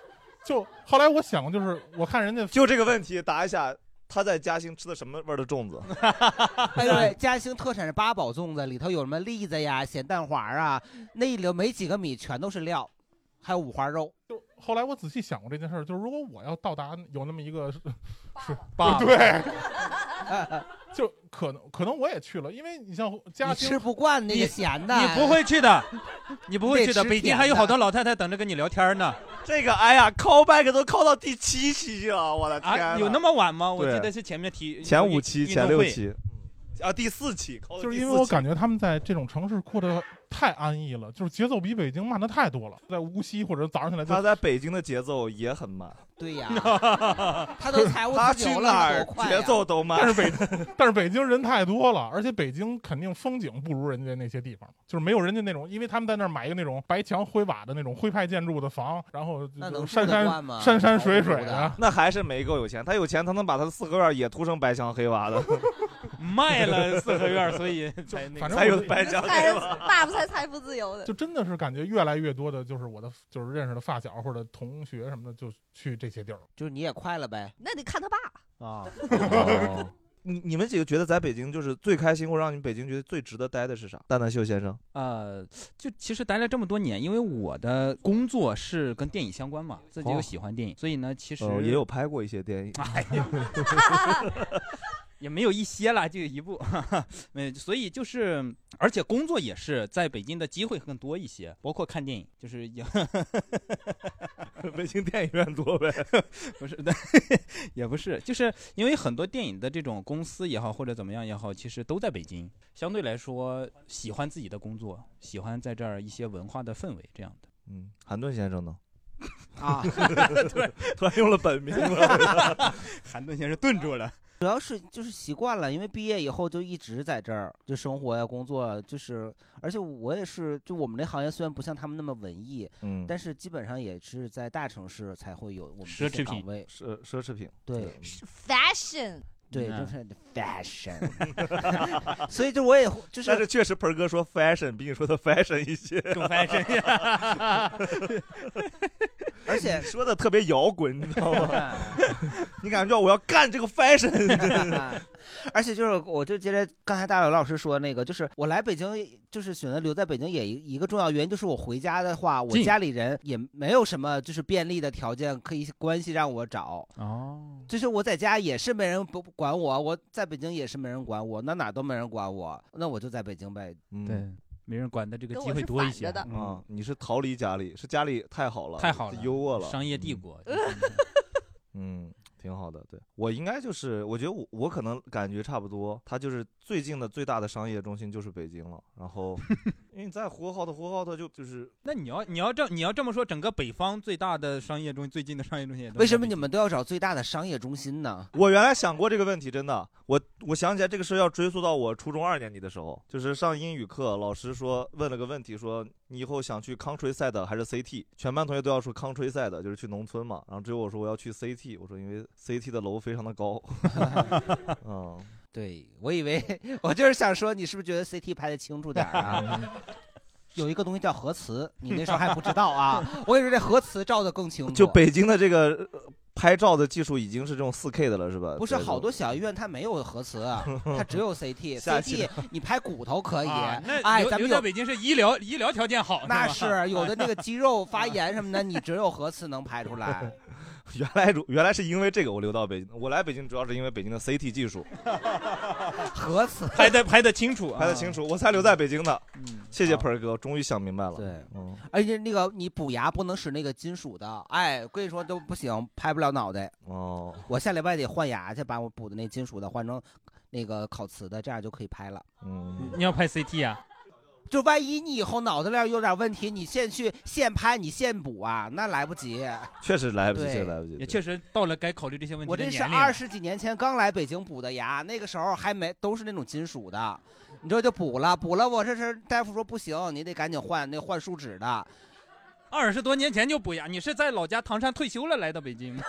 [SPEAKER 12] 就后来我想过，就是我看人家
[SPEAKER 2] 就这个问题答一下，他在嘉兴吃的什么味儿的粽子？
[SPEAKER 5] 哎呦喂，嘉兴特产是八宝粽子，里头有什么栗子呀、 咸蛋黄啊，那里头没几个米，全都是料，还有五花肉。
[SPEAKER 12] 就后来我仔细想过这件事儿，就是如果我要到达有那么一 个是是
[SPEAKER 4] 爸爸
[SPEAKER 12] 对， 就可能可能我也去了，因为你像嘉兴
[SPEAKER 5] 你吃不惯那个咸的
[SPEAKER 4] 你不会去的，你不会
[SPEAKER 12] 得
[SPEAKER 4] 去的。
[SPEAKER 12] 吃
[SPEAKER 4] 北京
[SPEAKER 12] 甜
[SPEAKER 4] 还有
[SPEAKER 12] 的
[SPEAKER 4] 好多老太太等着跟你聊天呢。
[SPEAKER 2] 这个哎呀，call back 都 call 到第七期去了，我的天哪、
[SPEAKER 4] 啊，有那么晚吗？我
[SPEAKER 2] 对
[SPEAKER 4] 记得是前面提
[SPEAKER 2] 前五期、
[SPEAKER 4] 运
[SPEAKER 2] 前
[SPEAKER 4] 动
[SPEAKER 2] 六
[SPEAKER 4] 会嗯
[SPEAKER 2] 期，啊，第四期，call 到
[SPEAKER 12] 就是
[SPEAKER 2] 第
[SPEAKER 12] 因为
[SPEAKER 2] 四
[SPEAKER 12] 我
[SPEAKER 2] 期
[SPEAKER 12] 感觉他们在这种城市过得太安逸了，就是节奏比北京慢的太多了。在无锡或者早上起来就，
[SPEAKER 2] 他在北京的节奏也很慢。
[SPEAKER 5] 对 呀
[SPEAKER 2] 他
[SPEAKER 5] 他都财务
[SPEAKER 2] 他
[SPEAKER 5] 自
[SPEAKER 2] 去
[SPEAKER 5] 由了
[SPEAKER 2] 哪儿
[SPEAKER 5] 你多快
[SPEAKER 2] 节
[SPEAKER 5] 呀
[SPEAKER 2] 奏都慢。
[SPEAKER 12] 但是北但是北京人太多了，而且北京肯定风景不如人家那些地方，就是没有人家那种，因为他们在那儿买一个那种白墙灰瓦的那种徽派建筑的房，然后
[SPEAKER 5] 那
[SPEAKER 12] 就
[SPEAKER 5] 能
[SPEAKER 12] 是山
[SPEAKER 5] 住得惯吗
[SPEAKER 12] 山山山水啊水的。
[SPEAKER 2] 那还是没够有钱。他有钱，他能把他的四合院也涂成白墙黑 瓦的，
[SPEAKER 4] 卖了四合
[SPEAKER 12] 啊
[SPEAKER 4] 院，所以才那
[SPEAKER 12] 反正
[SPEAKER 4] 个
[SPEAKER 2] 才有
[SPEAKER 12] 我
[SPEAKER 2] 白墙
[SPEAKER 14] 才
[SPEAKER 2] 黑瓦。
[SPEAKER 14] 爸爸才财富自由的
[SPEAKER 12] 就。真的是感觉越来越多的，就是我的就是认识的发小或者同学什么的，就去这些地儿。
[SPEAKER 5] 就是你也快了呗
[SPEAKER 14] 那得看他爸。
[SPEAKER 5] 啊。
[SPEAKER 2] 哦你你们几个觉得在北京就是 最开心，或者让你们北京觉得最值得待的是啥？蛋蛋秀先生，
[SPEAKER 4] 呃，就其实待了这么多年，因为我的工作是跟电影相关嘛，自己又
[SPEAKER 2] 哦
[SPEAKER 4] 喜欢电影，所以呢，其实、
[SPEAKER 2] 呃，也有拍过一些电影。
[SPEAKER 4] 也没有一些啦，就一 部，嗯，所以就是，而且工作也是在北京的机会更多一些，包括看电影，就是也
[SPEAKER 2] 北京电影院多呗，
[SPEAKER 4] 不是的， 也不是，就是因为很多电影的这种公司也好，或者怎么样也好，其实都在北京，相对来说喜欢自己的工作，喜欢在这儿一些文化的氛围这样的。
[SPEAKER 2] 嗯，韩盾先生呢？
[SPEAKER 5] 啊
[SPEAKER 4] 突然
[SPEAKER 2] 突然用了本名了
[SPEAKER 4] 韩盾先生顿住了。
[SPEAKER 5] 主要是就是习惯了，因为毕业以后就一直在这儿，就生活呀、工作，就是而且我也是，就我们这行业虽然不像他们那么文艺，
[SPEAKER 2] 嗯
[SPEAKER 5] 但是基本上也是在大城市才会有我们
[SPEAKER 2] 奢侈品
[SPEAKER 5] 奢
[SPEAKER 2] 奢侈品，
[SPEAKER 5] 对，
[SPEAKER 14] fashion，
[SPEAKER 5] 对，
[SPEAKER 2] 嗯
[SPEAKER 5] 就是 fashion，所以就我也就是，
[SPEAKER 2] 但是确实盆儿哥说 fashion 比你说的 fashion 一些，
[SPEAKER 5] 更 fashion 而且
[SPEAKER 2] 说的特别摇滚，你知道吗？ 你感觉我要干这个 fashion，
[SPEAKER 5] 而且就是，我就接着刚才大伟老师说那个，就是我来北京，就是选择留在北京也一一个重要原因，就是我回家的话，我
[SPEAKER 4] 近
[SPEAKER 5] 家里人也没有什么就是便利的条件可以关系让我找，
[SPEAKER 4] 哦，
[SPEAKER 5] 就是我在家也是没人不管我，我在北京也是没人管我，那哪都没人管我，那我就在北京呗。
[SPEAKER 4] 对，没人管的这个
[SPEAKER 5] 跟
[SPEAKER 4] 机
[SPEAKER 5] 我
[SPEAKER 4] 会
[SPEAKER 5] 是
[SPEAKER 4] 多一
[SPEAKER 5] 反
[SPEAKER 4] 些
[SPEAKER 5] 着的
[SPEAKER 4] 嗯
[SPEAKER 2] 嗯啊，你是逃离家里，是家里太好了，
[SPEAKER 4] 太好了
[SPEAKER 2] 优渥了，
[SPEAKER 4] 商业帝国
[SPEAKER 2] 嗯。 嗯，挺好的。对我应该就是，我觉得我我可能感觉差不多，他就是最近的最大的商业中心就是北京了，然后因为你再活好它，活好它就就是。
[SPEAKER 4] 那你要你要这你要这么说，整个北方最大的商业中最近的商业中心也都
[SPEAKER 5] 为什么你们都要找最大的商业中心呢？
[SPEAKER 2] 我原来想过这个问题，真的，我我想起来这个事儿要追溯到我初中二年级的时候，就是上英语课，老师说问了个问题，说你以后想去 countryside 还是 CT？全班同学都要说 countryside，就是去农村嘛，然后只有我说我要去 CT，我说因为 CT 的楼非常的 高，嗯，
[SPEAKER 5] 对我以为 我就是想说，你是不是觉得 CT 拍的清楚点儿 啊？有一个东西叫核磁，你那时候还不知道 啊。我跟你说，这核磁照的更清楚。
[SPEAKER 2] 就北京的这个呃拍照的技术已经是这种4 K 的了，是吧？
[SPEAKER 5] 不是
[SPEAKER 2] 所以说
[SPEAKER 5] 好多小医院它没有核磁啊，它只有 CT。
[SPEAKER 2] 吓死
[SPEAKER 5] CT 你拍骨头可以，
[SPEAKER 4] 啊那
[SPEAKER 5] 哎，
[SPEAKER 4] 留
[SPEAKER 5] 咱们
[SPEAKER 4] 留在
[SPEAKER 5] 有
[SPEAKER 4] 北京是医疗医疗条件好，
[SPEAKER 2] 哦
[SPEAKER 5] 那
[SPEAKER 4] 吧
[SPEAKER 5] 是有的那个肌肉
[SPEAKER 2] 嗯
[SPEAKER 5] 发炎什么的，你只有核磁能拍出来。
[SPEAKER 2] 原来如原来是因为这个我留到北京，我来北京主要是因为北京的 CT 技术，
[SPEAKER 5] 核磁啊嗯
[SPEAKER 4] 拍的拍的清楚，
[SPEAKER 2] 拍的清楚，我才留在北京的。谢谢盆儿哥，终于想明白了。
[SPEAKER 5] 对，
[SPEAKER 2] 嗯，
[SPEAKER 5] 而且那个你补牙不能使那个金属的，哎，我跟你说都不行，拍不了脑袋。
[SPEAKER 2] 哦，
[SPEAKER 5] 我下礼拜得换牙去，把我补的那金属的换成那个烤瓷的，这样就可以拍了。
[SPEAKER 2] 嗯，
[SPEAKER 4] 你要拍 CT 啊？
[SPEAKER 5] 就万一你以后脑子量有点问题，你现去现拍，你现补啊，那来不及。
[SPEAKER 2] 确实来不及，
[SPEAKER 5] 对
[SPEAKER 2] 确实来不及。
[SPEAKER 4] 也确实到了该考虑这些问题
[SPEAKER 5] 我
[SPEAKER 4] 的
[SPEAKER 5] 这
[SPEAKER 4] 年
[SPEAKER 5] 是
[SPEAKER 4] 龄。
[SPEAKER 5] 二十几年前刚来北京补的牙，那个时候还没都是那种金属的，你知道就补了，补了我这是大夫说不行，你得赶紧换那换树脂的，
[SPEAKER 4] 二十多年前就补牙，你是在老家唐山退休了来到北京吗？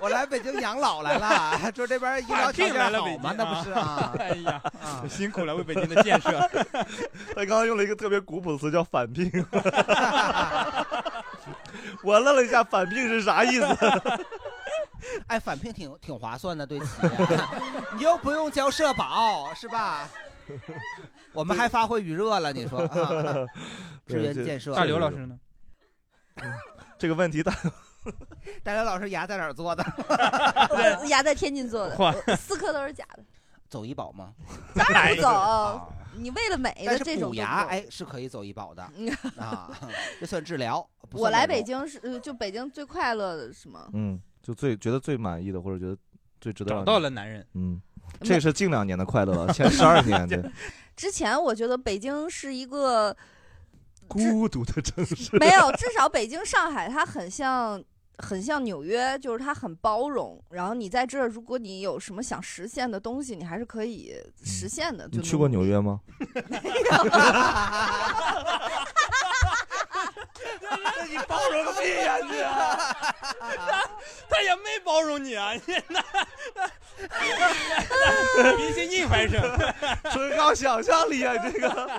[SPEAKER 5] 我来北京养老来了，就这边医疗条
[SPEAKER 4] 跨境来
[SPEAKER 5] 件
[SPEAKER 4] 了
[SPEAKER 5] 好
[SPEAKER 4] 北京，
[SPEAKER 5] 吗？那不是 啊
[SPEAKER 4] 哎呀，辛苦了，为北京
[SPEAKER 5] 的 建设。
[SPEAKER 2] 他刚刚用了一个特别古朴的词，叫反 病。 我愣了一下，反病是啥意思？
[SPEAKER 5] 哎，返聘挺挺划算的，对企业，你又不用交社保，是吧？我们还发挥余热了，你说？啊 志愿建设。
[SPEAKER 4] 大刘老师呢？
[SPEAKER 2] 这个问题大，
[SPEAKER 5] 大刘老师牙在哪儿做的？
[SPEAKER 14] 我 牙在天津做的，
[SPEAKER 5] 嚯
[SPEAKER 14] 我四颗都是假 的，
[SPEAKER 5] 走医保 吗？
[SPEAKER 14] 当然不
[SPEAKER 5] 啊
[SPEAKER 14] 走。你为了美
[SPEAKER 5] 但
[SPEAKER 14] 的
[SPEAKER 5] 是
[SPEAKER 14] 这种
[SPEAKER 5] 补
[SPEAKER 14] 都
[SPEAKER 5] 牙，
[SPEAKER 14] 不嗯
[SPEAKER 5] 哎，是可以走医保的啊，这算治疗。不
[SPEAKER 14] 我
[SPEAKER 5] 算
[SPEAKER 14] 来北
[SPEAKER 5] 美容，
[SPEAKER 14] 京是呃就北京最快乐的是吗？
[SPEAKER 2] 嗯，就最觉得最满意的，或者觉得最值得让
[SPEAKER 4] 找
[SPEAKER 2] 你
[SPEAKER 4] 到了男人，
[SPEAKER 2] 嗯，这是近两年的快乐了，前十二年的
[SPEAKER 14] 之前我觉得北京是一个
[SPEAKER 2] 孤独的城市。
[SPEAKER 14] 没有，至少北京、上海它很像。很像纽约，就是它很包容。然后你在这儿，如果你有什么想实现的东西，你还是可以实现的。就
[SPEAKER 2] 嗯你去过
[SPEAKER 14] 能
[SPEAKER 2] 纽约吗？
[SPEAKER 4] 那你包容个屁呀你！他也没包容你啊！你那明星一拍生，
[SPEAKER 2] 纯靠想象力啊！这个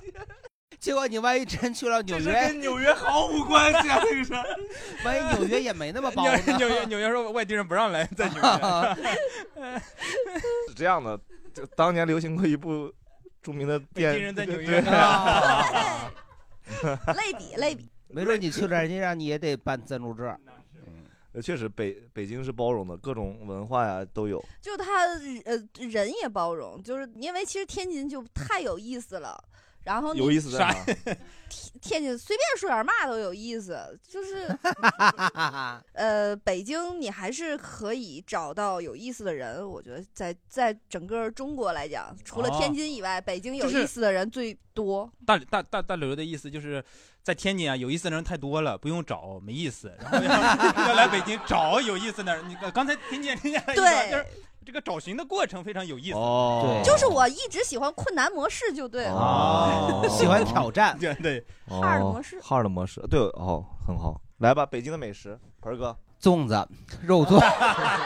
[SPEAKER 5] 结果你万一真去了纽
[SPEAKER 4] 这是
[SPEAKER 5] 约，
[SPEAKER 4] 跟纽约毫无关系啊这个事儿
[SPEAKER 5] 万一纽约也没那 么包
[SPEAKER 4] 纽
[SPEAKER 5] 呢
[SPEAKER 4] 纽约纽约说外地人不让来，在纽约。
[SPEAKER 2] 是 这样的，就当年流行过一部著名的电，
[SPEAKER 4] 北京人在纽约
[SPEAKER 2] 对
[SPEAKER 14] 类比类比，
[SPEAKER 5] 没准你去了，人家让你也得办暂住证。
[SPEAKER 2] 呃确实北北京是包容的，各种文化呀都有。
[SPEAKER 14] 就他呃人也包容，就是因为其实天津就太有意思了。然后你
[SPEAKER 2] 有意思在哪？
[SPEAKER 14] 天津随便说点嘛都有意思，就是呃，北京你还是可以找到有意思的人。我觉得在在整个中国来讲，除了
[SPEAKER 4] 哦
[SPEAKER 14] 天津以外，北京有
[SPEAKER 4] 就是
[SPEAKER 14] 意思的人最多。
[SPEAKER 4] 大大大大刘的意思就是在天津啊，有意思的人太多了，不用找没意思。然后要要来北京找有意思的人，你呃刚才听见人家一说
[SPEAKER 14] 对
[SPEAKER 4] 就是这个找寻的过程非常有意思。
[SPEAKER 2] 哦
[SPEAKER 14] 就是我一直喜欢困难模式，就对了。
[SPEAKER 2] 哦
[SPEAKER 5] 喜欢挑
[SPEAKER 2] 战，对对，哈
[SPEAKER 14] 哈尔模式
[SPEAKER 2] 哦哈尔的模式，对哦，很好。来吧，北京的美食，盆儿哥，
[SPEAKER 5] 粽子、肉粽，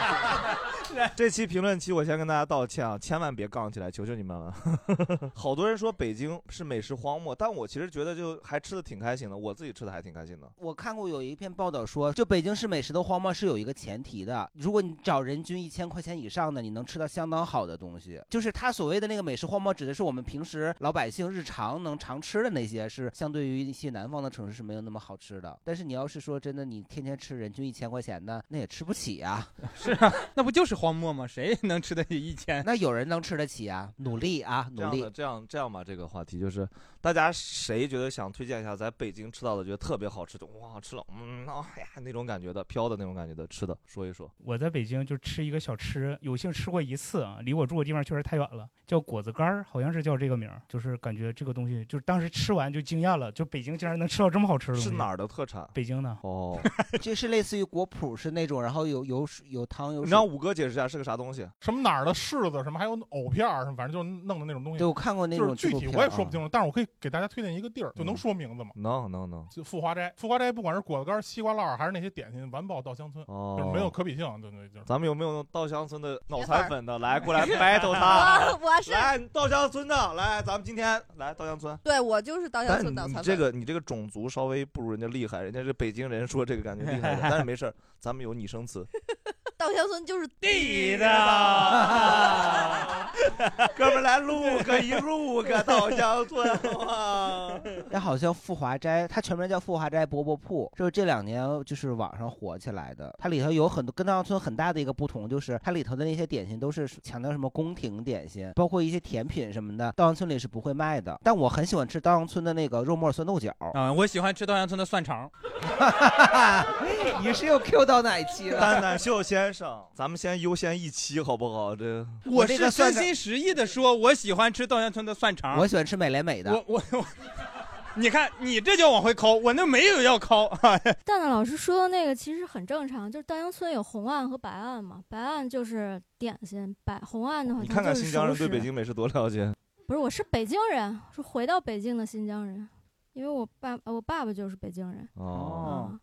[SPEAKER 2] 这期评论区我先跟大家道歉啊，千万别杠起来，求求你们了。 好多人说北京是美食荒漠，但我其实觉得就还吃的挺开心的，我自己吃的还挺开心的。
[SPEAKER 5] 我看过有一篇报道说，就北京市美食的荒漠是有一个前提的，如果你找人均一千块钱以上的，你能吃到相当好的东西。就是他所谓的那个美食荒漠，指的是我们平时老百姓日常能常吃的那些，是相对于一些南方的城市是没有那么好吃的。但是你要是说真的，你天天吃人均一千块钱的，那也吃不起呀、
[SPEAKER 4] 是啊，那不就是荒漠吗？谁能吃得起一千？
[SPEAKER 5] 那有人能吃得起啊，努力啊，
[SPEAKER 2] 这
[SPEAKER 5] 努
[SPEAKER 2] 样
[SPEAKER 5] 力
[SPEAKER 2] 的，。这样这样吧，这个话题就是大家谁觉得想推荐一下在北京吃到的，觉得特别好吃的，哇，吃了，嗯，哎呀，那种感觉的，飘的那种感觉的吃的，说一说。
[SPEAKER 7] 我在北京就吃一个小吃，有幸吃过一次啊，离我住的地方确实太远了，叫果子干儿，好像是叫这个名儿，就是感觉这个东西，就是当时吃完就惊艳了，就北京竟然能吃到这么好吃的东西。
[SPEAKER 2] 是哪儿的特产？
[SPEAKER 7] 北京的。
[SPEAKER 2] 哦，
[SPEAKER 5] 这是类似于果脯是那种，然后有有水有汤有
[SPEAKER 2] 你
[SPEAKER 5] 水。
[SPEAKER 2] 让五哥解释一下是个啥东 西？
[SPEAKER 12] 什么哪儿的柿子，什么还有藕片儿，什么反正就是弄的那种东西。
[SPEAKER 5] 对我看过那种
[SPEAKER 12] 就是具
[SPEAKER 5] 纪录
[SPEAKER 12] 体
[SPEAKER 5] 片
[SPEAKER 12] 我也
[SPEAKER 5] 啊哦
[SPEAKER 12] 说不清楚，但是我可以给大家推荐一个地儿，就能说名字吗？
[SPEAKER 2] 能能能。
[SPEAKER 12] 就富华斋，富华斋不管是果子干儿、西瓜烙儿，还是那些点心，完爆稻香村，
[SPEAKER 2] 哦
[SPEAKER 12] 就是没有可比性，对对就是。
[SPEAKER 2] 咱们有没有稻香 村的脑
[SPEAKER 12] 铁粉
[SPEAKER 2] 残
[SPEAKER 12] 儿
[SPEAKER 2] 粉的来过来 battle 他？
[SPEAKER 14] 我是
[SPEAKER 2] 来稻香村的，来咱们今天来稻香村。
[SPEAKER 14] 对我就是稻香
[SPEAKER 2] 但
[SPEAKER 14] 村
[SPEAKER 2] 你
[SPEAKER 14] 脑残
[SPEAKER 2] 你
[SPEAKER 14] 粉。
[SPEAKER 2] 这个你这个种族稍微不如人家厉害，人家是北京人，说这个感觉厉害一点，但是没事儿，咱们有拟声 词。
[SPEAKER 14] 稻香村就是
[SPEAKER 2] 地道，哥们儿来录个一录个稻香村，好 吗？
[SPEAKER 5] 那好像富华斋，它全名叫富华斋饽饽铺，就是这两年就是网上火起来的。它里头有很多跟稻香村很大的一个不同，就是它里头的那些点心都是强调什么宫廷点心，包括一些甜品什么的，稻香村里是不会卖的。但我很喜欢吃稻香村的那个肉末酸豆角。
[SPEAKER 4] 啊、我喜欢吃稻香村的蒜肠。
[SPEAKER 5] 你是又 Q 到哪一期了？
[SPEAKER 2] 蛋蛋秀先生，咱们先优先一期好不好？这
[SPEAKER 4] 我是真心实意的说，我喜欢吃稻香村的蒜肠。
[SPEAKER 5] 我喜欢吃美莱美的。
[SPEAKER 4] 我我我，你看你这叫往回抠，我那没有要抠。
[SPEAKER 22] 蛋蛋老师说的那个其实很正常，就是稻香村有红案和白案嘛，白案就是点心，白红案的话，
[SPEAKER 2] 你看看新疆人对
[SPEAKER 22] 它
[SPEAKER 2] 北
[SPEAKER 22] 就是熟食
[SPEAKER 2] 京美食多了解。
[SPEAKER 22] 不是，我是北京人，是回到北京的新疆人，因为我爸呃我爸爸就是北京人。
[SPEAKER 2] 哦
[SPEAKER 22] 啊，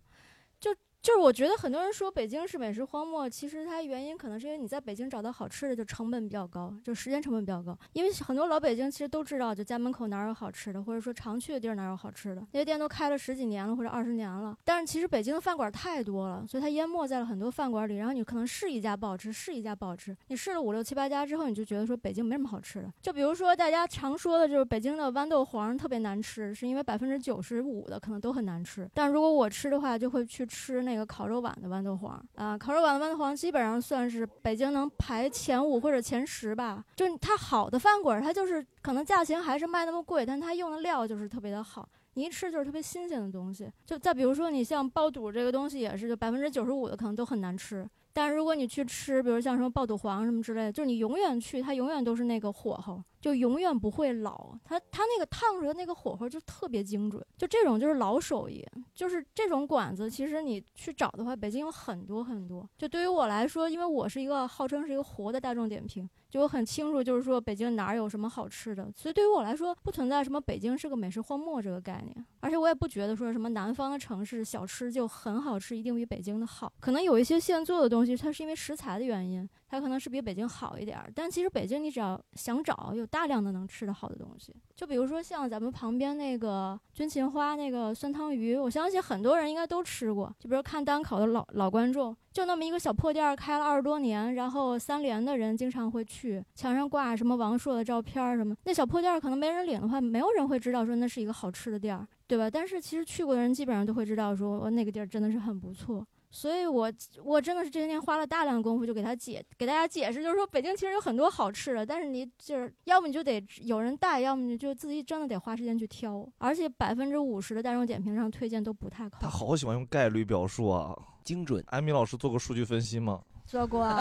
[SPEAKER 22] 就就是我觉得很多人说北京是美食荒漠，其实它原因可能是因为你在北京找到好吃的就成本比较高，就时间成本比较高。因为很多老北京其实都知道，就家门口哪儿有好吃的，或者说常去的地儿哪儿有好吃的，那些店都开了十几年了或者二十年了。但是其实北京的饭馆太多了，所以它淹没在了很多饭馆里。然后你可能试一家不好吃，试一家不好吃，你试了五六七八家之后，你就觉得说北京没什么好吃的。就比如说大家常说的就是北京的豌豆黄特别难吃，是因为百分之九十五的可能都很难吃。但如果我吃的话，就会去吃那个烤肉碗的豌豆黄啊、烤肉碗的豌豆黄基本上算是北京能排前五或者前十吧。就是它好的饭馆儿，它就是可能价钱还是卖那么贵，但它用的料就是特别的好。你一吃就是特别新鲜的东西，就再比如说你像爆肚这个东西也是，就百分之九十五的可能都很难吃，但是如果你去吃，比如像什么爆肚黄什么之类的，就是你永远去，它永远都是那个火候，就永远不会老。它它那个烫着的那个火候就特别精准，就这种就是老手艺，就是这种馆子，其实你去找的话，北京有很多很多。就对于我来说，因为我是一个号称是一个活的大众点评，就我很清楚，就是说北京哪儿有什么好吃的，所以对于我来说，不存在什么北京是个美食荒漠这个概念，而且我也不觉得说什么南方的城市小吃就很好吃，一定比北京的好。可能有一些现做的东西，它是因为食材的原因，它可能是比北京好一点儿。但其实北京你只要想找，有大量的能吃的好的东西。就比如说像咱们旁边那个军芹花那个酸汤鱼，我相信很多人应该都吃过。就比如看单口的老老观众，就那么一个小破店儿开了二十多年，然后三联的人经常会去，墙上挂什么王朔的照片儿什么。那小破店儿可能没人领的话，没有人会知道说那是一个好吃的店儿，对吧？但是其实去过的人基本上都会知道说，哦我那个地儿真的是很不错。所以我我真的是这些年花了大量功夫，就给他解给大家解释，就是说北京其实有很多好吃的，但是你就是要么你就得有人带，要么你就自己真的得花时间去挑，而且百分之五十的大众点评上推荐都不太靠
[SPEAKER 2] 他好喜欢用概率表述啊，
[SPEAKER 5] 精准。啊
[SPEAKER 2] 艾米老师做过数据分析吗？
[SPEAKER 22] 做过。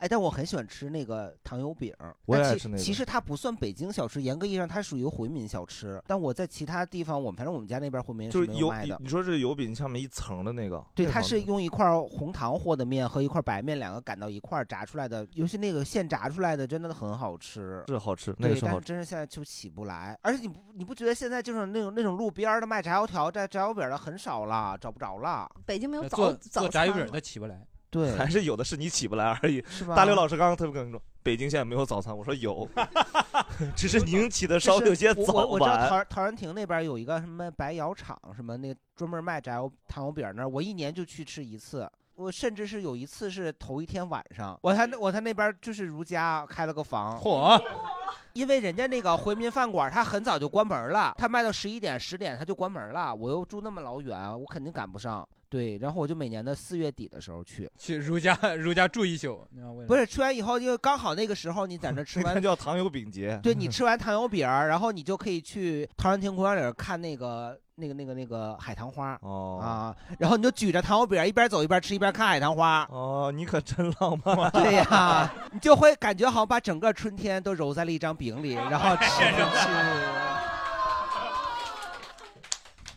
[SPEAKER 5] 哎，但我很喜欢吃那个糖油饼儿，
[SPEAKER 2] 我也
[SPEAKER 5] 但
[SPEAKER 2] 爱
[SPEAKER 5] 其
[SPEAKER 2] 吃那
[SPEAKER 5] 其
[SPEAKER 2] 个
[SPEAKER 5] 实它不算北京小吃，严格意义上它属于回民小吃。但我在其他地方，我们反正我们家那边回民
[SPEAKER 2] 就是
[SPEAKER 5] 没有
[SPEAKER 2] 油
[SPEAKER 5] 卖的，。
[SPEAKER 2] 你说是油饼上面一层的那个，
[SPEAKER 5] 对，
[SPEAKER 2] 那
[SPEAKER 5] 它
[SPEAKER 2] 方
[SPEAKER 5] 是
[SPEAKER 2] 面
[SPEAKER 5] 用一块儿红糖和的面和一块儿白面两个擀到一块儿炸出来的，尤其那个现炸出来的真的很好吃。
[SPEAKER 2] 是好吃，那个
[SPEAKER 5] 对，
[SPEAKER 2] 是
[SPEAKER 5] 但
[SPEAKER 2] 好
[SPEAKER 5] 是
[SPEAKER 2] 吃。
[SPEAKER 5] 真是现在就起不来，而且你不你不觉得现在就是那种那种路边儿的卖炸油条、炸炸油饼儿的很少了，找不着了。
[SPEAKER 14] 北京没有
[SPEAKER 4] 做
[SPEAKER 14] 早
[SPEAKER 4] 做
[SPEAKER 14] 早
[SPEAKER 4] 炸
[SPEAKER 14] 餐
[SPEAKER 4] 鱼饼
[SPEAKER 14] 了。
[SPEAKER 4] 的起不来，
[SPEAKER 5] 对
[SPEAKER 2] 还是有的是你起不来而已。是
[SPEAKER 5] 吧
[SPEAKER 2] 大刘老师刚刚特别跟我说，北京现在没有早餐，我说 有，只是您起的稍微有些
[SPEAKER 5] 就是
[SPEAKER 2] 早
[SPEAKER 5] 我我我知道陶
[SPEAKER 2] 晚。
[SPEAKER 5] 陶然亭那边有一个什么白窑厂，什么那专门卖炸油糖油饼儿那儿，我一年就去吃一次。我甚至是有一次是头一天晚上，我他我他那边就是如家开了个房，
[SPEAKER 4] 嚯！
[SPEAKER 5] 因为人家那个回民饭馆，他很早就关门了，他卖到十一点、十点他就关门了。我又住那么老远，我肯定赶不上。对，然后我就每年的四月底的时候去，
[SPEAKER 4] 去如家如家住一宿，你知道为什么
[SPEAKER 5] 不是吃完以后，因为刚好那个时候你在那吃
[SPEAKER 2] 那
[SPEAKER 5] 完
[SPEAKER 2] 天叫糖油饼 节，嗯
[SPEAKER 5] 对你吃完糖油饼儿，然后你就可以去陶然亭公园里儿看那个那个那个那个海棠花
[SPEAKER 2] 哦
[SPEAKER 5] 啊，然后你就举着糖油饼儿一边走一边吃一边看海棠花。
[SPEAKER 2] 哦，你可真浪 漫。啊
[SPEAKER 5] 对呀、你就会感觉好像把整个春天都揉在了一张饼里，然后吃进去。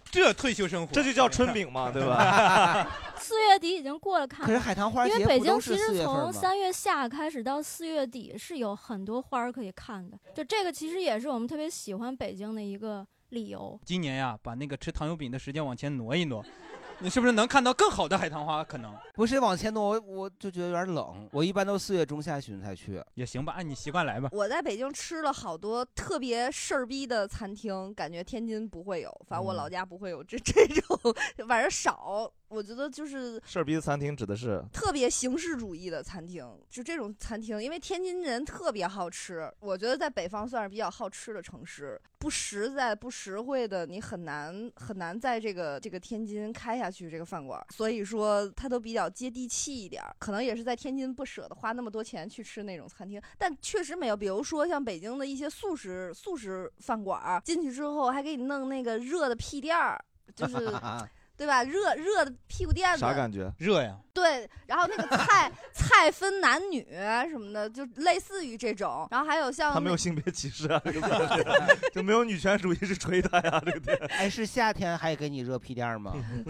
[SPEAKER 4] 这退休生活，
[SPEAKER 2] 这就叫春饼嘛，对吧？
[SPEAKER 22] 四月底已经过了看，
[SPEAKER 5] 可是海棠花
[SPEAKER 22] 因
[SPEAKER 5] 节
[SPEAKER 22] 为
[SPEAKER 5] 不
[SPEAKER 22] 北
[SPEAKER 5] 都
[SPEAKER 22] 京
[SPEAKER 5] 是
[SPEAKER 22] 其
[SPEAKER 5] 4月
[SPEAKER 22] 实
[SPEAKER 5] 份吗
[SPEAKER 22] 从三月下开始到四月底是有很多花儿可以看的，就这个其实也是我们特别喜欢北京的一个理 由。
[SPEAKER 4] 今年呀，把那个吃糖油饼的时间往前挪一挪， 你是不是能看到更好的海棠花？可能
[SPEAKER 5] 不是往前挪，我我就觉得有点冷。我一般都四月中下旬才去，
[SPEAKER 4] 也行吧，按你习惯来吧。
[SPEAKER 14] 我在北京吃了好多特别事儿逼的餐厅，感觉天津不会有，反正我
[SPEAKER 4] 嗯
[SPEAKER 14] 老家不会有这这种，反正少。我觉得就是
[SPEAKER 2] 事儿逼餐厅指的是
[SPEAKER 14] 特别形式主义的餐厅，就这种餐厅，因为天津人特别好吃，我觉得在北方算是比较好吃的城市，不实在、不实惠的，你很难很难在这个这个天津开下去这个饭馆，所以说它都比较接地气一点儿，可能也是在天津不舍得花那么多钱去吃那种餐厅，但确实没有，比如说像北京的一些素食素食饭馆儿，进去之后还给你弄那个热的屁垫儿，就是 对吧？热热的屁股垫子，
[SPEAKER 2] 啥感觉？
[SPEAKER 4] 热呀！
[SPEAKER 14] 对，然后那个菜菜分男女什么的，就类似于这种。然后还有像
[SPEAKER 2] 他没有
[SPEAKER 14] 那
[SPEAKER 2] 性别歧视 啊，这个词就没有女权主义是锤他呀，这个店。
[SPEAKER 5] 哎，是夏天还给你热屁垫儿 吗？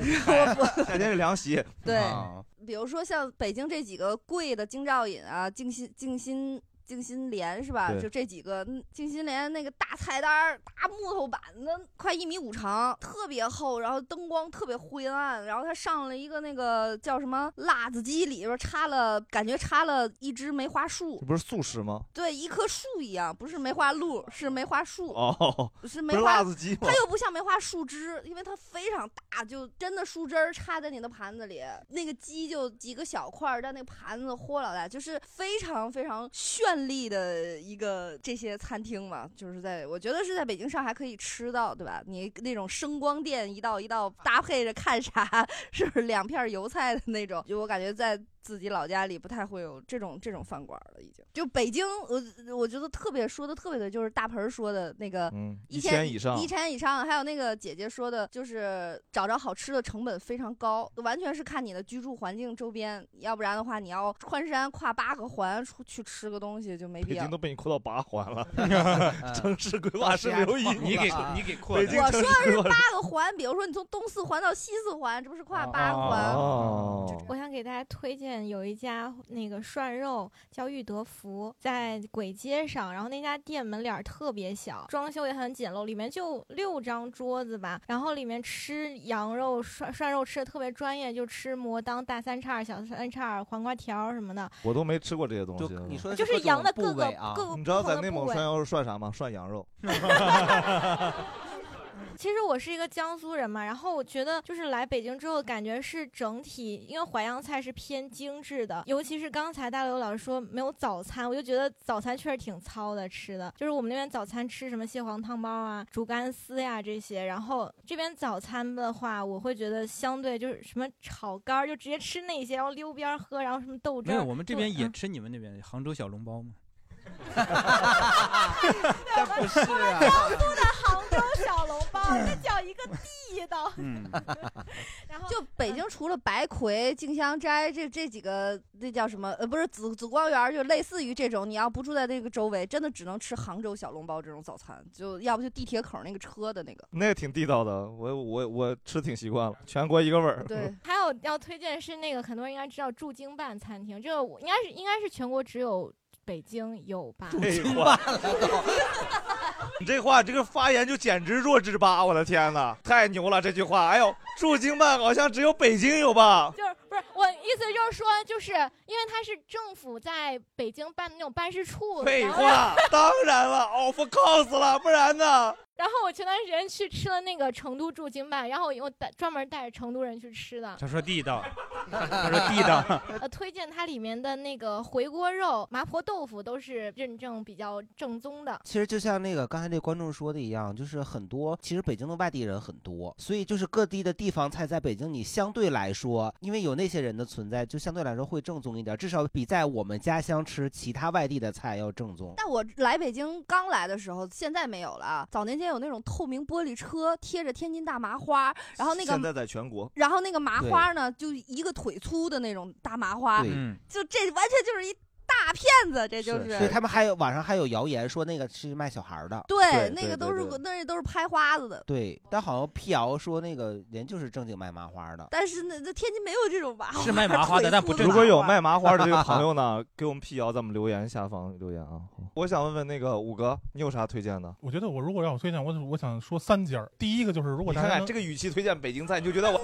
[SPEAKER 2] 夏天是凉席。
[SPEAKER 14] 对
[SPEAKER 5] 啊
[SPEAKER 14] 比如说像北京这几个贵的京兆尹啊、静心、静心、静心莲是吧？
[SPEAKER 15] 对
[SPEAKER 14] 就这几个，嗯静心莲那个大菜单儿、大木头板子，快一米五长，特别厚，然后灯光特别昏暗，然后它上了一个那个叫什么辣子鸡，里边儿插了，感觉插了一枝梅花树
[SPEAKER 2] 这。不是素食吗？
[SPEAKER 14] 对，一棵树一样，不是梅花鹿，是梅花树。
[SPEAKER 2] 哦，
[SPEAKER 14] 是
[SPEAKER 2] 不
[SPEAKER 14] 梅
[SPEAKER 2] 是
[SPEAKER 14] 花
[SPEAKER 2] 辣子鸡吗？
[SPEAKER 14] 它又不像梅花树枝，因为它非常大，就真的树枝儿插在你的盘子里，那个鸡就几个小块儿，但那个盘子豁老大，就是非常非常绚丽的一个这些餐厅嘛，就是在我觉得是在北京、上海可以吃到，对吧？你那种声光电一道一道搭配着看啥，是不是两片儿油菜的那种？就我感觉在。自己老家里不太会有这种这种饭馆了，已经。就北京，我我觉得特别说的特别对，就是大盆儿说的那个，
[SPEAKER 2] 嗯
[SPEAKER 14] 一
[SPEAKER 2] 一
[SPEAKER 14] 千
[SPEAKER 2] 千以上
[SPEAKER 14] 一千以上，还有那个姐姐说的，就是找着好吃的成本非常高，完全是看你的居住环境周边，要不然的话，你要穿山跨八个环出去吃个东西就没必
[SPEAKER 2] 北
[SPEAKER 14] 要
[SPEAKER 2] 京。都被你扩到八环 了，城市规划是留意啊
[SPEAKER 4] 你给你给扩
[SPEAKER 2] 北
[SPEAKER 4] 的
[SPEAKER 2] 京
[SPEAKER 14] 我
[SPEAKER 2] 城
[SPEAKER 14] 说
[SPEAKER 2] 市
[SPEAKER 14] 的
[SPEAKER 2] 规
[SPEAKER 14] 是
[SPEAKER 2] 划
[SPEAKER 14] 八个环，比如说你从东四环到西四环，这不是跨
[SPEAKER 2] 啊
[SPEAKER 14] 八个环？
[SPEAKER 2] 哦，
[SPEAKER 3] 我想给大家推荐有一家那个涮肉叫裕德福，在簋街上，然后那家店门脸儿特别小，装修也很简陋，里面就六张桌子吧，然后里面吃羊肉涮涮肉吃的特别专业，就吃魔当、大三叉、小三叉、黄瓜条儿什么的，
[SPEAKER 2] 我都没吃过这些东西。
[SPEAKER 5] 你说
[SPEAKER 3] 的就是是各种羊的各部个位啊各个
[SPEAKER 2] 你知道
[SPEAKER 3] 不同
[SPEAKER 2] 在
[SPEAKER 3] 的
[SPEAKER 2] 内
[SPEAKER 3] 部
[SPEAKER 2] 蒙
[SPEAKER 3] 位
[SPEAKER 2] 涮羊肉涮啥吗？涮 羊肉。
[SPEAKER 3] 其实我是一个江苏人嘛，然后我觉得就是来北京之后，感觉是整体，因为淮扬菜是偏精致的，尤其是刚才大刘老师说没有早餐，我就觉得早餐确实挺糙的吃的，就是我们那边早餐吃什么蟹黄汤包啊、竹竿丝呀、这些，然后这边早餐的话，我会觉得相对就是什么炒肝儿就直接吃那些，然后溜边儿喝，然后什么豆汁
[SPEAKER 4] 没
[SPEAKER 3] 儿，嗯
[SPEAKER 4] 有，我们这边
[SPEAKER 3] 就
[SPEAKER 4] 也吃你们那边杭州小笼包嘛。
[SPEAKER 5] 但不是啊，
[SPEAKER 3] 江苏的杭州小笼包这叫一个地道。
[SPEAKER 5] 嗯，
[SPEAKER 14] 然后就北京除了白魁、静香斋这这几个，那叫什么？呃，不是紫紫光园儿，就类似于这种，你要不住在那个周围，真的只能吃杭州小笼包这种早餐，就要不就地铁口那个车的那个。
[SPEAKER 2] 那也挺地道的，我我我吃挺习惯了，全国一个味儿。
[SPEAKER 14] 对，
[SPEAKER 3] 还有要推荐是那个很多人应该知道驻京办餐厅，这个我应该是应该是全国只有北京有吧？
[SPEAKER 2] 驻京办了 你这话，这个发言就简直弱智吧！我的天哪，太牛了这句话！哎呦，驻京办好像只有北京有吧？
[SPEAKER 3] 就是不是我意思就是说，就是因为它是政府在北京办的那种办事处。
[SPEAKER 2] 废
[SPEAKER 3] 然后
[SPEAKER 2] 话，当然了，of 哦 course 了，不然呢？
[SPEAKER 3] 然后我前段时间去吃了那个成都驻京办，然后我我带专门带着成都人去吃的。
[SPEAKER 4] 他说地道，他说地道。
[SPEAKER 3] 呃，推荐它里面的那个回锅肉、麻婆豆腐都是认证比较正宗的。
[SPEAKER 5] 其实就像那个刚才那观众说的一样，就是很多，其实北京的外地人很多，所以就是各地的地方菜在北京，你相对来说，因为有那些人的存在，就相对来说会正宗一点，至少比在我们家乡吃其他外地的菜要正宗。
[SPEAKER 14] 但我来北京刚来的时候，现在没有了啊。早年间有那种透明玻璃车贴着天津大麻花，然后那
[SPEAKER 2] 现
[SPEAKER 14] 个，
[SPEAKER 2] 在在全国，
[SPEAKER 14] 然后那个麻花呢，就一个腿粗的那种大麻花
[SPEAKER 5] 对嗯，
[SPEAKER 14] 就这完全就是一大骗子，这就是
[SPEAKER 5] 所以他们还有网上还有谣言说那个是卖小孩儿的，
[SPEAKER 14] 对那个都是
[SPEAKER 5] 对对
[SPEAKER 14] 那都是拍花子的。
[SPEAKER 5] 对，但好像辟谣说那个人就是正经卖麻花的，
[SPEAKER 14] 但是那那天津没有这种麻花，腿粗
[SPEAKER 2] 如果有卖麻花的这个朋友呢， 给我们辟谣，咱们留言下方留言啊。我想问问那个五哥，你有啥推荐的？
[SPEAKER 12] 我觉得我如果要有推荐，我我想说三家儿。第一个就是如果
[SPEAKER 2] 你
[SPEAKER 12] 大家
[SPEAKER 2] 看看
[SPEAKER 12] 能
[SPEAKER 2] 这个语气推荐北京菜，你就觉得我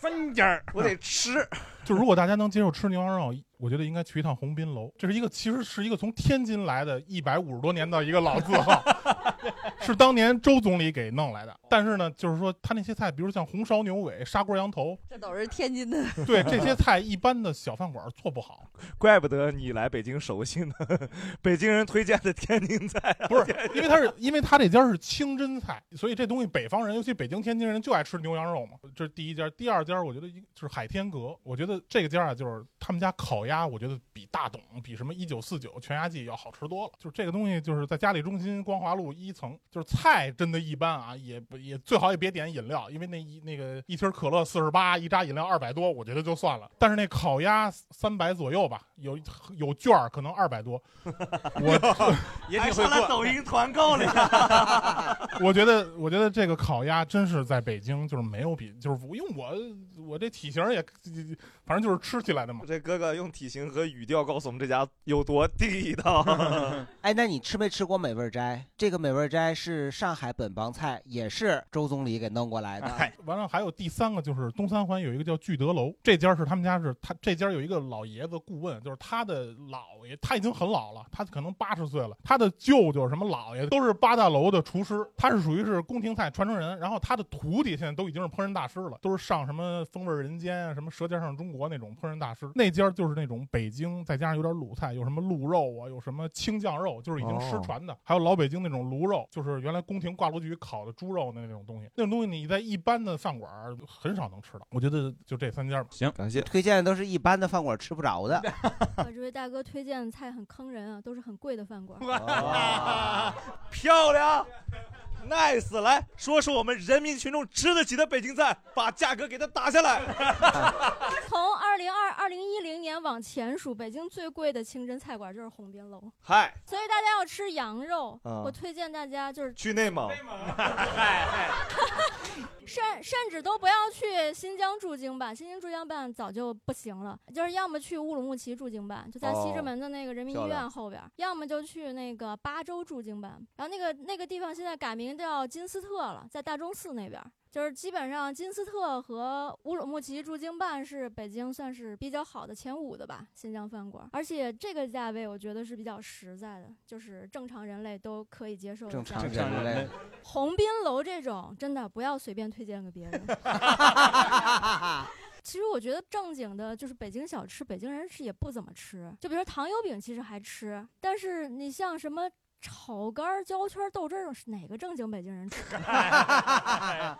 [SPEAKER 2] 分家儿，我得吃。
[SPEAKER 12] 就如果大家能接受吃牛羊肉， 我觉得应该去一趟鸿宾楼。这是一个其实是一个从天津来的，一百五十多年的一个老字号， 是当年周总理给弄来的。但是呢，就是说他那些菜，比如像红烧牛尾、砂锅羊头，
[SPEAKER 14] 这都是天津的。
[SPEAKER 12] 对这些菜一般的小饭馆儿做不好。
[SPEAKER 2] 怪不得你来北京熟悉呢， 北京人推荐的天津菜、啊，
[SPEAKER 12] 不是，因为他是因为他这家是清真菜，所以这东西北方人，尤其北京、天津人就爱吃牛羊肉嘛。这是第一家，第二家我觉得一就是海天阁，我觉得这个家啊，就是他们家烤鸭，我觉得比大董、比什么一九四九全鸭季要好吃多了。就是这个东西，就是在嘉里中心光华路一层，就是菜真的一般啊，也不也最好也别点饮料，因为那一那个一瓶可乐四十八，一扎饮料二百多，我觉得就算了。但是那烤鸭三百左右吧，有有券儿可能二百多，我
[SPEAKER 2] 也挺会过。抖音团购里，
[SPEAKER 12] 我觉得，我觉得这个烤鸭真是在北京就是没有比，就是因为我我这体型也，反正就是吃起来的嘛。
[SPEAKER 2] 这哥哥用体型和语调告诉我们这家有多地 道。
[SPEAKER 5] 哎，那你吃没吃过美味斋？这个美味斋是上海本帮菜，也是周总理给弄过来的。
[SPEAKER 12] 完了，还有第三个就是东三环有一个叫聚德楼，这家是他们家是他这家有一个老爷子顾问，就是他的姥爷，他已经很老了，他可能八十岁了，他的舅舅什么姥爷都是八大楼的厨师，他是属于是宫廷菜传承人，然后他的徒弟现在都已经是烹饪大师了，都是上什么风味人间啊，什么舌尖上中国那种烹饪大师。那家就是那种北京，再加上有点鲁菜，有什么鹿肉啊，有什么清酱肉，就是已经失
[SPEAKER 2] 哦
[SPEAKER 12] 传的，还有老北京那种卤肉，就是原来宫廷挂炉局烤的猪肉的那种东西，那种东西你在一般的饭馆儿很少能 吃到。我觉得就这三家吧。
[SPEAKER 4] 行，
[SPEAKER 2] 感谢。
[SPEAKER 5] 推荐的都是一般的饭馆吃不着的。
[SPEAKER 22] 我这位大哥推荐的菜很坑人啊，都是很贵的饭馆。
[SPEAKER 2] 漂亮，nice！来说说我们人民群众吃得起的北京菜，把价格给它打下来。
[SPEAKER 22] 从二零二二零一零年往前数，北京最贵的清真菜馆就是鸿宾楼。
[SPEAKER 2] 嗨，
[SPEAKER 22] 所以大家要吃羊肉，
[SPEAKER 2] 啊
[SPEAKER 22] 我推荐大家就是
[SPEAKER 2] 去内蒙，
[SPEAKER 22] 甚甚至都不要去新疆驻京办，新疆驻京办早就不行了，就是要么去乌鲁木齐驻京办，就在西直门的那个人民
[SPEAKER 15] 哦
[SPEAKER 22] 医
[SPEAKER 15] 漂亮
[SPEAKER 22] 院后边儿；要么就去那个巴州驻京办，然后那个那个地方现在改名叫金斯特了，在大钟寺那边儿。就是基本上金斯特和乌鲁木齐驻京办是北京算是比较好的前五的吧，新疆饭馆，而且这个价位我觉得是比较实在的，就是正常人类都可以接受的价
[SPEAKER 5] 正
[SPEAKER 22] 位。
[SPEAKER 5] 常人类，
[SPEAKER 22] 鸿宾楼这种真的不要随便推荐给别人。其实我觉得正经的，就是北京小吃，北京人是也不怎么吃。就比如说糖油饼，其实还吃，但是你像什么炒肝儿、焦圈儿、豆汁儿，是哪个正 经北京人吃？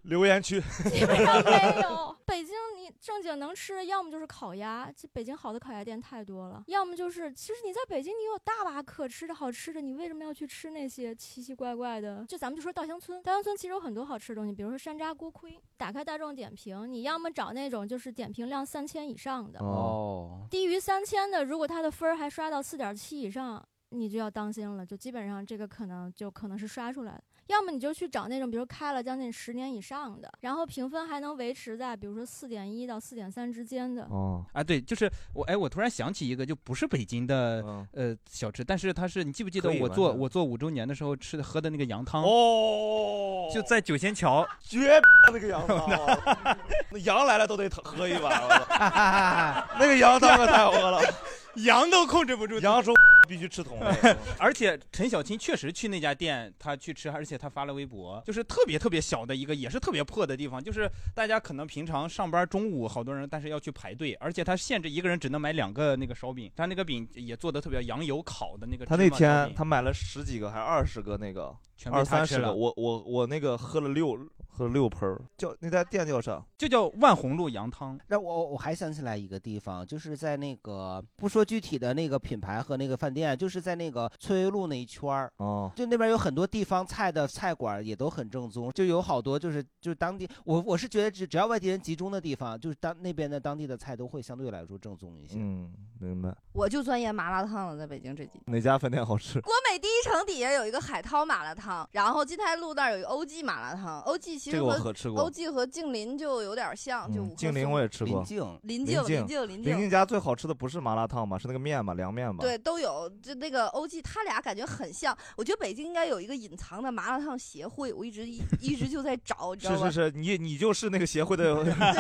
[SPEAKER 2] 留言区。
[SPEAKER 22] 啊没有，北京你你正经能吃的，要么就是烤鸭，这北京好的烤鸭店太多了；要么就是，其实你在北京你有大把可吃的好吃的，你为什么要去吃那些奇奇怪怪的？就咱们就说稻香村，稻香村其实有很多好吃的东西，比如说山楂锅盔，打开大众点评，你要么找那种就是点评量三千以上的，
[SPEAKER 5] 哦，
[SPEAKER 22] 低于三千的，如果他的分儿还刷到四点七以上，你就要当心了，就基本上这个可能就可能是刷出来的。要么你就去找那种，比如开了将近十年以上的，然后评分还能维持在比如说四点一到四点三之间的。
[SPEAKER 2] 哦
[SPEAKER 4] 啊，对，就是我哎，我突然想起一个，就不是北京的、呃小吃，但是它是你记不记得
[SPEAKER 2] 嗯可以
[SPEAKER 4] 我
[SPEAKER 2] 吗
[SPEAKER 4] 做我做五周年的时候吃的喝的那个羊汤？
[SPEAKER 2] 哦，
[SPEAKER 4] 就在九仙桥，
[SPEAKER 2] 绝那个 羊汤，
[SPEAKER 4] 哦
[SPEAKER 2] 那羊来了都得喝一碗，我操那个羊汤可太喝了，
[SPEAKER 4] 羊都控制不住，
[SPEAKER 2] 羊说 必须吃桶的。
[SPEAKER 4] 而且陈小青确实去那家店，他去吃，而且他发了微博，就是特别特别小的一个，也是特别破的地方，就是大家可能平常上班中午好多人，但是要去排队，而且他限制一个人只能买两个那个烧饼，他那个饼也做的特别羊油烤的那个芝
[SPEAKER 2] 他
[SPEAKER 4] 麻烧
[SPEAKER 2] 那
[SPEAKER 4] 饼。
[SPEAKER 2] 天他买了十几个还是二十个那个，
[SPEAKER 4] 全被
[SPEAKER 2] 二
[SPEAKER 4] 他
[SPEAKER 2] 三
[SPEAKER 4] 吃
[SPEAKER 2] 十
[SPEAKER 4] 了
[SPEAKER 2] 个，我我我那个喝了六喝了六盆儿，叫那家店叫啥？
[SPEAKER 4] 就叫万红路羊汤。
[SPEAKER 5] 那我我还想起来一个地方，就是在那个不说具体的那个品牌和那个饭店，就是在那个翠微路那一圈儿。
[SPEAKER 2] 哦，
[SPEAKER 5] 就那边有很多地方菜的菜馆也都很正宗，就有好多就是就是当地，我我是觉得只只要外地人集中的地方，就是当那边的当地的菜都会相对来说正宗一些。
[SPEAKER 2] 嗯，明白。
[SPEAKER 14] 我就钻研麻辣烫了，在北京这几年。
[SPEAKER 2] 哪家饭店好吃？
[SPEAKER 14] 国美第一城底下有一个海涛麻辣烫，然后金台路那儿有一个欧记麻辣烫，欧记其
[SPEAKER 2] 这
[SPEAKER 14] 实
[SPEAKER 2] 个我
[SPEAKER 14] 和
[SPEAKER 2] 可吃过
[SPEAKER 14] 欧记和静林就有点像，就五
[SPEAKER 2] 嗯，
[SPEAKER 14] 棵
[SPEAKER 2] 静林
[SPEAKER 14] 松
[SPEAKER 2] 我也吃过，
[SPEAKER 14] 林
[SPEAKER 2] 静
[SPEAKER 14] 静
[SPEAKER 2] 林
[SPEAKER 14] 静林
[SPEAKER 2] 林
[SPEAKER 14] 静
[SPEAKER 2] 家最好吃的不是麻辣烫吧，是那个面吧，凉面吧。
[SPEAKER 14] 对，都有。就那个欧记，他俩感觉很像。我觉得北京应该有一个隐藏的麻辣烫协会，我一直一一直就在找，你知道
[SPEAKER 2] 是
[SPEAKER 14] 吗？
[SPEAKER 2] 是是，你你就是那个协 会的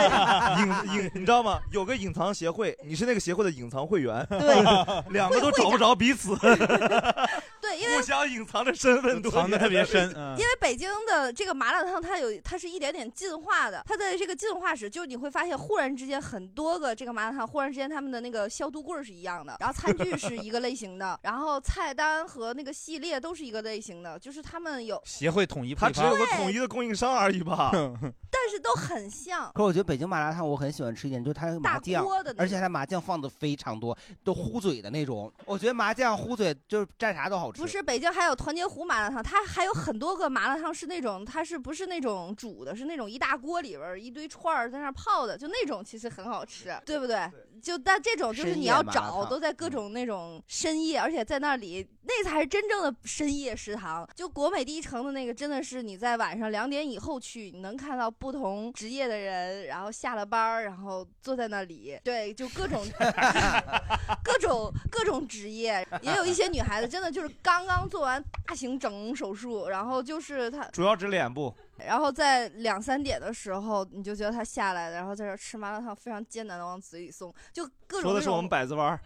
[SPEAKER 2] 隐隐，你知道吗？有个隐藏协会，你是那个协会的隐藏会员，对，两个都找不着彼此，
[SPEAKER 14] 对，因为
[SPEAKER 2] 互相隐藏着身份多年，
[SPEAKER 4] 藏得特 别深
[SPEAKER 2] 嗯
[SPEAKER 4] 嗯
[SPEAKER 14] 因为北京的这个麻辣烫，它有它是一点点进化的，它的这个进化史，就是你会发现，忽然之间很多个这个麻辣烫，忽然之间他们的那个消毒柜儿是一样的，然后餐具是一个类型的，然后菜单和那个系列都是一个类型的，就是他们有，
[SPEAKER 4] 协会统一
[SPEAKER 2] 它
[SPEAKER 4] 配
[SPEAKER 2] 只
[SPEAKER 4] 方，
[SPEAKER 2] 有个统一的供应商而已 吧。
[SPEAKER 14] 但是都很像。
[SPEAKER 5] 可我觉得北京麻辣烫我很喜欢吃一点，就是它的麻酱
[SPEAKER 14] 大锅的，那
[SPEAKER 5] 而且它麻酱放的非常多，都糊嘴的那种。我觉得麻酱糊嘴就是蘸啥都好吃。
[SPEAKER 14] 不是，北京还有团结湖麻辣烫，它还有很多个麻辣烫是那种，它是不是那种煮的，是那种一大锅里边儿一堆串儿在那儿泡的，就那种其实很好吃，对不对？就但这种就是
[SPEAKER 5] 深
[SPEAKER 14] 你
[SPEAKER 5] 夜
[SPEAKER 14] 要
[SPEAKER 5] 麻辣
[SPEAKER 14] 找，
[SPEAKER 5] 烫嗯
[SPEAKER 14] 都在各种那种深夜，而且在那里那才是真正的深夜食堂。就国美第一城的那个，真的是你在晚上两点以后去，你能看到不同职业的人，然后下了班儿，然后坐在那里，对，就各种 各种各种职业，也有一些女孩子真的就是刚刚做完大型整容手术，然后就是她，
[SPEAKER 2] 主要指脸部。
[SPEAKER 14] 然后在两三点的时候，你就觉得她下来了，然后在这儿吃麻辣烫，非常艰难的往嘴里送，就各
[SPEAKER 2] 说
[SPEAKER 14] 种
[SPEAKER 2] 的
[SPEAKER 14] 那
[SPEAKER 2] 是我们
[SPEAKER 14] 种
[SPEAKER 2] 百 子湾儿，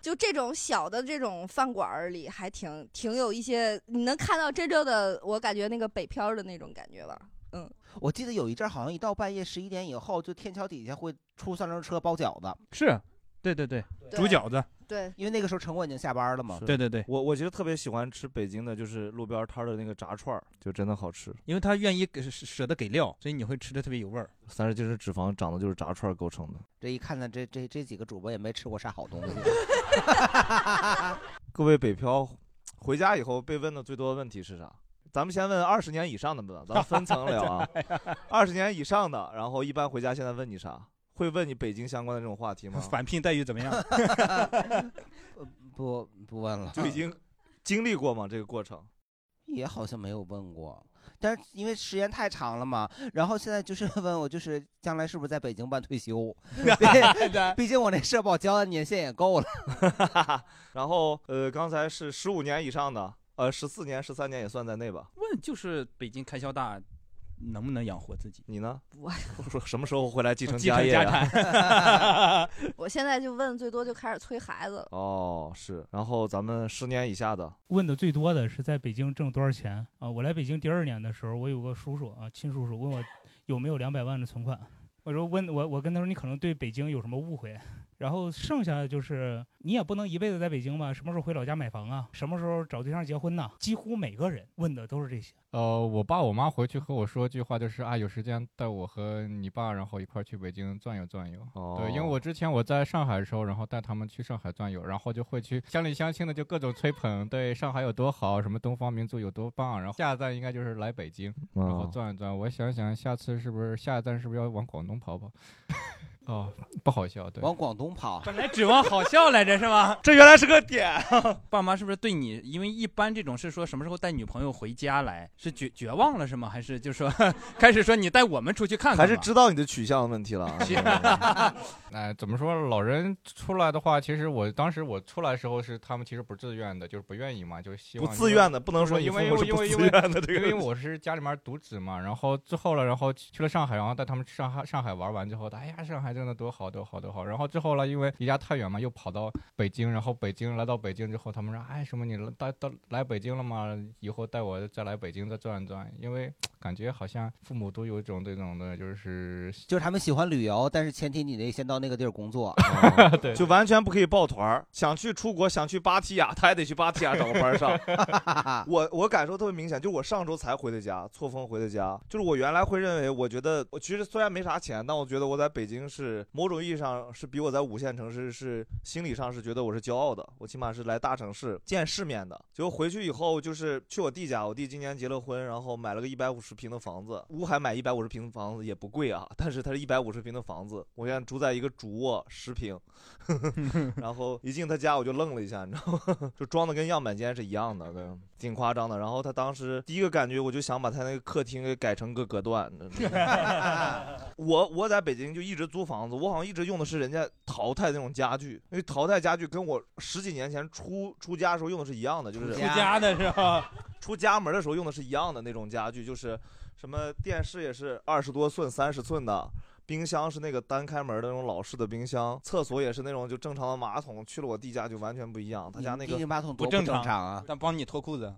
[SPEAKER 14] 就这种小的这种饭馆儿里，还挺挺有一些你能看到真正的，我感觉那个北漂儿的那种感觉吧。嗯，
[SPEAKER 5] 我记得有一阵儿好像一到半夜十一点以后，就天桥底下会出三轮车包饺子。
[SPEAKER 4] 是，对对对，
[SPEAKER 14] 对煮饺
[SPEAKER 4] 子。
[SPEAKER 14] 对，
[SPEAKER 5] 因为那个时候城管已经下班了嘛。
[SPEAKER 2] 是
[SPEAKER 4] 对对，
[SPEAKER 2] 我我其实特别喜欢吃北京的，就是路边摊儿的那个炸串儿，就真的好吃。
[SPEAKER 4] 因为他愿意给舍舍得给料，所以你会吃的特别有味 儿。
[SPEAKER 2] 三十斤的脂肪长的就是炸串儿构成的。
[SPEAKER 5] 这一看看这这这几个主播也没吃过啥好东 西。
[SPEAKER 2] 各位北漂，回家以后被问的最多的问题是啥？咱们先问二十年以上的吧，咱们分层聊 啊。 二十年以上的，然后一般回家现在问你啥？会问你北京相关的这种话题吗？
[SPEAKER 4] 返聘待遇怎 么样？
[SPEAKER 5] 呃不不问了，
[SPEAKER 2] 就已经经历过吗？这个过程？
[SPEAKER 5] 也好像没有问过，但是因为时间太长了嘛，然后现在就是问我，就是将来是不是在北京办 退休？毕毕竟我那社保交的年限也够了。
[SPEAKER 2] 然后呃，刚才是十五年以上的，呃，十四年、十三年也算在内吧。
[SPEAKER 4] 问就是北京开销 大，能不能养活自己？
[SPEAKER 2] 你呢？
[SPEAKER 14] 我
[SPEAKER 2] 说什么时候回来继承
[SPEAKER 4] 继承
[SPEAKER 2] 业、
[SPEAKER 4] 家
[SPEAKER 2] 啊？
[SPEAKER 4] 产
[SPEAKER 14] 我现在就问，最多就开始催孩子了。
[SPEAKER 2] 哦，是。然后咱们十年以下的，
[SPEAKER 7] 问的最多的是在北京挣多少钱啊？我来北京第二年的时候，我有个叔叔啊，亲叔叔问我有没有两百万的存款，我说问我我跟他说你可能对北京有什么误会，然后剩下的就是你也不能一辈子在北京吧，什么时候回老家买房啊？什么时候找对象结婚呐、几乎每个人问的都是这些。
[SPEAKER 6] 呃，我爸我妈回去和我说一句话，就是啊，有时间带我和你爸，然后一块儿去北京转悠转悠。
[SPEAKER 2] 哦
[SPEAKER 6] 对，因为我之前我在上海的时候，然后带他们去上海转悠，然后就会去乡里乡亲的就各种吹捧，对上海有多好，什么东方明珠有多棒。然后下一站应该就是来北京，然后
[SPEAKER 2] 哦
[SPEAKER 6] 转一转。我想想，下次是不是下一站是不是要往广东跑 跑？哦，不好笑，对，
[SPEAKER 5] 往广东跑。
[SPEAKER 4] 本来指望好笑来着是 吧？
[SPEAKER 2] 这原来是个点。
[SPEAKER 4] 爸妈是不是对你？因为一般这种是说什么时候带女朋友回家来，是绝绝望了是吗？还是就说 开始说你带我们出去看看吧？
[SPEAKER 2] 还是知道你的取向问 题了啊。
[SPEAKER 6] 哎，怎么说？老人出来的话，其实我当时我出来的时候是他们其实不自愿的，就是不愿意嘛，就是希望
[SPEAKER 2] 不自愿的不能
[SPEAKER 6] 是
[SPEAKER 2] 说你
[SPEAKER 6] 因为
[SPEAKER 2] 父母是
[SPEAKER 6] 因为
[SPEAKER 2] 不
[SPEAKER 6] 因
[SPEAKER 2] 自
[SPEAKER 6] 为
[SPEAKER 2] 愿的这个
[SPEAKER 6] 因为我是家里面独子嘛，然后之后了，然后去了上海，然后带他们去上海上海玩完之后，哎呀，上海真的多好多好多好。然后之后了，因为离家太远嘛，又跑到北京，然后北京来到北京之后，他们说，哎，什么你来到到来北京了吗？以后带我再来北京再转一转，因为感觉好像父母都有一种这种的，就是
[SPEAKER 5] 就是他们喜欢旅游，但是前提你得先到那个地儿工作。
[SPEAKER 6] 对
[SPEAKER 2] 哦就完全不可以抱团儿。想去出国，想去芭提雅，他也得去芭提雅找个班儿上。我我感受特别明显，就我上周才回的家，错峰回的家。就是我原来会认为，我觉得我其实虽然没啥钱，但我觉得我在北京是某种意义上是比我在五线城市是心理上是觉得我是骄傲的，我起码是来大城市见世面的。结果回去以后，就是去我弟家，我弟今年结了婚，然后买了个一百五十平的房子，乌海买一百五十平的房子也不贵啊，但是它是一百五十平的房子，我现在住在一个主卧十平。然后一进他家我就愣了一下，你知道吗？ 就装的跟样板间是一样的，对，挺夸张的。然后他当时第一个感觉，我就想把他那个客厅给改成个隔断。我我在北京就一直租房子，我好像一直用的是人家淘汰那种家具，因为淘汰家具跟我十几年前出出家的时候用的是一样的，就是
[SPEAKER 4] 出家的是吧？
[SPEAKER 2] 出家门的时候用的是一样的那种家具，就是什么电视也是二十多寸、三十寸的。冰箱是那个单开门的那种老式的冰箱，厕所也是那种就正常的马桶。去了我弟家就完全不一样，他家那
[SPEAKER 5] 你
[SPEAKER 2] 个
[SPEAKER 5] 你马桶
[SPEAKER 4] 不
[SPEAKER 5] 多不正
[SPEAKER 4] 常
[SPEAKER 5] 常啊
[SPEAKER 4] 但帮你脱 裤子，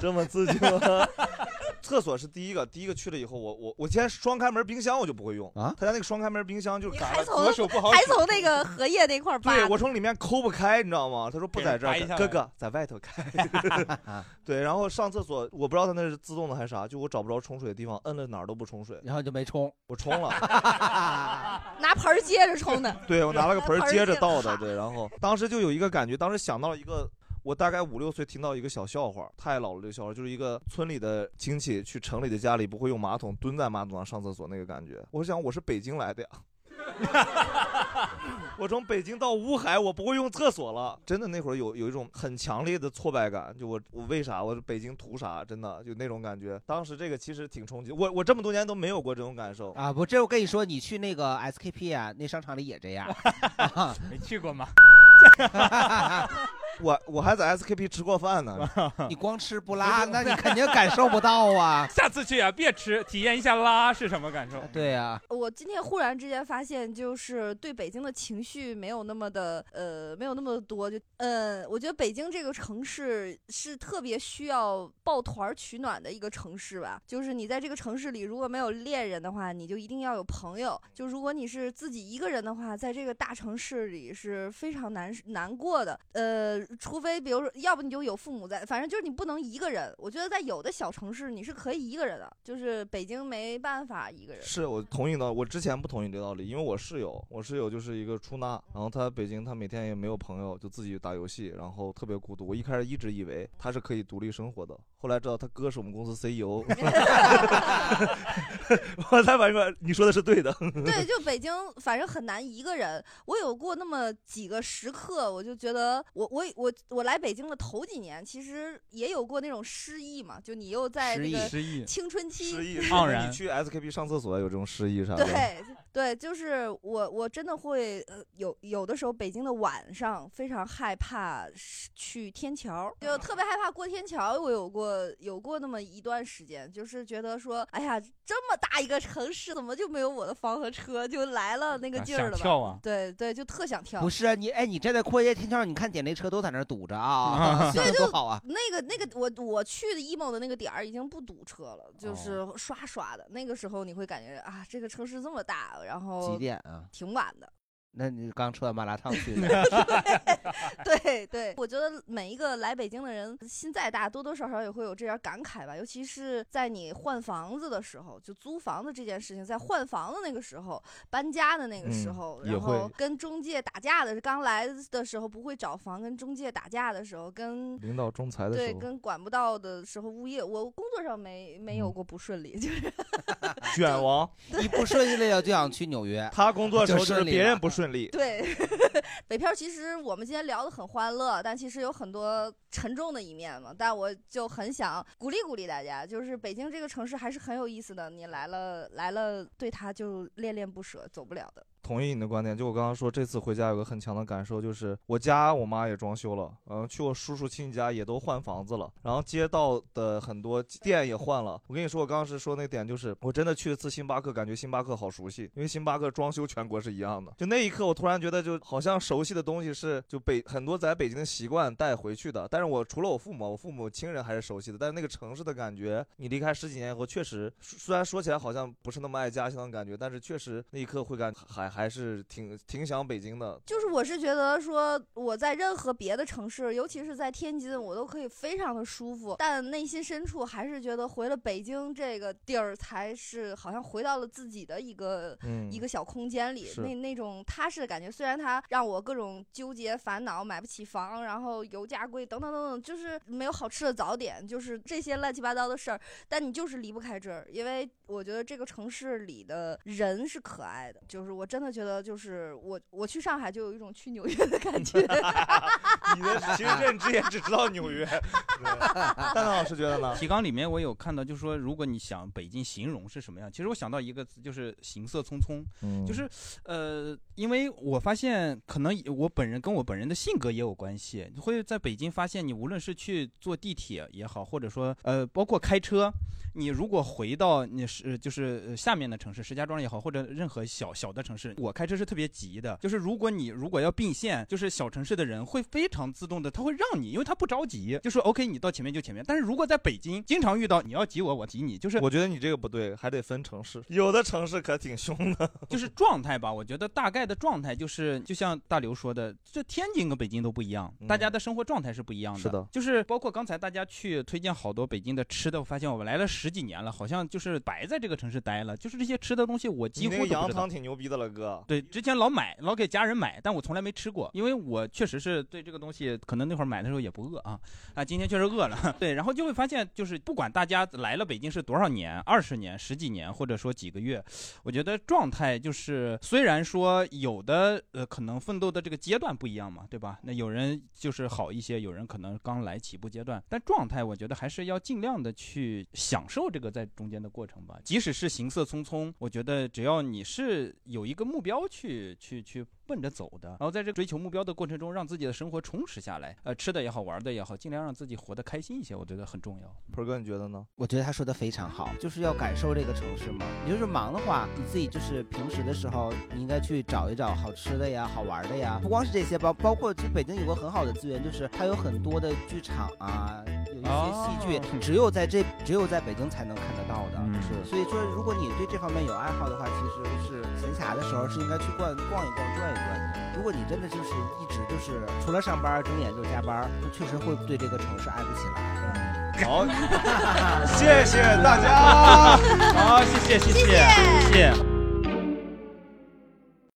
[SPEAKER 2] 这么刺 激吗？厕所是第一个，第一个去了以后，我我我先双开门冰箱我就不会用啊，他家那个双开门冰箱就是嘎
[SPEAKER 14] 还
[SPEAKER 2] 了
[SPEAKER 14] 从
[SPEAKER 2] 左手不好
[SPEAKER 14] 还
[SPEAKER 2] 使
[SPEAKER 14] 从那个荷叶那块儿扒
[SPEAKER 2] 对我从里面抠不开，你知道吗？他说不在这
[SPEAKER 4] 给人掰
[SPEAKER 2] 儿，
[SPEAKER 4] 下
[SPEAKER 2] 哥
[SPEAKER 4] 来
[SPEAKER 2] 哥在外头开。 对，然后上厕所，我不知道他那是自动的还是啥，就我找不着冲水的地方，摁了哪儿都不冲水，
[SPEAKER 5] 然后就没冲，
[SPEAKER 2] 我冲了，。
[SPEAKER 14] 拿盆儿接着冲的
[SPEAKER 2] 对我拿了个盆
[SPEAKER 14] 拿
[SPEAKER 2] 儿
[SPEAKER 14] 盆儿
[SPEAKER 2] 接着
[SPEAKER 14] 接着
[SPEAKER 2] 倒的，对，然后当时就有一个感觉，当时想到了一个。我大概五六岁听到一个小笑话，太老了，这个笑话就是一个村里的亲戚去城里的家里不会用马桶，蹲在马桶上上厕所那个感觉。我想我是北京来的呀， 我从北京到乌海，我不会用厕所了。真的那会儿有有一种很强烈的挫败感，就我我为啥我是北京图啥？真的就那种感觉。当时这个其实挺冲击，我我这么多年都没有过这种感受。
[SPEAKER 5] 啊！不，这我跟你说，你去那个 SKP 啊，那商场里也这样。
[SPEAKER 4] 没去过吗？
[SPEAKER 2] 我我还在 SKP 吃过 饭呢，
[SPEAKER 5] 你光吃不拉，那你肯定感受不到啊。
[SPEAKER 4] 下次去啊，别吃，体验一下拉是什么感
[SPEAKER 2] 哎
[SPEAKER 4] 受。
[SPEAKER 5] 对呀、
[SPEAKER 14] 呃我今天忽然之间发现，就是对北京的情绪没有那么的呃，没有那么的多。就呃，我觉得北京这个城市是特别需要抱团取暖的一个城市吧。就是你在这个城市里，如果没有恋人的话，你就一定要有朋友。就如果你是自己一个人的话，在这个大城市里是非常难难过的。呃，除非比如说，要不你就有父母在，反正就是你不能一个人。我觉得在有的小城市你是可以一个人的，就是北京没办法一个人。
[SPEAKER 2] 是我同意的，我之前不同意这道理，因为我室友，我室友就是一个出纳，然后他北京，他每天也没有朋友，就自己打游戏，然后特别孤独。我一开始一直以为他是可以独立生活的，后来知道他哥是我们公司 CEO，我才反应过来你说的是对的。
[SPEAKER 14] 对，就北京，反正很难一个人。我有过那么几个时刻，我就觉得我我我我来北京的头几年，其实也有过那种失意嘛，就你又在那
[SPEAKER 2] 失意
[SPEAKER 14] 个青春期
[SPEAKER 2] 失 忆，
[SPEAKER 4] 盎然
[SPEAKER 2] 你去 SKP 上厕所有这种失忆啥
[SPEAKER 5] 啊
[SPEAKER 2] 的。
[SPEAKER 14] 对对，就是我我真的会呃有有的时候北京的晚上非常害怕是去天桥，就特别
[SPEAKER 5] 啊
[SPEAKER 14] 害怕过天桥。我有过有过那么一段时间，就是觉得说，哎呀，这么大一个城市，怎么就没有我的房和车？就来了那个
[SPEAKER 5] 啊
[SPEAKER 14] 劲
[SPEAKER 5] 想
[SPEAKER 14] 儿了吧？
[SPEAKER 5] 跳啊
[SPEAKER 14] 对对，就特想跳。
[SPEAKER 5] 不是啊你，哎，你站在阔爷天桥，你看点那车都在那儿堵着 啊，
[SPEAKER 14] 对，就
[SPEAKER 5] 多好啊！
[SPEAKER 14] 那个那个，我我去的 emo 的那个点儿已经不堵车了，
[SPEAKER 5] 哦
[SPEAKER 14] 就是刷刷的。那个时候你会感觉啊，这个城市这么大，然后
[SPEAKER 5] 几点啊
[SPEAKER 14] 挺晚的。
[SPEAKER 5] 那你刚吃完麻辣烫去的，
[SPEAKER 14] 对对，我觉得每一个来北京的人，心再大，多多少少也会有这点感慨吧。尤其是在你换房子的时候，就租房子这件事情，在换房子那个时候，搬家的那个时
[SPEAKER 17] 嗯
[SPEAKER 14] 候，
[SPEAKER 17] 也
[SPEAKER 14] 然
[SPEAKER 17] 会
[SPEAKER 14] 后跟中介打架的，刚来的时候不会找房，跟中介打架的时候，跟
[SPEAKER 2] 领导仲裁的
[SPEAKER 14] 对
[SPEAKER 2] 时候
[SPEAKER 14] 跟管不到的时候，物业，我工作上没没有过不顺利，就是
[SPEAKER 2] 卷王
[SPEAKER 5] 一不顺利了就想去纽 约。
[SPEAKER 2] 他工作的时候
[SPEAKER 5] 就
[SPEAKER 2] 就是
[SPEAKER 5] 顺利
[SPEAKER 2] 别
[SPEAKER 5] 了
[SPEAKER 2] 人不顺利，
[SPEAKER 14] 对， 北漂其实我们今天聊的很欢乐，但其实有很多沉重的一面嘛。但我就很想鼓励鼓励大家，就是北京这个城市还是很有意思的。你来了来了，对它就恋恋不舍，走不了的。
[SPEAKER 2] 同意你的观点，就我刚刚说，这次回家有个很强的感受，就是我家我妈也装修了，嗯、去我叔叔亲戚家也都换房子了，然后街道的很多店也换了。我跟你说，我刚刚是说那点，就是我真的去了次星巴克，感觉星巴克好熟悉，因为星巴克装修全国是一样的。就那一刻，我突然觉得，就好像熟悉的东西是就北很多在北京的习惯带回去的。但是我除了我父母，我父母亲人还是熟悉的，但是那个城市的感觉，你离开十几年以后，确实虽然说起来好像不是那么爱家乡的感觉，但是确实那一刻会感还还是挺挺想北京的。
[SPEAKER 14] 就是我是觉得说我在任何别的城市，尤其是在天津，我都可以非常的舒服，但内心深处还是觉得回了北京这个地儿，才是好像回到了自己的一个、
[SPEAKER 15] 嗯
[SPEAKER 14] 一个小空间里，
[SPEAKER 15] 是
[SPEAKER 14] 那那种踏实的感觉。虽然它让我各种纠结烦恼，买不起房，然后油价贵等等等等，就是没有好吃的早点，就是这些乱七八糟的事儿，但你就是离不开这儿，因为我觉得这个城市里的人是可爱的，就是我真的觉得，就是我我去上海就有一种去纽约的感觉。
[SPEAKER 2] 你的其实认知也只知道纽约。 蛋蛋老师觉得呢？
[SPEAKER 4] 提纲里面我有看到，就是说，如果你想北京形容是什么样，其实我想到一个词，就是行色匆匆。
[SPEAKER 2] 嗯
[SPEAKER 4] 就是呃，因为我发现可能我本人跟我本人的性格也有关系，会在北京发现，你无论是去坐地铁也好，或者说呃，包括开车，你如果回到你是就是呃下面的城市，石家庄也好，或者任何小小的城市，我开车是特别急的。就是如果你如果要并线，就是小城市的人会非常自动的，他会让你，因为他不着急，就说 OK，你到前面就前面。但是如果在北京，经常遇到你要挤我，我挤你，就是
[SPEAKER 2] 我觉得你这个不对，还得分城市，有的城市可挺凶的。
[SPEAKER 4] 就是状态吧，我觉得大概的状态就是，就像大刘说的，这天津跟北京都不一样，大家的生活状态是不一样的。
[SPEAKER 2] 嗯是的
[SPEAKER 4] 就是包括刚才大家去推荐好多北京的吃的，我发现我们来了十几年了，好像就是白在这个城市待了，就是这些吃的东西我 几
[SPEAKER 2] 你
[SPEAKER 4] 乎
[SPEAKER 2] 那
[SPEAKER 4] 都
[SPEAKER 2] 个
[SPEAKER 4] 不知
[SPEAKER 2] 羊
[SPEAKER 4] 道。
[SPEAKER 2] 汤挺牛逼的了，哥。
[SPEAKER 4] 对，之前老买，老给家人买，但我从来没吃过，因为我确实是对这个东西，可能那会儿买的时候也不饿啊，啊，今天确实饿了。 对，然后就会发现，就是不管大家来了北京是多少年，二十年、十几年，或者说几个月，我觉得状态就是，虽然说有的呃可能奋斗的这个阶段不一样嘛，对吧？那有人就是好一些，有人可能刚来起步阶段，但状态我觉得还是要尽量的去享受这个在中间的过程吧。即使是行色匆匆，我觉得只要你是有一个目标去去去奔着走的，然后在这个追求目标的过程中，让自己的生活充实下来，呃，吃的也好，玩的也好，尽量让自己活得开心一些，我觉得很重要。
[SPEAKER 2] 鹏哥，你觉得呢？
[SPEAKER 5] 我觉得他说的非常好，就是要感受这个城市嘛。你就是忙的话，你自己就是平时的时候，你应该去找一找好吃的呀、好玩的呀。不光是这些，包包括其实北京有个很好的资源，就是它有很多的剧场啊，有一些戏剧，
[SPEAKER 2] 哦
[SPEAKER 5] 只有在这只有在北京才能看得到的。
[SPEAKER 2] 嗯是
[SPEAKER 5] 所以说，如果你对这方面有爱好的话，其实是闲暇的时候是应该去逛逛一逛、转一转。如果你真的就是一直就是除了上班睁眼就是加班，确实会对这个城市爱不起来。
[SPEAKER 2] 好，谢谢大家
[SPEAKER 4] 好，谢谢，谢谢，谢谢。